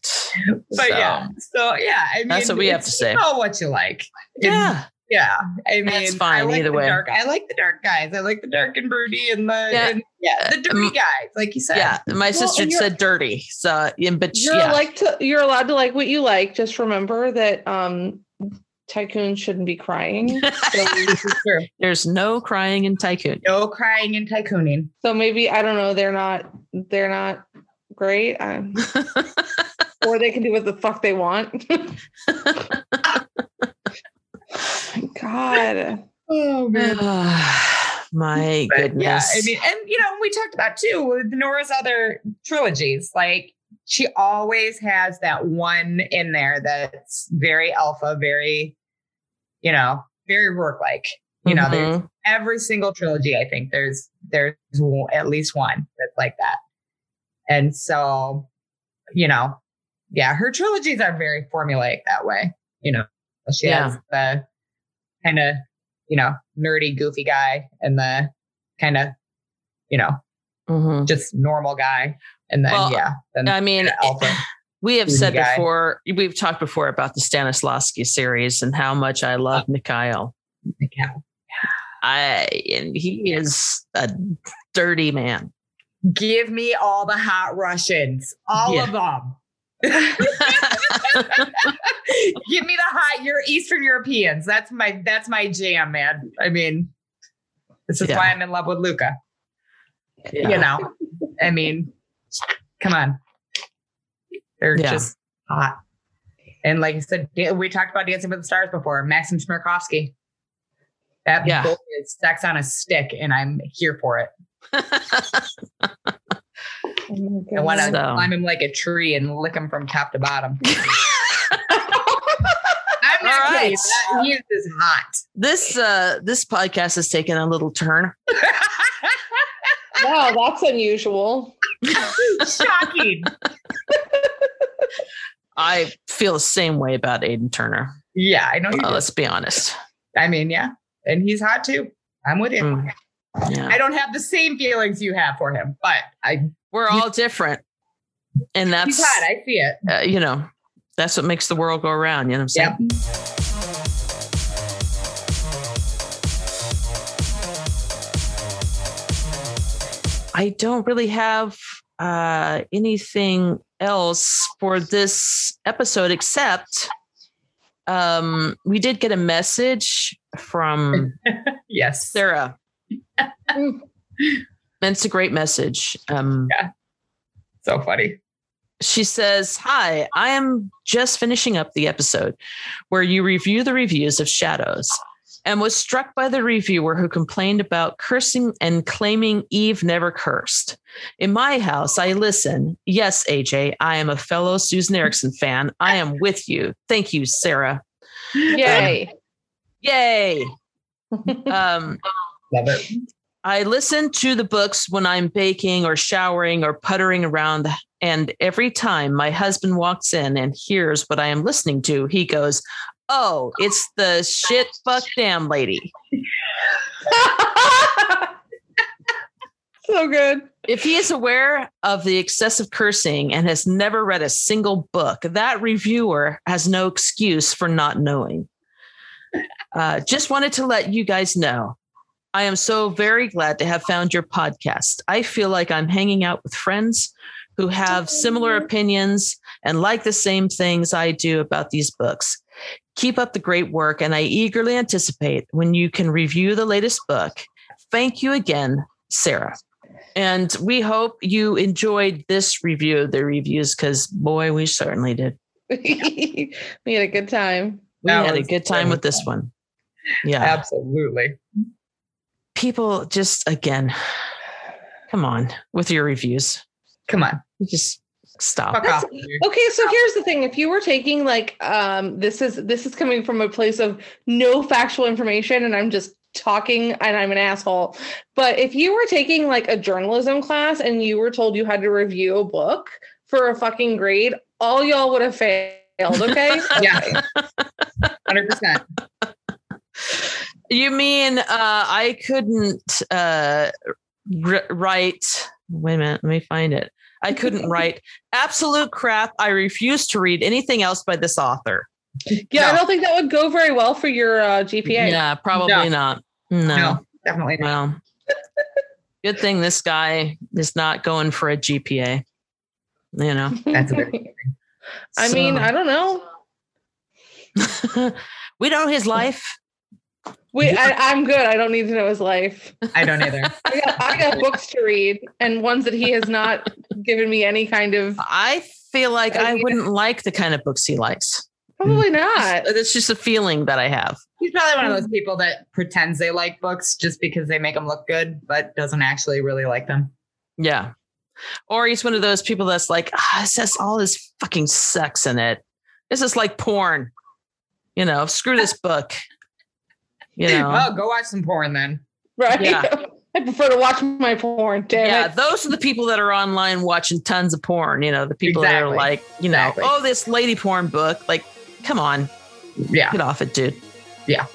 Speaker 2: But
Speaker 1: So,
Speaker 2: yeah. So yeah, I mean
Speaker 1: That's what we have
Speaker 2: it's-
Speaker 1: to say.
Speaker 2: you Know what you like. And,
Speaker 1: Yeah.
Speaker 2: yeah. I mean
Speaker 1: That's fine
Speaker 2: I like
Speaker 1: either
Speaker 2: the
Speaker 1: way.
Speaker 2: Dark, I like the dark guys. I like the dark and broody and the
Speaker 1: Yeah.
Speaker 2: yeah, and, yeah the dirty
Speaker 1: Um,
Speaker 2: guys, like you said.
Speaker 1: Yeah. My sister
Speaker 3: and you're-
Speaker 1: said dirty. So yeah, but
Speaker 3: You're
Speaker 1: yeah.
Speaker 3: like to, you're allowed to like what you like. Just remember that um tycoon shouldn't be crying.
Speaker 2: So this is true.
Speaker 1: There's no crying in tycoon.
Speaker 2: No crying and tycooning.
Speaker 3: So maybe I don't know. They're not. They're not great. Um, or they can do what the fuck they want. oh my god.
Speaker 2: Oh
Speaker 1: My
Speaker 2: But,
Speaker 1: goodness.
Speaker 2: Yeah, I mean, and you know, we talked about too with Nora's other trilogies. Like she always has that one in there that's very alpha, very, you know, very Rourke like. You know, there's
Speaker 1: Mhm.
Speaker 2: every single trilogy. I think there's there's w- at least one that's like that. And so, you know, yeah, her trilogies are very formulaic that way. You know, she
Speaker 1: Yeah.
Speaker 2: has the kind of you know nerdy, goofy guy, and the kind of you know
Speaker 1: Mhm.
Speaker 2: just normal guy, and then
Speaker 1: Well,
Speaker 2: yeah, then
Speaker 1: I mean,
Speaker 2: the alpha.
Speaker 1: we have
Speaker 2: Who's the
Speaker 1: said
Speaker 2: guy?
Speaker 1: before, we've talked before about the Stanislavski series and how much I love
Speaker 2: Uh-huh.
Speaker 1: Mikhail. I and he is a dirty man.
Speaker 2: Give me all the hot Russians, all
Speaker 1: Yeah.
Speaker 2: of them. Give me the hot your Eastern Europeans. That's my that's my jam, man. I mean, this is
Speaker 1: Yeah.
Speaker 2: why I'm in love with Luca.
Speaker 1: Yeah.
Speaker 2: You know, I mean, come on, they're
Speaker 1: Yeah.
Speaker 2: just hot. And like I said, da- we talked about Dancing with the Stars before. Maxim Smirkovsky. That
Speaker 1: Yeah.
Speaker 2: bull is sex on a stick, and I'm here for it.
Speaker 3: Oh my
Speaker 2: I want to
Speaker 1: So-
Speaker 2: climb him like a tree and lick him from top to bottom. I'm not
Speaker 1: All
Speaker 2: kidding.
Speaker 1: right.
Speaker 2: That, he is hot.
Speaker 1: this uh this podcast has taken a little turn.
Speaker 3: wow, that's unusual.
Speaker 2: Shocking.
Speaker 1: I feel the same way about Aiden Turner.
Speaker 2: Yeah, I know. you
Speaker 1: Uh,
Speaker 2: do.
Speaker 1: let's be honest.
Speaker 2: I mean, yeah, and he's hot too. I'm with you.
Speaker 1: Mm. Yeah.
Speaker 2: I don't have the same feelings you have for him, but I
Speaker 1: We're all different. And
Speaker 2: he's
Speaker 1: that's
Speaker 2: hot. I see it.
Speaker 1: uh, you know, that's what makes the world go around, you know what I'm saying?
Speaker 2: Yep.
Speaker 1: I don't really have uh, anything else for this episode except um, we did get a message from
Speaker 2: Yes.
Speaker 1: Sarah. and it's a great message. Um,
Speaker 2: So funny.
Speaker 1: she says, Hi, I am just finishing up the episode where you review the reviews of Shadows and was struck by the reviewer who complained about cursing and claiming Eve never cursed. In my house, I listen. Yes, AJ, I am a fellow Susan Erickson fan. I am with you. Thank you, Sarah.
Speaker 3: Yay.
Speaker 1: Yay. Um,
Speaker 2: Love it.
Speaker 1: I listen to the books when I'm baking or showering or puttering around. And every time my husband walks in and hears what I am listening to, he goes, Oh, it's the shit fuck damn lady.
Speaker 3: so good.
Speaker 1: If he is aware of the excessive cursing and has never read a single book, that reviewer has no excuse for not knowing. Uh, just wanted to let you guys know. I am so very glad to have found your podcast. I feel like I'm hanging out with friends who have similar opinions and like the same things I do about these books. Keep up the great work, and I eagerly anticipate when you can review the latest book. Thank you again, Sarah. And we hope you enjoyed this review of the reviews because, boy, we certainly did.
Speaker 3: we had a good time.
Speaker 1: We
Speaker 2: That
Speaker 1: had a
Speaker 2: was
Speaker 1: good time with this one. Yeah.
Speaker 2: Absolutely.
Speaker 1: People just, again, come on with your reviews.
Speaker 2: Come on.
Speaker 1: You just stop.
Speaker 2: Fuck off.
Speaker 3: Okay, so here's the thing. If you were taking like um this is this is coming from a place of no factual information and I'm just talking and I'm an asshole. But if you were taking like a journalism class and you were told you had to review a book for a fucking grade, all y'all would have failed, okay?
Speaker 2: Yeah. 100%.
Speaker 1: You mean uh, I couldn't uh, r- write? Wait a minute, let me find it. I couldn't write absolute crap. I refuse to read anything else by this author.
Speaker 3: yeah, I
Speaker 2: No.
Speaker 3: don't think that would go very well for your uh, GPA.
Speaker 1: Yeah, probably
Speaker 2: No.
Speaker 1: not. No.
Speaker 2: No, definitely not.
Speaker 1: Well, good thing this guy is not going for a GPA. You know,
Speaker 2: That's a bit-
Speaker 3: I mean, I don't know.
Speaker 1: So- we know his life.
Speaker 3: Wait, I, I'm good. I don't need to know his life.
Speaker 2: I don't either.
Speaker 3: I got, I got books to read and ones that he has not given me any kind of.
Speaker 1: I feel like
Speaker 3: I
Speaker 1: I
Speaker 3: mean-
Speaker 1: wouldn't like the kind of books he likes. Mm.
Speaker 3: Probably not.
Speaker 1: That's just a feeling that I have.
Speaker 2: He's probably one of those people that pretends they like books just because they make them look good, but doesn't actually really like them.
Speaker 1: Yeah. Or he's one of those people that's like, ah, this has all this fucking sex in it. This is like porn. You know, screw this book. You know.
Speaker 2: Oh, go watch some porn then.
Speaker 3: Right.
Speaker 1: Yeah.
Speaker 3: I prefer to watch my porn. Damn
Speaker 1: yeah,
Speaker 3: it.
Speaker 1: those are the people that are online watching tons of porn. You know, the people that are
Speaker 2: Exactly.
Speaker 1: like, you know,
Speaker 2: Exactly.
Speaker 1: oh, this lady porn book. Like, come on.
Speaker 2: Yeah.
Speaker 1: Get off it, dude.
Speaker 2: Yeah.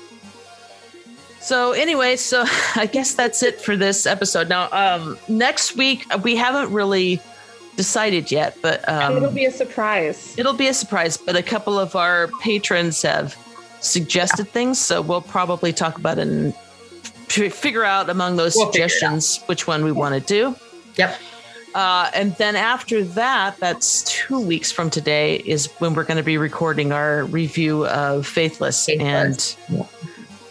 Speaker 1: So anyway, so I guess that's it for this episode. Now, um, next week we haven't really decided yet, but um,
Speaker 3: It'll be a surprise.
Speaker 1: it'll be a surprise. But a couple of our patrons have suggested things, so we'll probably talk about it and f- figure out among those
Speaker 2: We'll figure it out.
Speaker 1: suggestions which one we want to do.
Speaker 2: Yep.
Speaker 1: Uh, and then after that, that's two weeks from today, is when we're going to be recording our review of Faithless.
Speaker 2: Faithless.
Speaker 1: And
Speaker 2: Yeah.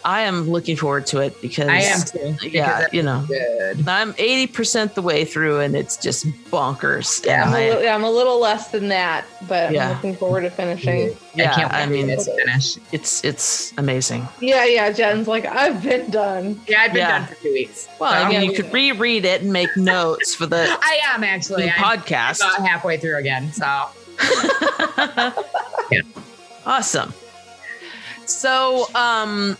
Speaker 1: I am looking forward to it because
Speaker 2: I am too. because
Speaker 1: yeah,
Speaker 2: that's
Speaker 1: you know,
Speaker 2: Good.
Speaker 1: I'm 80% the way through and it's just bonkers.
Speaker 2: Yeah.
Speaker 1: And
Speaker 3: I'm, a
Speaker 1: I-
Speaker 3: little, yeah, I'm a little less than that, but
Speaker 1: Yeah.
Speaker 3: I'm looking forward to finishing.
Speaker 1: yeah,
Speaker 2: I can't wait
Speaker 1: I mean,
Speaker 2: to finish.
Speaker 1: it's it's amazing.
Speaker 3: Yeah, yeah. Jen's like, I've been done.
Speaker 2: Yeah, I've been
Speaker 1: Yeah.
Speaker 2: done for two weeks.
Speaker 1: Well,
Speaker 2: So-
Speaker 1: I mean, you could reread it and make notes for the
Speaker 2: I am actually. I'm
Speaker 1: podcast.
Speaker 2: about halfway through again. So Yeah.
Speaker 1: Awesome. So, um,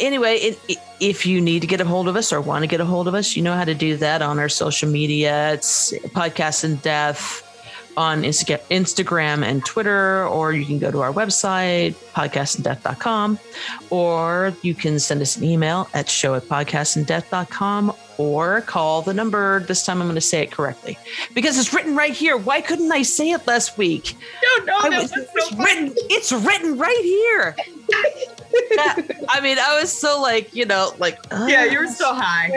Speaker 1: anyway, it, i if you need to get a hold of us or want to get a hold of us, you know how to do that on our social media. It's Podcast and Death on Insta- Instagram and Twitter, or you can go to our website, podcastanddeath.com, or you can send us an email at show at podcastanddeath.com or call the number. This time I'm going to say it correctly because it's written right here. Why couldn't I say it last week?
Speaker 2: don't know.
Speaker 1: I
Speaker 2: Oh, That
Speaker 1: was-
Speaker 2: was
Speaker 1: it's
Speaker 2: so
Speaker 1: written. It's written right here. That- I mean, I was so like, you know, like
Speaker 2: fun. Yeah,
Speaker 1: uh,
Speaker 2: you were so high.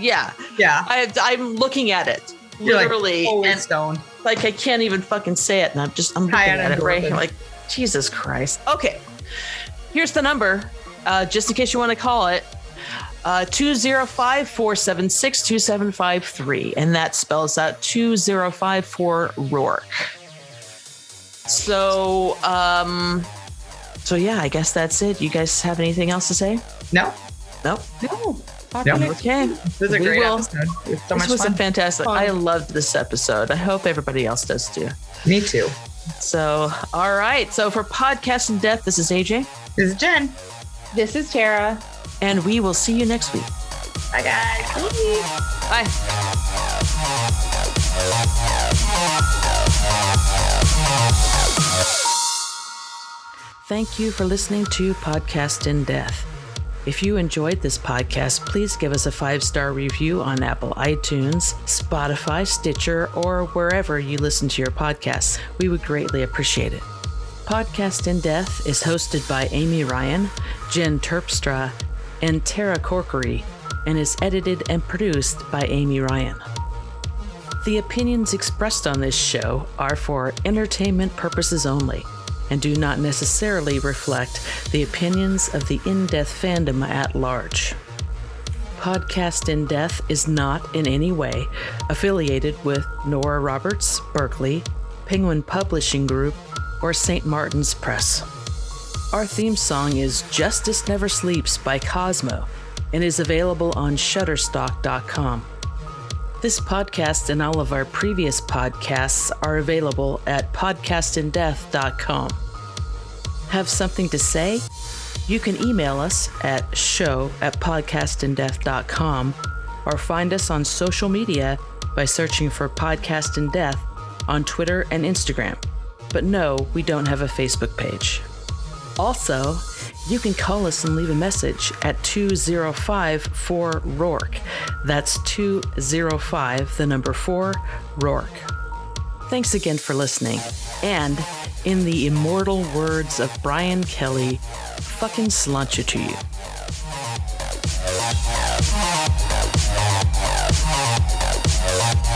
Speaker 1: Yeah,
Speaker 2: Yeah.
Speaker 1: I, I'm looking at it
Speaker 2: You're like,
Speaker 1: literally,
Speaker 2: Always
Speaker 1: and
Speaker 2: stoned.
Speaker 1: like I can't even fucking say it, and I'm just I'm looking
Speaker 2: High on
Speaker 1: at it right here,
Speaker 2: endorphins.
Speaker 1: like Jesus Christ. Okay, here's the number, uh, just in case you want to call it. Uh, 205-476-2753 and that spells out 205 for Rourke. So um so yeah, I guess that's it. You guys have anything else to say?
Speaker 2: No,
Speaker 1: Nope.
Speaker 3: No.
Speaker 2: No.
Speaker 1: Okay.
Speaker 2: this is a
Speaker 1: We
Speaker 2: great
Speaker 1: will.
Speaker 2: episode. It's so
Speaker 1: this
Speaker 2: much
Speaker 1: was
Speaker 2: fun.
Speaker 1: a fantastic.
Speaker 3: Fun.
Speaker 1: I loved this episode. I hope everybody else does too.
Speaker 2: Me too.
Speaker 1: So, all right. So for podcast and death, this is AJ,
Speaker 2: This is Jen.
Speaker 3: This is Tara.
Speaker 1: and we will see you next week.
Speaker 2: Bye, guys.
Speaker 1: Bye. Thank you for listening to Podcast in Death. If you enjoyed this podcast, please give us a five star review on Apple iTunes, Spotify, Stitcher, or wherever you listen to your podcasts. We would greatly appreciate it. Podcast in Death is hosted by Amy Ryan, Jen Terpstra, and Tara Corkery, and is edited and produced by Amy Ryan. The opinions expressed on this show are for entertainment purposes only and do not necessarily reflect the opinions of the in death fandom at large. Podcast in Death is not in any way affiliated with Nora Roberts, Berkeley, Penguin Publishing Group, or St. Martin's Press. Our theme song is Justice Never Sleeps by Cosmo and is available on Shutterstock.com. This podcast and all of our previous podcasts are available at podcastindeath.com. Have something to say? You can email us at show at podcastindeath.com or find us on social media by searching for Podcast in Death on Twitter and Instagram. But no, we don't have a Facebook page. Also, you can call us and leave a message at 205 4 Rourke. That's 205, the number 4 Rourke. Thanks again for listening. And in the immortal words of Brian Kelly, fucking slant you to you.
Speaker 4: Thank you.